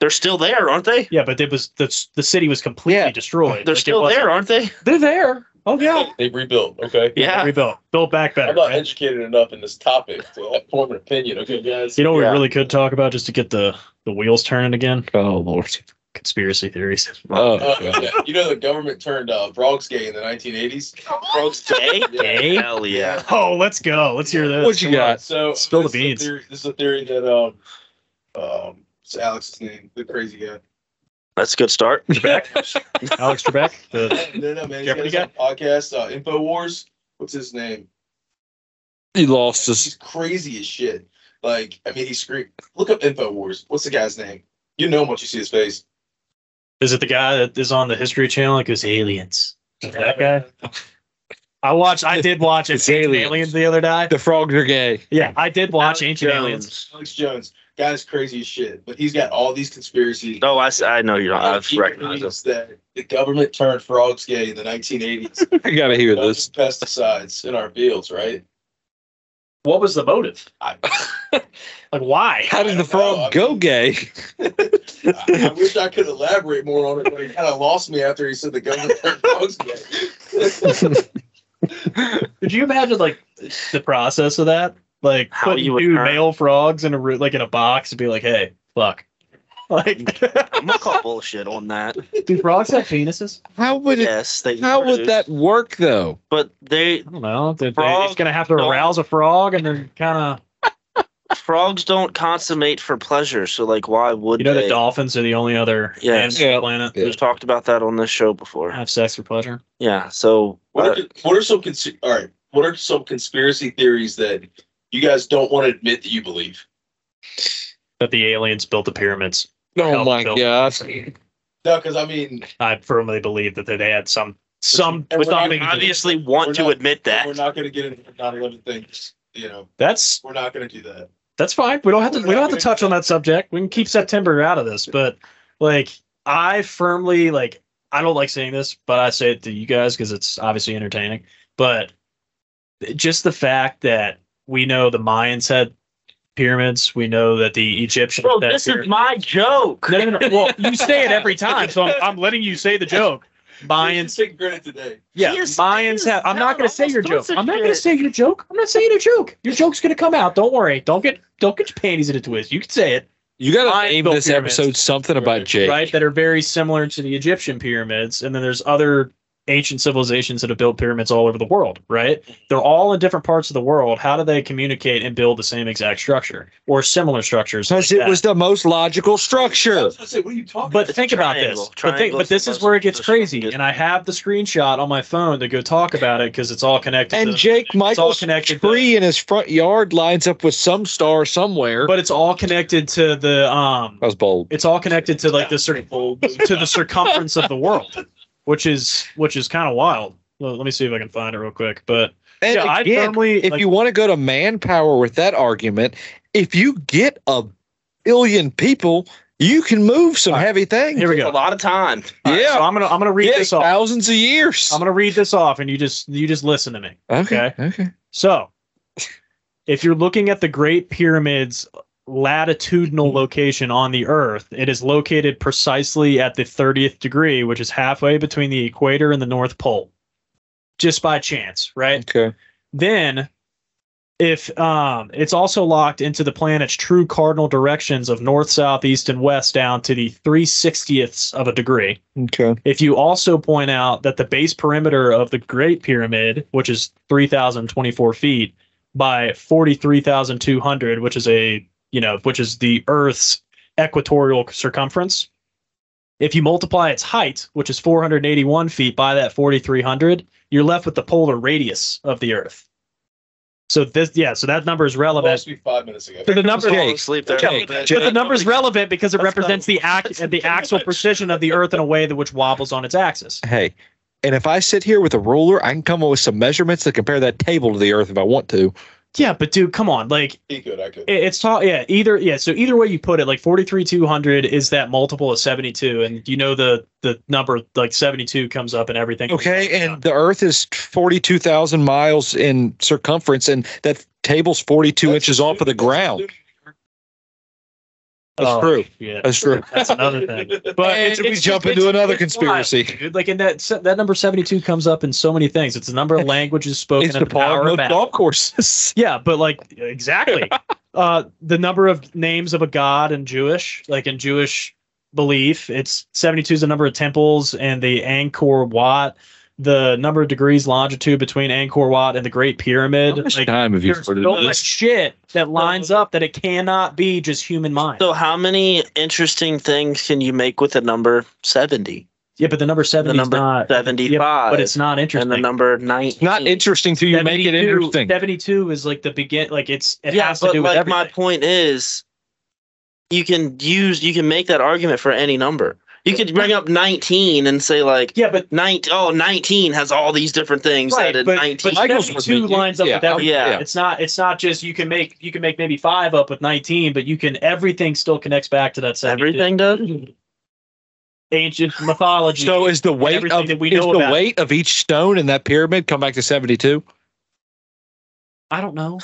Speaker 5: they're still there, aren't they?
Speaker 4: Yeah, but it was the the city was completely
Speaker 7: Yeah,
Speaker 4: destroyed.
Speaker 5: They're
Speaker 4: Like, it
Speaker 5: still
Speaker 4: wasn't-
Speaker 5: there, aren't they?
Speaker 4: They're there. Oh yeah,
Speaker 6: They rebuilt. Okay.
Speaker 5: Yeah.
Speaker 4: rebuilt, built back better.
Speaker 6: I'm not
Speaker 4: right?
Speaker 6: educated enough in this topic to form an opinion. Okay, guys.
Speaker 4: You know what
Speaker 5: Yeah.
Speaker 4: we really could talk about just to get the the wheels turning again?
Speaker 7: oh lord.
Speaker 4: Conspiracy theories.
Speaker 7: Oh,
Speaker 6: Uh,
Speaker 7: God.
Speaker 6: yeah, you know the government turned uh, frogs gay in the 1980s.
Speaker 5: Frogs gay?
Speaker 4: Gay?
Speaker 5: Hell yeah.
Speaker 4: Oh, let's go. Let's hear this.
Speaker 7: What you
Speaker 4: Come on.
Speaker 7: got?
Speaker 6: So
Speaker 4: Spill the
Speaker 6: this is a
Speaker 4: beans.
Speaker 6: theory- this is a theory that um um it's Alex's name, the crazy guy.
Speaker 5: That's a good start.
Speaker 4: Alex Trebek. The,
Speaker 6: no, no, man.
Speaker 4: Jeopardy
Speaker 6: He's got a podcast, uh, Infowars. What's his name?
Speaker 7: he lost
Speaker 6: He's
Speaker 7: us.
Speaker 6: crazy as shit. Like, I mean, he screamed. Look up Infowars. What's the guy's name? You know him once you see his face.
Speaker 4: is it the guy that is on the History Channel? Like, goes aliens. Is it that guy. I watched. I did watch
Speaker 7: It's
Speaker 4: Ancient
Speaker 7: aliens.
Speaker 4: aliens. the other day.
Speaker 7: The frogs are gay.
Speaker 4: Yeah, I did watch
Speaker 5: Alex
Speaker 4: Ancient
Speaker 5: Jones.
Speaker 4: Aliens.
Speaker 6: Alex Jones. Guy's crazy as shit, but he's got all these conspiracies.
Speaker 5: No, I, s- I know you don't.
Speaker 6: And
Speaker 5: I've
Speaker 6: he
Speaker 5: recognized
Speaker 6: believes
Speaker 5: this.
Speaker 6: that the government turned frogs gay in the 1980s.
Speaker 7: I gotta hear this.
Speaker 6: dumped pesticides in our fields, right?
Speaker 4: What was the motive?
Speaker 6: I,
Speaker 4: Like, why?
Speaker 7: How did the frog go gay?
Speaker 6: I, I wish I could elaborate more on it, but he kind of lost me after he said the government turned frogs gay.
Speaker 4: Could you imagine like the process of that? Like,
Speaker 5: How
Speaker 4: putting
Speaker 5: you would
Speaker 4: two
Speaker 5: earn-
Speaker 4: male frogs in a root, like in a box, and be like, "Hey, fuck." Like,
Speaker 5: I'm gonna call bullshit on that.
Speaker 4: do frogs have penises?
Speaker 7: How would it?
Speaker 5: Yes, they.
Speaker 7: How
Speaker 5: produce,
Speaker 7: would that work though?
Speaker 5: But they
Speaker 4: I don't know. They're,
Speaker 5: Frogs
Speaker 4: just gonna have to
Speaker 5: don't-
Speaker 4: arouse a frog and then kind
Speaker 5: frogs don't consummate for pleasure. So like, why
Speaker 4: of,
Speaker 5: would
Speaker 4: you know,
Speaker 5: they?
Speaker 4: the dolphins are the only other
Speaker 5: Yeah.
Speaker 4: animals on
Speaker 7: Yeah.
Speaker 4: the planet
Speaker 7: Yeah.
Speaker 5: We've talked about that on this show before.
Speaker 4: that have sex for pleasure.
Speaker 5: Yeah. So
Speaker 6: What
Speaker 5: uh,
Speaker 6: are, the- what are some cons- all right? What are some conspiracy theories that you guys don't want to admit that you believe?
Speaker 4: That the aliens built the pyramids.
Speaker 7: Oh
Speaker 4: Help,
Speaker 7: my
Speaker 4: Bill.
Speaker 7: god.
Speaker 6: No, because I mean,
Speaker 4: I firmly believe that they had some some
Speaker 6: And we're not-
Speaker 4: something. to do.
Speaker 5: obviously want
Speaker 6: We're
Speaker 5: to
Speaker 6: not-
Speaker 5: admit
Speaker 6: we're
Speaker 5: that.
Speaker 6: not going to get into 9/11 things. You know,
Speaker 4: That's
Speaker 6: we're not going to do that.
Speaker 4: that's fine. We don't have to we don't have to touch on that subject. We can keep September out of this, but like I firmly like I don't like saying this, but I say it to you guys because it's obviously entertaining. But just the fact that we know the Mayans had pyramids, we know that the Egyptians
Speaker 5: Bro,
Speaker 4: had
Speaker 5: this is
Speaker 4: pyramids.
Speaker 5: my joke.
Speaker 4: no, no, no. Well, you say it every time, so I'm, I'm letting you say the joke.
Speaker 6: Just
Speaker 4: Mayans,
Speaker 6: take credit today.
Speaker 4: yeah,
Speaker 5: He is- he
Speaker 4: Mayans
Speaker 5: is
Speaker 4: have. I'm not
Speaker 5: down
Speaker 4: going to say
Speaker 5: almost
Speaker 4: your joke.
Speaker 5: pussy
Speaker 4: I'm not going to
Speaker 5: shit.
Speaker 4: say your joke. I'm not saying a joke. Your joke's going to come out. Don't worry. Don't get don't get your panties in a twist. You can say it,
Speaker 7: You gotta
Speaker 4: Mine
Speaker 7: name
Speaker 4: built
Speaker 7: this
Speaker 4: pyramids.
Speaker 7: episode something about Jake.
Speaker 4: right? That are very similar to the Egyptian pyramids, and then there's other ancient civilizations that have built pyramids all over the world, right? They're all in different parts of the world. How do they communicate and build the same exact structure or similar structures?
Speaker 7: Because
Speaker 4: like
Speaker 7: it
Speaker 4: that?
Speaker 7: was the most logical
Speaker 6: I
Speaker 7: structure.
Speaker 6: was gonna say, what are you talking
Speaker 4: But
Speaker 6: about?
Speaker 4: think about this.
Speaker 5: Triangle.
Speaker 4: But, think,
Speaker 5: Triangle
Speaker 4: but
Speaker 5: is the
Speaker 4: this is
Speaker 5: most-
Speaker 4: where it gets
Speaker 5: most
Speaker 4: crazy,
Speaker 5: strongest.
Speaker 4: and I have the screenshot on my phone to go talk about it because it's all connected.
Speaker 7: And
Speaker 4: to-
Speaker 7: Jake Michael's
Speaker 4: connected,
Speaker 7: tree in his front yard lines up with some star somewhere.
Speaker 4: but it's all connected to the um.
Speaker 7: that was bold.
Speaker 4: It's all connected to like the cir- to the circumference of the world, which is which is kind of wild. Well, Let me see if I can find it real quick. But
Speaker 7: And
Speaker 4: yeah, I
Speaker 7: again,
Speaker 4: firmly
Speaker 7: if
Speaker 4: like,
Speaker 7: you want to go to manpower with that argument, if you get a billion people, you can move some
Speaker 4: All right,
Speaker 7: heavy things.
Speaker 4: here we
Speaker 5: A
Speaker 4: go.
Speaker 5: lot of time.
Speaker 4: All right,
Speaker 7: yeah,
Speaker 4: so I'm gonna I'm gonna read
Speaker 7: yeah,
Speaker 4: this off.
Speaker 7: thousands of years.
Speaker 4: I'm gonna read this off, and you just you just listen to me.
Speaker 7: okay, okay.
Speaker 4: So, if you're looking at the Great Pyramid's latitudinal location on the Earth, it is located precisely at the 30th degree, which is halfway between the equator and the North Pole, just by chance, right?
Speaker 7: Okay.
Speaker 4: Then, if um, it's also locked into the planet's true cardinal directions of north, south, east, and west down to the 360ths of a degree.
Speaker 7: Okay.
Speaker 4: If you also point out that the base perimeter of the Great Pyramid, which is 3,024 feet by 43,200, which is a, you know, which is the Earth's equatorial circumference, if you multiply its height, which is 481 feet by that 4,300, you're left with the polar radius of the Earth. So this, yeah, so that number is relevant.
Speaker 6: Lost me five minutes ago.
Speaker 4: But the number,
Speaker 5: Falling asleep there.
Speaker 4: Jake,
Speaker 5: But-
Speaker 4: but the number is relevant because it
Speaker 5: That's
Speaker 4: represents
Speaker 5: not-
Speaker 4: the act,
Speaker 5: that's
Speaker 4: the
Speaker 5: too
Speaker 4: axial
Speaker 5: much.
Speaker 4: precision of the Earth in a way that which wobbles on its axis.
Speaker 7: Hey, and if I sit here with a ruler, I can come up with some measurements to compare that table to the Earth if I want to.
Speaker 4: Yeah, but dude, come on. Like
Speaker 6: He could, I could.
Speaker 4: it- it's tall. Yeah, either yeah. So either way you put it, like forty three two hundred is that multiple of seventy two, and you know the the number like seventy two comes up and everything.
Speaker 7: Okay, and the Earth is forty-two thousand miles in circumference, and that table's forty-two
Speaker 6: That's
Speaker 7: inches off of the
Speaker 6: assuming- that's
Speaker 7: ground. That's
Speaker 4: Oh,
Speaker 7: true.
Speaker 4: shit.
Speaker 7: That's true.
Speaker 4: That's another thing. But
Speaker 7: And
Speaker 4: it's,
Speaker 7: we
Speaker 4: it's-
Speaker 7: jump
Speaker 4: it's-
Speaker 7: into another
Speaker 4: it's
Speaker 7: conspiracy.
Speaker 4: wild, dude. Like in that se- that number seventy two comes up in so many things. It's the number of languages spoken.
Speaker 7: It's
Speaker 4: and
Speaker 7: the
Speaker 4: the power
Speaker 7: Paul
Speaker 4: of
Speaker 7: of
Speaker 4: math.
Speaker 7: golf courses.
Speaker 4: Yeah, but like exactly. uh the number of names of a god in Jewish, like in Jewish belief, it's 72 is the number of temples and the Angkor Wat, the number of degrees longitude between Angkor Wat and the Great Pyramid.
Speaker 7: How much
Speaker 4: Like
Speaker 7: time have you
Speaker 4: there's so
Speaker 7: put
Speaker 4: much
Speaker 7: into this?
Speaker 4: shit that lines up that it cannot be just human mind.
Speaker 5: So, how many interesting things can you make with the number 70?
Speaker 4: yeah, but the number 70
Speaker 5: The number
Speaker 4: is not
Speaker 5: 75.
Speaker 4: yeah, but it's not
Speaker 5: and
Speaker 4: interesting.
Speaker 5: the number 19.
Speaker 7: Not interesting till you make it
Speaker 4: 72
Speaker 7: interesting.
Speaker 4: 72 is like the begin like it's it
Speaker 5: yeah,
Speaker 4: has to
Speaker 5: but
Speaker 4: do with
Speaker 5: like
Speaker 4: everything.
Speaker 5: my point is, you can use, you can make that argument for any number. You could bring up 19 and say, like,
Speaker 4: yeah, but
Speaker 5: 19, oh, 19 has all these different things
Speaker 4: Right,
Speaker 5: that in
Speaker 4: but-
Speaker 5: 19.
Speaker 4: but
Speaker 7: Michael's
Speaker 4: 72
Speaker 7: with me.
Speaker 4: lines up
Speaker 7: Yeah,
Speaker 4: with everything.
Speaker 5: yeah.
Speaker 4: It's not it's not just you can make you can make maybe five up with nineteen, but you can everything still connects back to that 72.
Speaker 5: everything does?
Speaker 4: ancient mythology.
Speaker 7: So is the weight
Speaker 4: everything
Speaker 7: of
Speaker 4: that we
Speaker 7: is
Speaker 4: know
Speaker 7: the
Speaker 4: about.
Speaker 7: weight of each stone in that pyramid come back to seventy-two?
Speaker 4: I don't know.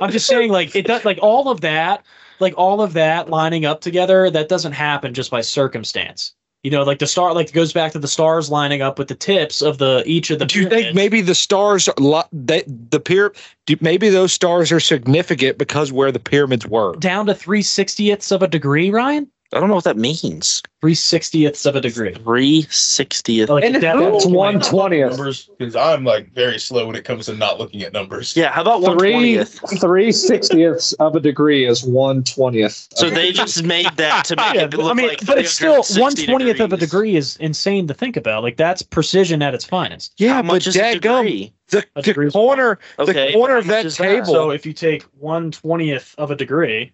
Speaker 4: I'm just saying like it does like all of that, like all of that lining up together, that doesn't happen just by circumstance. You know, like the star like it goes back to the stars lining up with the tips of the each of the
Speaker 7: Do you
Speaker 4: pyramids.
Speaker 7: think maybe the stars are lo- they, the pyramid? Maybe those stars are significant because where the pyramids were.
Speaker 4: down to three sixtieths of a degree, Ryan?
Speaker 5: I don't know what that means.
Speaker 4: Three sixtieths of a degree.
Speaker 5: 360th.
Speaker 4: Like
Speaker 9: And
Speaker 4: that-
Speaker 9: it's
Speaker 4: that's-
Speaker 9: one twentieth.
Speaker 6: Numbers, because I'm like very slow when it comes to not looking at numbers.
Speaker 5: Yeah, how about 120th?
Speaker 9: Three three sixtieths of a degree is one twentieth.
Speaker 5: So they just made that to make
Speaker 4: Ah, Yeah,
Speaker 5: it look
Speaker 4: I mean,
Speaker 5: like
Speaker 4: but it's still
Speaker 5: 360
Speaker 4: one twentieth of a
Speaker 5: degrees.
Speaker 4: degree is insane to think about. Like that's precision at its finest.
Speaker 7: Yeah,
Speaker 5: How much
Speaker 7: but
Speaker 5: is a
Speaker 7: dadgum,
Speaker 5: degree?
Speaker 7: the,
Speaker 4: A
Speaker 7: the
Speaker 4: degree's
Speaker 7: corner,
Speaker 5: Okay,
Speaker 7: the corner
Speaker 5: how
Speaker 7: of that
Speaker 5: much is
Speaker 7: table,
Speaker 4: So if you take one twentieth of a degree,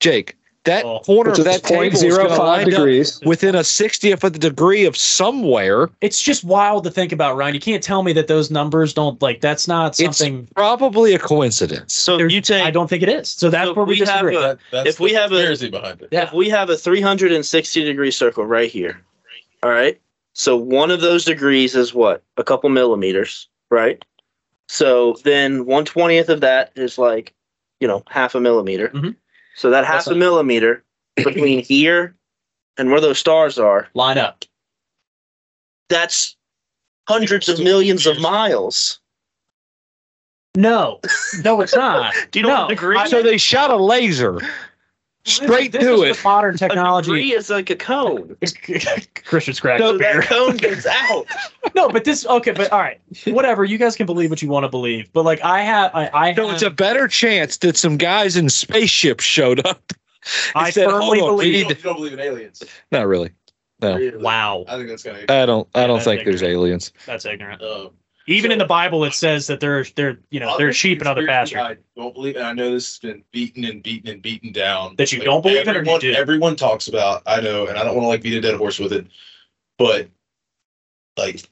Speaker 7: Jake. That
Speaker 4: Well,
Speaker 7: corner
Speaker 9: Which
Speaker 7: of
Speaker 9: is
Speaker 7: that
Speaker 9: point
Speaker 7: table is
Speaker 9: zero
Speaker 7: going to
Speaker 9: five
Speaker 7: line up
Speaker 9: degrees.
Speaker 7: within a sixtieth of the degree of somewhere.
Speaker 4: it's just wild to think about, Ryan. You can't tell me that those numbers don't like that's not
Speaker 7: It's-
Speaker 4: something.
Speaker 7: Probably a coincidence.
Speaker 5: So
Speaker 4: there's-
Speaker 5: you take
Speaker 4: I don't think it is. So that's
Speaker 5: So
Speaker 4: where we,
Speaker 5: we have
Speaker 4: disagree.
Speaker 5: a-
Speaker 6: That, that's
Speaker 5: If we
Speaker 6: the
Speaker 5: have a-
Speaker 6: conspiracy behind it.
Speaker 5: if we have a 360 degree circle right here. All right. So one of those degrees is what? A couple millimeters, right? So then one twentieth of that is like, you know, half a millimeter.
Speaker 4: Mhm.
Speaker 5: So that half
Speaker 4: That's
Speaker 5: a millimeter between here and where those stars are,
Speaker 4: Line up.
Speaker 5: that's hundreds of millions of miles.
Speaker 4: No, no, it's not.
Speaker 5: Do you know
Speaker 4: no.
Speaker 5: what degree?
Speaker 7: so they shot a laser. straight
Speaker 4: This
Speaker 7: to
Speaker 4: is
Speaker 7: it.
Speaker 4: with modern
Speaker 5: A
Speaker 4: technology.
Speaker 5: degree is like a cone.
Speaker 4: Christian's cracked
Speaker 5: So
Speaker 4: beer.
Speaker 5: that cone gets out.
Speaker 4: No, but this okay, but all right, whatever. You guys can believe what you want to believe, but like I have, I, I
Speaker 7: So
Speaker 4: have-
Speaker 7: it's a better chance that some guys in spaceships showed up.
Speaker 4: I
Speaker 7: said,
Speaker 4: firmly
Speaker 7: "Hold on, we
Speaker 4: believe.
Speaker 6: You don't, you don't believe in aliens.
Speaker 7: Not really. No,
Speaker 6: Really.
Speaker 4: Wow,
Speaker 6: I think that's kind of.
Speaker 7: I don't. I don't
Speaker 4: I
Speaker 7: think
Speaker 4: think-
Speaker 7: there's aliens.
Speaker 4: that's ignorant.
Speaker 6: Um,
Speaker 4: Even in the Bible, it says that they're they're you know they're sheep and other
Speaker 6: conspiracy
Speaker 4: pastures.
Speaker 6: I don't believe, and I know this has been beaten and beaten and beaten down.
Speaker 4: That you don't believe in or you
Speaker 6: everyone,
Speaker 4: do?
Speaker 6: Everyone talks about. I know, and I don't want to like beat a dead horse with it, but like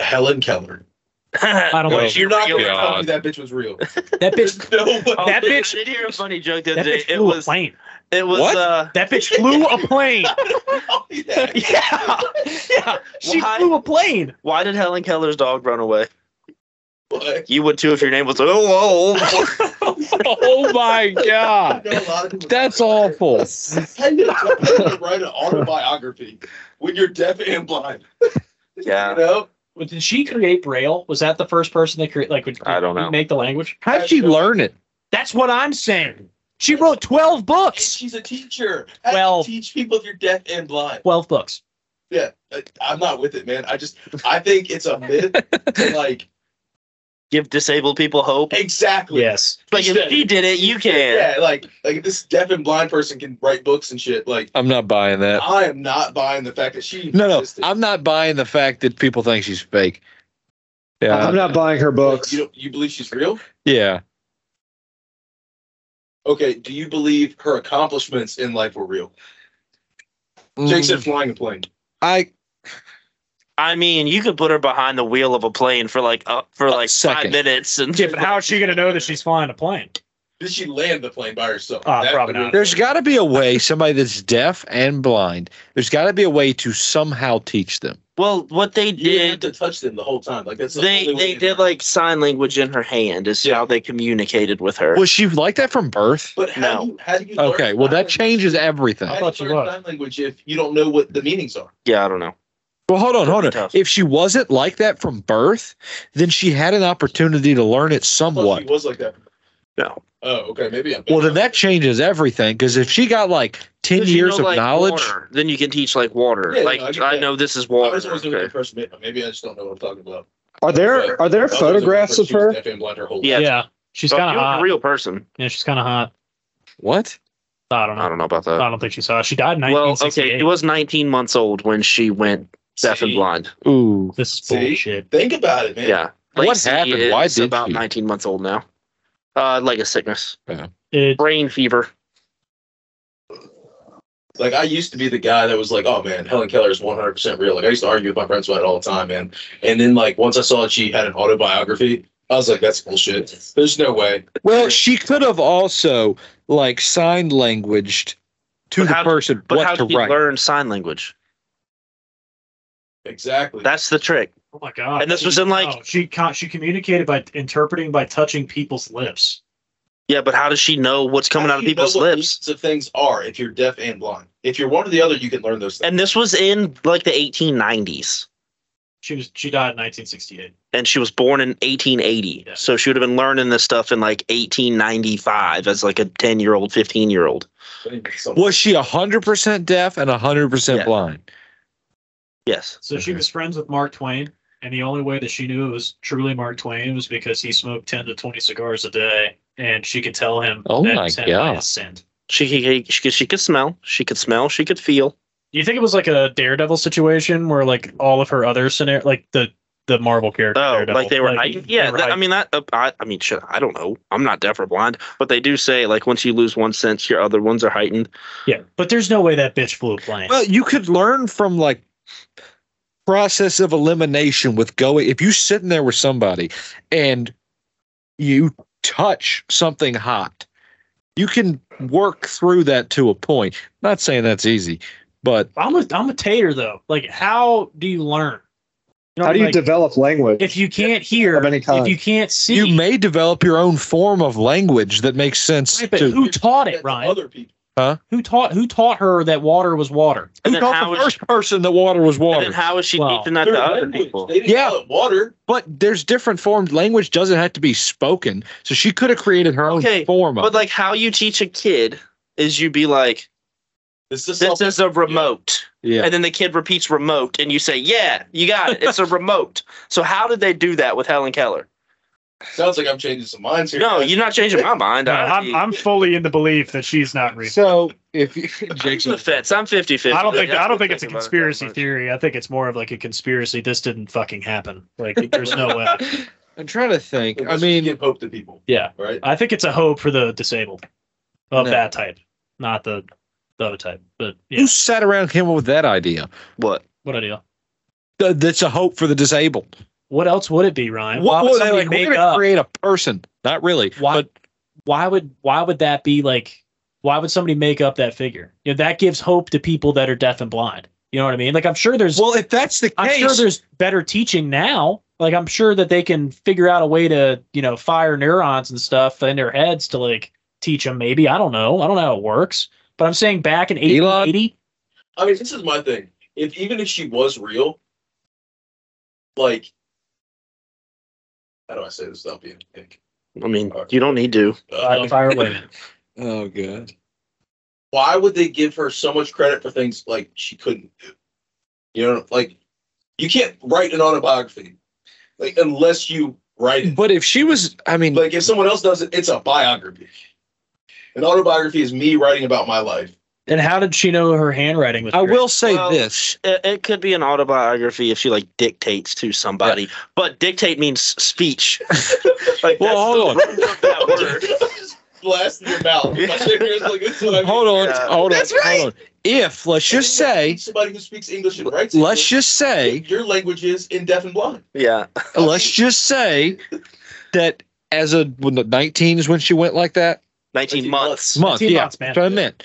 Speaker 6: Helen Keller,
Speaker 4: I don't Oh like
Speaker 7: Well,
Speaker 6: you're not
Speaker 5: real
Speaker 6: going to tell
Speaker 7: God.
Speaker 6: me that bitch was real.
Speaker 4: that bitch.
Speaker 6: There's no way.
Speaker 4: Oh, That
Speaker 5: I
Speaker 4: bitch-
Speaker 5: did hear a funny joke the other
Speaker 4: That
Speaker 5: day.
Speaker 4: bitch
Speaker 5: It
Speaker 4: flew a
Speaker 5: was.
Speaker 4: plane.
Speaker 5: It was.
Speaker 7: What?
Speaker 5: uh
Speaker 4: That bitch flew a plane.
Speaker 6: Yeah.
Speaker 4: yeah, yeah. She
Speaker 5: Why?
Speaker 4: flew a plane.
Speaker 5: Why did Helen Keller's dog run away?
Speaker 6: But
Speaker 5: You would too if your name was. Oh, oh,
Speaker 7: oh my
Speaker 6: I
Speaker 7: god,
Speaker 6: know a lot of people-
Speaker 7: that's awful.
Speaker 6: Hey, you're not gonna write an autobiography when you're deaf and blind.
Speaker 5: Yeah.
Speaker 6: You know?
Speaker 4: Well, Did she create Braille? Was that the first person that create like? Would
Speaker 5: I don't know.
Speaker 4: Make the language.
Speaker 7: How'd she learn it?
Speaker 4: That's what I'm saying. She wrote twelve
Speaker 6: And
Speaker 4: books.
Speaker 6: she's a teacher. How
Speaker 4: Well-
Speaker 6: do you teach people if you're deaf and blind?
Speaker 4: Twelve books.
Speaker 6: Yeah, I- I'm not with it, man. I just I think it's a myth. that, like
Speaker 5: give disabled people hope.
Speaker 6: exactly.
Speaker 4: Yes.
Speaker 5: Like if she did it, you can.
Speaker 6: Yeah, like like if this deaf and blind person can write books and shit. Like
Speaker 7: I'm not buying that.
Speaker 6: I am not buying the fact that she.
Speaker 7: No, no,
Speaker 6: existed.
Speaker 7: I'm not buying the fact that people think she's fake. Yeah,
Speaker 9: I'm not buying her books.
Speaker 6: You don't, you believe she's real?
Speaker 7: yeah.
Speaker 6: Okay. Do you believe her accomplishments in life were real? Jake
Speaker 7: Mm.
Speaker 6: said flying a plane.
Speaker 7: I
Speaker 5: I mean, you could put her behind the wheel of a plane for like uh, for like
Speaker 7: second.
Speaker 5: five minutes and
Speaker 4: Yeah, but how is she gonna know that she's flying a plane?
Speaker 6: Did she land the plane by herself?
Speaker 4: Uh, probably not.
Speaker 7: Ah, there's got to be a way. Somebody that's deaf and blind. There's got to be a way to somehow teach them.
Speaker 5: well, what they
Speaker 6: You didn't have
Speaker 5: did,
Speaker 6: to touch them the whole time. Like that's the
Speaker 5: they
Speaker 6: only way
Speaker 5: they
Speaker 6: to-
Speaker 5: did like sign language in her hand is how they communicated with her.
Speaker 7: Was she like that from birth?
Speaker 6: But how
Speaker 5: No.
Speaker 6: do you how do you? learn
Speaker 7: Okay, well
Speaker 6: sign
Speaker 7: that
Speaker 6: language?
Speaker 7: changes everything.
Speaker 6: How
Speaker 4: I thought
Speaker 6: do
Speaker 4: you
Speaker 6: you learn
Speaker 4: was.
Speaker 6: sign language if you don't know what the meanings are?
Speaker 5: yeah, I don't know.
Speaker 7: Well, hold on, hold on.
Speaker 5: Pretty tough.
Speaker 7: If she wasn't like that from birth, then she had an opportunity to learn it
Speaker 6: I thought
Speaker 7: somewhat.
Speaker 6: She was like that.
Speaker 5: No.
Speaker 6: Oh, okay. Maybe I'm.
Speaker 7: Well, then that changes everything because if she got like 10
Speaker 5: If you
Speaker 7: years
Speaker 5: know,
Speaker 7: of
Speaker 5: like,
Speaker 7: knowledge,
Speaker 5: water, then you can teach like water.
Speaker 6: Yeah,
Speaker 5: like
Speaker 6: no, I get
Speaker 5: I,
Speaker 6: that.
Speaker 5: know this is
Speaker 6: I
Speaker 5: water.
Speaker 6: was always doing the
Speaker 5: okay.
Speaker 6: first bit, but maybe I just don't know what I'm talking about.
Speaker 9: Are there are there
Speaker 6: I was always
Speaker 9: photographs
Speaker 6: the
Speaker 9: of
Speaker 6: first- she was
Speaker 9: her?
Speaker 6: deaf and blind her whole
Speaker 5: Yeah,
Speaker 4: Yeah,
Speaker 6: life.
Speaker 4: she's
Speaker 5: So if
Speaker 4: kind
Speaker 5: you
Speaker 4: of
Speaker 5: were a
Speaker 4: hot.
Speaker 5: real person.
Speaker 4: Yeah, she's kind of hot.
Speaker 7: what?
Speaker 4: I don't know.
Speaker 5: I don't know about that.
Speaker 4: I don't think she saw. it. She died in
Speaker 5: well, okay,
Speaker 4: 1968.
Speaker 5: she was 19 months old when she went deaf and
Speaker 6: See?
Speaker 5: blind.
Speaker 7: Ooh.
Speaker 4: this is
Speaker 6: See?
Speaker 4: bullshit.
Speaker 6: Think about it, man.
Speaker 5: Yeah.
Speaker 7: What
Speaker 5: Lacey
Speaker 7: happened? Why
Speaker 5: is
Speaker 7: did
Speaker 5: about
Speaker 7: she?
Speaker 5: 19 months old now? Uh, like a sickness,
Speaker 4: It,
Speaker 5: brain fever.
Speaker 6: Like I used to be the guy that was like, "Oh man, Helen Keller is 100 percent real." Like I used to argue with my friends about it all the time, man. And then like once I saw that she had an autobiography, I was like, "That's bullshit. There's no way."
Speaker 7: Well, she could have also like sign languaged to
Speaker 5: But
Speaker 7: the
Speaker 5: how-
Speaker 7: person
Speaker 5: But how
Speaker 7: what to
Speaker 5: did you
Speaker 7: write.
Speaker 5: learn sign language?
Speaker 6: Exactly.
Speaker 5: That's the trick.
Speaker 4: oh my god!
Speaker 5: And this was in, like-
Speaker 4: oh, she con- she communicated by interpreting by touching people's lips.
Speaker 5: Yeah, but how does she know what's coming
Speaker 6: How
Speaker 5: out of
Speaker 6: do you know
Speaker 5: people's
Speaker 6: what
Speaker 5: lips?
Speaker 6: pieces Of things are if you're deaf and blind. If you're one or the other, you can learn those things.
Speaker 5: And this was in like the 1890s,
Speaker 4: She was she died in 1968.
Speaker 5: and she was born in 1880.
Speaker 4: Yeah.
Speaker 5: So she would have been learning this stuff in like 1895 as like a 10 year old, 15 year old.
Speaker 7: Was she 100% deaf and 100%
Speaker 5: Yeah.
Speaker 7: blind?
Speaker 5: Yes.
Speaker 4: So she
Speaker 7: Okay.
Speaker 4: was friends with Mark Twain, and the only way that she knew it was truly Mark Twain was because he smoked 10 to 20 cigars a day, and she could tell him.
Speaker 7: Oh
Speaker 4: that
Speaker 7: my
Speaker 4: 10
Speaker 7: God.
Speaker 4: is sin.
Speaker 5: She could, she could, she could smell. She could smell. She could feel.
Speaker 4: Do you think it was like a Daredevil situation where like all of her other scenario, like the the Marvel character?
Speaker 5: Oh,
Speaker 4: Daredevil,
Speaker 5: like they were. I, yeah,
Speaker 4: they were
Speaker 5: that- I
Speaker 4: hyped.
Speaker 5: mean that. Uh, I, I mean, shit. I don't know. I'm not deaf or blind, but they do say like once you lose one sense, your other ones are heightened.
Speaker 4: yeah. But there's no way that bitch flew a plane.
Speaker 7: Well, you could learn from like process of elimination with going if you sitting there with somebody and you touch something hot, you can work through that to a point. Not saying that's easy, but
Speaker 4: I'm a I'm a tater though. Like, how do you learn? You know,
Speaker 9: How do you
Speaker 4: like,
Speaker 9: develop language?
Speaker 4: if you can't hear?
Speaker 9: Of any kind.
Speaker 4: If you can't see,
Speaker 7: you may develop your own form of language that makes sense
Speaker 4: Right, but
Speaker 7: to
Speaker 4: who taught it,
Speaker 6: That's
Speaker 4: Ryan?
Speaker 6: Other people.
Speaker 4: Who taught who taught her that water was water?
Speaker 5: And
Speaker 7: who
Speaker 5: then
Speaker 7: taught
Speaker 5: how
Speaker 7: the
Speaker 5: is-
Speaker 7: first person that water was
Speaker 5: And
Speaker 7: water.
Speaker 5: then how is she
Speaker 4: Well,
Speaker 5: teaching that
Speaker 6: Their
Speaker 5: to other
Speaker 6: language.
Speaker 5: people?
Speaker 6: They didn't
Speaker 7: Yeah.
Speaker 6: call it water.
Speaker 7: but there's different forms. Language doesn't have to be spoken, so she could have created her own
Speaker 5: Okay,
Speaker 7: form of.
Speaker 5: But like, how you teach a kid is you be like,
Speaker 6: Is this
Speaker 5: "This is a remote,"
Speaker 7: Yeah.
Speaker 5: and then the kid repeats "remote," and you say, "Yeah, you got it. It's a remote." So how did they do that with Helen Keller?
Speaker 6: sounds like I'm changing some minds here.
Speaker 5: No,
Speaker 6: guys.
Speaker 5: you're not changing my mind.
Speaker 4: No,
Speaker 5: I-
Speaker 4: I'm, I'm fully in the belief that she's not real.
Speaker 7: So if you,
Speaker 5: I'm
Speaker 7: Jake's
Speaker 5: the fence. I'm 50-50.
Speaker 4: I don't think
Speaker 5: That's
Speaker 4: I don't
Speaker 5: what
Speaker 4: think it's a
Speaker 5: I'm thinking about it that
Speaker 4: conspiracy
Speaker 5: much.
Speaker 4: theory. I think it's more of like a conspiracy. This didn't fucking happen. Like there's no way.
Speaker 7: I'm trying to think. I
Speaker 6: Let's
Speaker 7: mean,
Speaker 6: give hope to people,
Speaker 4: Yeah,
Speaker 6: right?
Speaker 4: I think it's a hope for the disabled of
Speaker 7: No.
Speaker 4: that type, not the the other type. But yeah,
Speaker 7: who sat around and came up with that idea?
Speaker 5: What?
Speaker 4: what idea?
Speaker 7: Th- That's a hope for the disabled.
Speaker 4: What else would it be, Ryan? why
Speaker 7: What
Speaker 4: would
Speaker 7: would they
Speaker 4: somebody
Speaker 7: like?
Speaker 4: make
Speaker 7: We're
Speaker 4: up?
Speaker 7: gonna create a person. Not really.
Speaker 4: Why-
Speaker 7: But
Speaker 4: why would why would that be like? Why would somebody make up that figure? You know, that gives hope to people that are deaf and blind. You know what I mean? Like I'm sure there's
Speaker 7: well, if that's the case,
Speaker 4: I'm sure there's better teaching now. Like I'm sure that they can figure out a way to, you know, fire neurons and stuff in their heads to like teach them. Maybe I don't know. I don't know how it works. But I'm saying back in
Speaker 7: Elon-
Speaker 4: 1880,
Speaker 6: I mean, this is my thing. If even if she was real, like, how do I say this without being a dick?
Speaker 5: I mean, you don't need to.
Speaker 6: Uh,
Speaker 4: fire away.
Speaker 7: oh god.
Speaker 6: why would they give her so much credit for things like she couldn't do? You know, like you can't write an autobiography, like unless you write it.
Speaker 7: But if she was, I mean,
Speaker 6: Like if someone else does it, it's a biography. An autobiography is me writing about my life.
Speaker 4: And how did she know her handwriting was?
Speaker 7: I
Speaker 4: great?
Speaker 7: will say
Speaker 5: Well,
Speaker 7: this.
Speaker 5: It, it could be an autobiography if she like dictates to somebody, but dictate means speech. like,
Speaker 7: Well, hold on.
Speaker 5: that's the root of that word.
Speaker 6: Just blast in your mouth. My fingers, like, this is what I mean.
Speaker 7: Hold on,
Speaker 5: Yeah.
Speaker 7: hold on,
Speaker 5: That's right.
Speaker 7: hold on. If let's just say,
Speaker 6: somebody who speaks English and writes.
Speaker 7: let's
Speaker 6: English,
Speaker 7: just say,
Speaker 6: your language is in deaf and blind.
Speaker 5: Yeah,
Speaker 7: let's just say that as a when the 19 is when she went like that
Speaker 5: nineteen
Speaker 6: 19
Speaker 5: months.
Speaker 7: month,
Speaker 4: 19
Speaker 7: yeah,
Speaker 4: months, man.
Speaker 7: that's what I meant.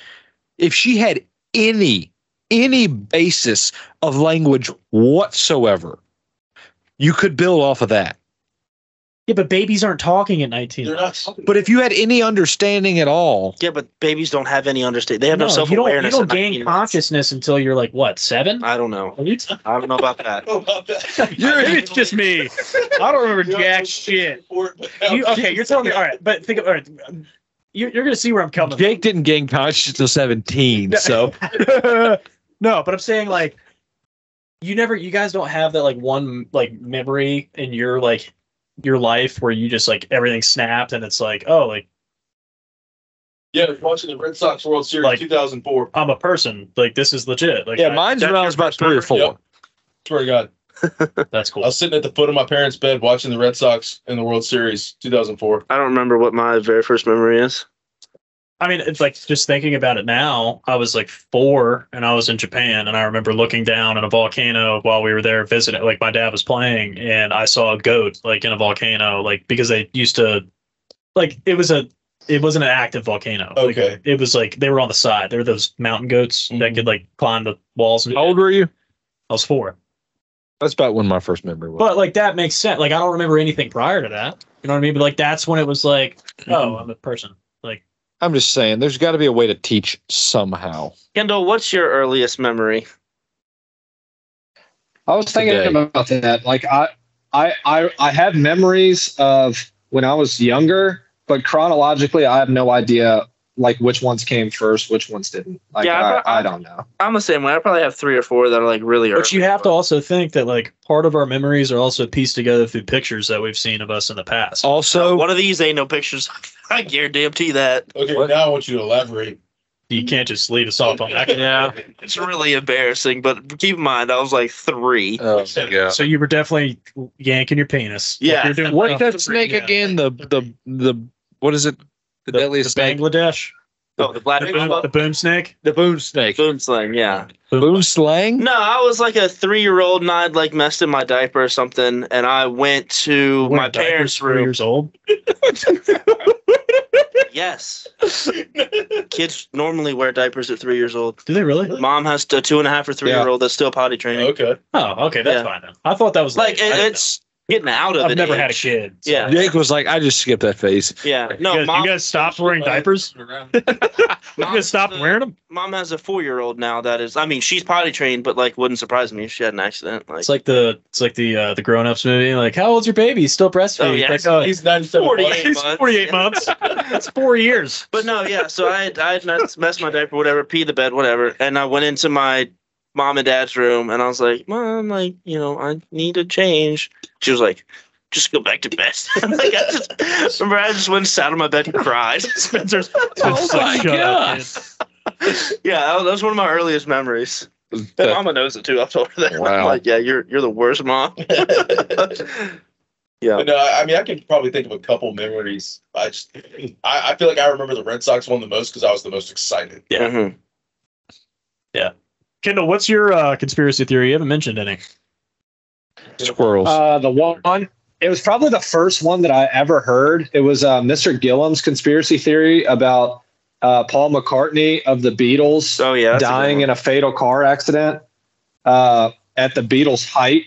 Speaker 7: If she had any any basis of language whatsoever, you could build off of that.
Speaker 4: Yeah, but babies aren't talking at 19.
Speaker 6: They're not. talking.
Speaker 7: But if you had any understanding at all,
Speaker 5: Yeah, but babies don't have any understanding. They have no, self
Speaker 4: you don't, you
Speaker 5: awareness.
Speaker 4: don't gain consciousness until you're like what seven?
Speaker 5: I don't know.
Speaker 4: Are you t-
Speaker 5: I don't know about that.
Speaker 6: know about that.
Speaker 4: Maybe it's just me. I don't remember
Speaker 6: You're
Speaker 4: jack
Speaker 6: on
Speaker 4: shit.
Speaker 6: report, but now-
Speaker 4: You, okay, you're telling me. All right, but think of all right. You're, you're gonna see where I'm coming.
Speaker 7: Jake didn't gain consciousness till 17. So
Speaker 4: no, but I'm saying like you never you guys don't have that like one like memory in your like your life where you just like everything snapped and it's like, oh like
Speaker 6: Yeah, I was watching the Red Sox World Series
Speaker 4: Like-
Speaker 6: 2004.
Speaker 4: I'm a person. Like this is legit. Like
Speaker 7: yeah,
Speaker 4: I-
Speaker 7: mine's
Speaker 4: that-
Speaker 7: when I was about three or four.
Speaker 6: Yep. Swear to God,
Speaker 4: that's
Speaker 6: I
Speaker 4: cool.
Speaker 6: was sitting at the foot of my parents' bed watching the Red Sox in the World Series 2004.
Speaker 5: I don't remember what my very first memory is.
Speaker 4: I mean, it's like just thinking about it now. I was like four and I was in Japan and I remember looking down at a volcano while we were there visiting. Like my dad was playing and I saw a goat like in a volcano, like because they used to, like it was a, it wasn't an active volcano. Like,
Speaker 6: Okay.
Speaker 4: it was like they were on the side. They were those mountain goats that
Speaker 6: Mhm.
Speaker 4: could like climb the walls. And
Speaker 7: How old were you?
Speaker 4: I was four.
Speaker 7: That's about when my first memory was.
Speaker 4: But like that makes sense. Like I don't remember anything prior to that. You know what I mean? But like that's when it was like, oh, I'm a person. Like
Speaker 7: I'm just saying, there's got to be a way to teach somehow.
Speaker 5: Kendall, what's your earliest memory?
Speaker 9: I was thinking
Speaker 7: today.
Speaker 9: about that. Like I, I, I, I have memories of when I was younger, but chronologically, I have no idea like which ones came first, which ones didn't. Like
Speaker 5: Yeah, I
Speaker 9: I,
Speaker 5: pro-
Speaker 9: I, don't know.
Speaker 5: I'm the same way. I probably have three or four that are like really early.
Speaker 4: But you have to also think that like part of our memories are also pieced together through pictures that we've seen of us in the
Speaker 5: Oh.
Speaker 4: past.
Speaker 7: Also,
Speaker 5: One of these ain't no pictures. I guarantee that.
Speaker 6: Okay,
Speaker 7: What?
Speaker 6: now I want you to elaborate.
Speaker 4: You can't just leave us off on that.
Speaker 7: yeah.
Speaker 5: It's really embarrassing, but keep in mind, I was like three.
Speaker 4: Uh,
Speaker 7: Oh,
Speaker 6: my
Speaker 7: yeah.
Speaker 4: So you were definitely yanking your penis. Like,
Speaker 5: Yeah.
Speaker 4: you're doing
Speaker 7: What's
Speaker 4: the-
Speaker 7: that snake
Speaker 4: yeah.
Speaker 7: again? The the the what is it? The,
Speaker 4: The, the
Speaker 7: deadliest snake.
Speaker 4: Bangladesh,
Speaker 5: Oh, the black
Speaker 4: the boom, the
Speaker 5: mamba?
Speaker 4: boom snake.
Speaker 7: The boom snake.
Speaker 5: boom sling, yeah.
Speaker 7: Boom slang.
Speaker 5: No, I was like a three year old and I'd like messed in my diaper or something, and I went to
Speaker 4: When
Speaker 5: my
Speaker 4: Diaper's
Speaker 5: parents'
Speaker 4: three
Speaker 5: room.
Speaker 4: Years old.
Speaker 5: Yes. Kids normally wear diapers at three years old.
Speaker 4: Do they really?
Speaker 5: Mom has a two and a half or three year old that's still potty training.
Speaker 6: Okay.
Speaker 4: Oh, okay, that's
Speaker 5: Yeah.
Speaker 4: fine then. I thought that was
Speaker 5: Like
Speaker 4: late. I
Speaker 5: it,
Speaker 4: didn't
Speaker 5: it's getting out of
Speaker 4: I've
Speaker 5: it.
Speaker 4: never
Speaker 5: age.
Speaker 4: had a kid. so-
Speaker 5: Yeah.
Speaker 7: Jake was like, I just skipped that phase.
Speaker 5: Yeah. No,
Speaker 4: you guys,
Speaker 5: mom,
Speaker 4: you guys stopped wearing diapers. You
Speaker 5: Mom
Speaker 4: guys stopped
Speaker 5: is, uh,
Speaker 4: wearing them.
Speaker 5: mom has a four year old now. That is, I mean, she's potty trained, but like, wouldn't surprise me if she had an accident. Like,
Speaker 4: It's like the it's like the uh, the grown ups movie. Like, how old's your baby? He's still breastfeeding.
Speaker 5: Oh, yeah.
Speaker 4: Like, oh, he's
Speaker 6: He's 97.
Speaker 5: 48
Speaker 4: he's
Speaker 5: months.
Speaker 4: 48 months. That's four years.
Speaker 5: But no, yeah. So I had, I had messed, messed my diaper, whatever, pee the bed, whatever, and I went into my mom and dad's room, and I was like, "Mom, like, you know, I need to change." She was like, "Just go back to bed." like I just remember, I just went and sat on my bed and cried.
Speaker 4: Spencer's,
Speaker 5: oh
Speaker 4: Spencer's
Speaker 7: my
Speaker 4: like, shut up,
Speaker 7: God.
Speaker 4: kid."
Speaker 5: yeah, that was one of my earliest memories. And
Speaker 7: That-
Speaker 5: Mama knows it too. I've told her that.
Speaker 7: Wow.
Speaker 5: I'm like, yeah, you're you're the worst mom.
Speaker 6: But no, I I mean, I can probably think of a couple memories. I just, I, I feel like I remember the Red Sox one the most because I was the most excited.
Speaker 4: Yeah.
Speaker 5: Mhm.
Speaker 4: Kendall, what's your uh, conspiracy theory? You haven't mentioned any.
Speaker 7: Squirrels.
Speaker 9: Uh, the one. It was probably the first one that I ever heard. It was uh, Mr. Gillum's conspiracy theory about uh, Paul McCartney of the Beatles
Speaker 5: Oh yeah, that's a good
Speaker 9: dying
Speaker 5: one.
Speaker 9: in a fatal car accident uh, at the Beatles' height,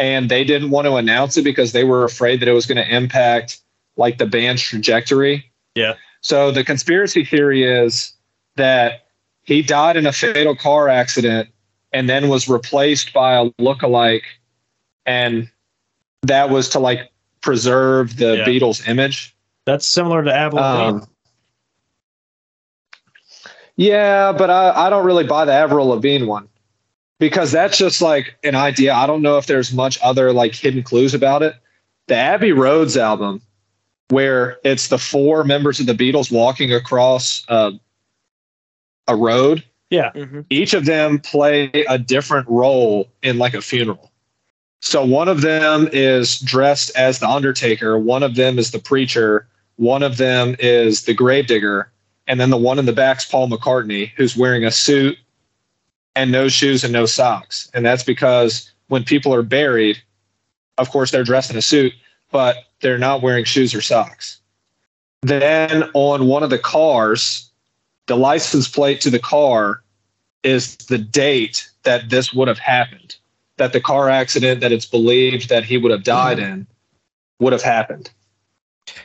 Speaker 9: and they didn't want to announce it because they were afraid that it was going to impact like the band's trajectory.
Speaker 4: Yeah.
Speaker 9: So the conspiracy theory is that he died in a fatal car accident and then was replaced by a look-alike, and that was to like preserve the
Speaker 4: Yeah.
Speaker 9: Beatles' image.
Speaker 4: That's similar to Avalon.
Speaker 9: Um, yeah, but I, I don't really buy the Avril Lavigne one because that's just like an idea. I don't know if there's much other like hidden clues about it. The Abbey Roads album, where it's the four members of the Beatles walking across uh, a road,
Speaker 5: Mhm.
Speaker 9: each of them play a different role in like a funeral. So one of them is dressed as the undertaker, one of them is the preacher, one of them is the gravedigger, and then the one in the back's Paul McCartney, who's wearing a suit and no shoes and no socks. And that's because when people are buried, of course they're dressed in a suit, but they're not wearing shoes or socks. Then on one of the cars, the license plate to the car is the date that this would have happened, that the car accident that it's believed that he would have died
Speaker 7: Mm-hmm.
Speaker 9: in would have happened.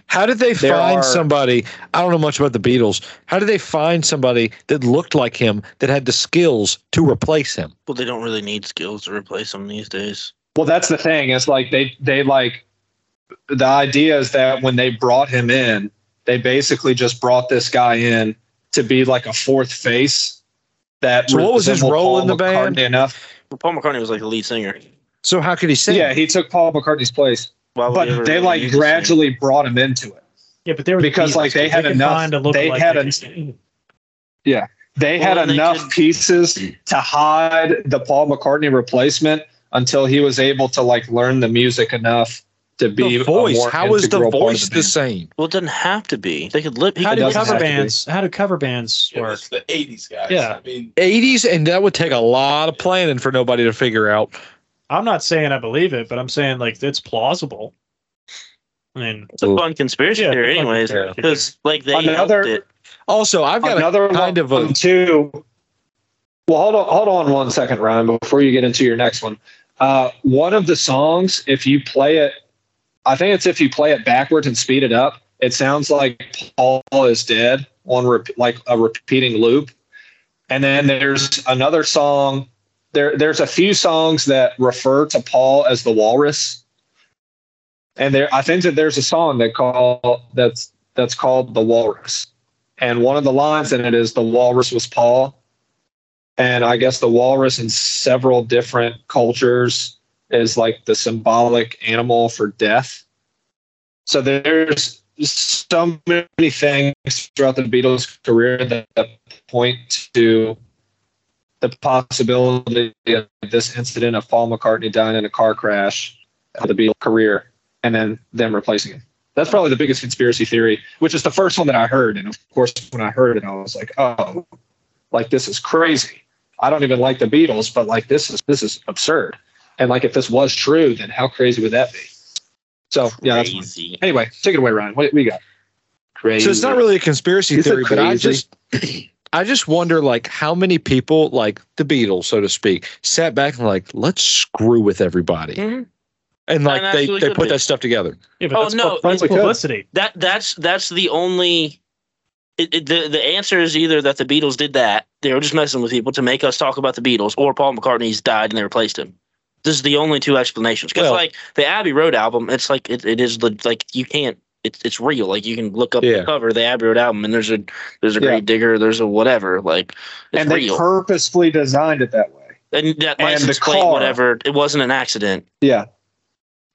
Speaker 7: How did they
Speaker 9: There
Speaker 7: find
Speaker 9: are-
Speaker 7: somebody? I don't know much about the Beatles. How did they find somebody that looked like him that had the skills to replace him?
Speaker 5: Well, they don't really need skills to replace them these days.
Speaker 9: Well, that's the thing. It's like they they like the idea is that when they brought him in, they basically just brought this guy in to be like a fourth face. That
Speaker 7: So what was his
Speaker 9: resembled
Speaker 7: role
Speaker 9: Paul
Speaker 7: in the band?
Speaker 9: McCartney Enough.
Speaker 5: Well, Paul McCartney was like the lead singer.
Speaker 7: So how could he sing?
Speaker 9: Yeah, he took Paul McCartney's place,
Speaker 5: Why would ever
Speaker 9: but they
Speaker 5: really
Speaker 9: like
Speaker 5: use a singer?
Speaker 9: gradually brought him into it.
Speaker 4: yeah, but they were the
Speaker 9: because, like,
Speaker 4: Beatles.
Speaker 9: they had
Speaker 4: could
Speaker 9: enough-
Speaker 4: find a look
Speaker 9: they
Speaker 4: alike
Speaker 9: had
Speaker 4: that
Speaker 9: a-
Speaker 4: they-
Speaker 9: they
Speaker 5: Well,
Speaker 9: had
Speaker 5: and they
Speaker 9: enough
Speaker 5: could-
Speaker 9: pieces to hide the Paul McCartney replacement until he was able to like learn the music enough to be
Speaker 7: the
Speaker 9: a
Speaker 7: voice.
Speaker 9: more
Speaker 7: How is the
Speaker 9: integral part of
Speaker 7: voice the,
Speaker 9: band.
Speaker 7: same?
Speaker 5: Well, it doesn't have to be. They could lip. He
Speaker 4: How
Speaker 5: could
Speaker 4: do
Speaker 9: doesn't
Speaker 5: lip-sync.
Speaker 4: cover
Speaker 9: have to be.
Speaker 4: bands? How do cover bands
Speaker 6: It
Speaker 4: work?
Speaker 6: was the 80s, guys.
Speaker 4: Yeah.
Speaker 6: I mean,
Speaker 7: 80s, and that would take a lot of planning for nobody to figure out.
Speaker 4: I'm not saying I believe it, but I'm saying like it's plausible. I mean,
Speaker 5: It's a fun conspiracy
Speaker 4: Yeah,
Speaker 5: theory,
Speaker 4: it's a fun
Speaker 5: anyways,
Speaker 4: conspiracy
Speaker 5: because like they
Speaker 9: Another-
Speaker 5: helped it.
Speaker 7: Also, I've got
Speaker 9: Another
Speaker 7: a kind of a
Speaker 9: one too. Well, hold on, hold on one second, Ryan, before you get into your next one. Uh, one of the songs, if you play it, I think it's if you play it backwards and speed it up, it sounds like Paul is dead on rep- like a repeating loop. And then there's another song. There, there's a few songs that refer to Paul as the Walrus. And there, I think that there's a song that call that's that's called the Walrus and one of the lines in it is the walrus was paul and i guess the walrus in several different cultures is like the symbolic animal for death so there's so many things throughout the beatles career that point to the possibility of this incident of paul mccartney dying in a car crash of the beatles career and then them replacing him that's probably the biggest conspiracy theory, which is the first one that I heard. And of course, when I heard it, I was like, oh, like this is crazy. I don't even like the Beatles, but like this is this is absurd. And like if this was true, then how crazy would that be? So Oh, yeah, that's mine.
Speaker 5: Crazy.
Speaker 9: Anyway, take it away, Ryan. What we got?
Speaker 5: Crazy.
Speaker 7: So it's not really a conspiracy
Speaker 3: You said
Speaker 7: theory, but I
Speaker 3: crazy.
Speaker 7: just I just wonder like how many people like the Beatles, so to speak, sat back and like, let's screw with everybody.
Speaker 5: Mhm.
Speaker 7: Mm-hmm. and like
Speaker 5: And
Speaker 7: they,
Speaker 5: actually
Speaker 7: they
Speaker 5: could
Speaker 7: put
Speaker 5: be.
Speaker 7: that stuff together.
Speaker 4: Yeah, but
Speaker 5: Oh,
Speaker 4: that's
Speaker 5: no,
Speaker 4: pub- that's
Speaker 9: it's-
Speaker 4: publicity.
Speaker 5: That that's that's the only. It, it, the the answer is either that the Beatles did that they were just messing with people to make us talk about the Beatles, or Paul McCartney's died and they replaced him. This is the only two explanations. Because
Speaker 7: Well-
Speaker 5: like the Abbey Road album, it's like it, it is le- like you can't. It's it's real. Like you can look up
Speaker 7: Yeah.
Speaker 5: the cover of the Abbey Road album, and there's a there's a
Speaker 9: Yeah.
Speaker 5: great digger, there's a whatever. Like it's
Speaker 9: and they
Speaker 5: real.
Speaker 9: purposefully designed it that way.
Speaker 5: and that
Speaker 9: and the
Speaker 5: license plate,
Speaker 9: car.
Speaker 5: whatever. It wasn't an accident.
Speaker 9: Yeah.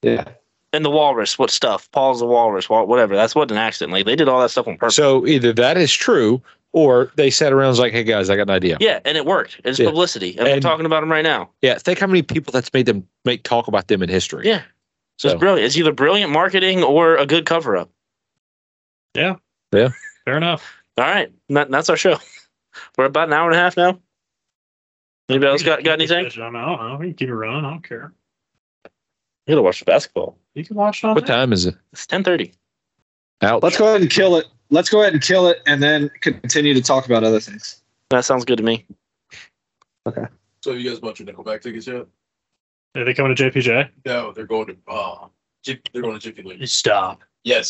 Speaker 9: Yeah.
Speaker 5: And the walrus, what stuff? Paul's the walrus, wha- whatever. That's what an accident. Like they did all that stuff on purpose.
Speaker 7: So either that is true, or they sat around and was like, "Hey guys, I got an idea."
Speaker 5: Yeah, and it worked. It's
Speaker 7: Yeah.
Speaker 5: publicity, and, we're
Speaker 7: And-
Speaker 5: talking about them right now.
Speaker 7: Yeah, think how many people that's made them make talk about them in history.
Speaker 5: Yeah. So,
Speaker 7: So-
Speaker 5: it's brilliant. It's either brilliant marketing or a good cover up.
Speaker 4: Fair enough.
Speaker 5: All right, and that, that's our show. We're about an hour and a half now. Anybody else got, got anything?
Speaker 4: I don't know. We can keep it running. I don't care.
Speaker 5: You gotta watch the basketball.
Speaker 4: You can watch it on
Speaker 7: What
Speaker 4: there.
Speaker 7: time is it?
Speaker 5: It's ten thirty.
Speaker 7: Ouch.
Speaker 9: Let's go ahead and kill it. Let's go ahead and kill it and then continue to talk about other things.
Speaker 5: That sounds good to me.
Speaker 6: So you guys bought your Nickelback tickets yet?
Speaker 4: Are they coming to JPJ?
Speaker 6: No, they're going to. Uh, Jif- they're going to Jiffy Lube.
Speaker 4: Stop.
Speaker 6: Yes.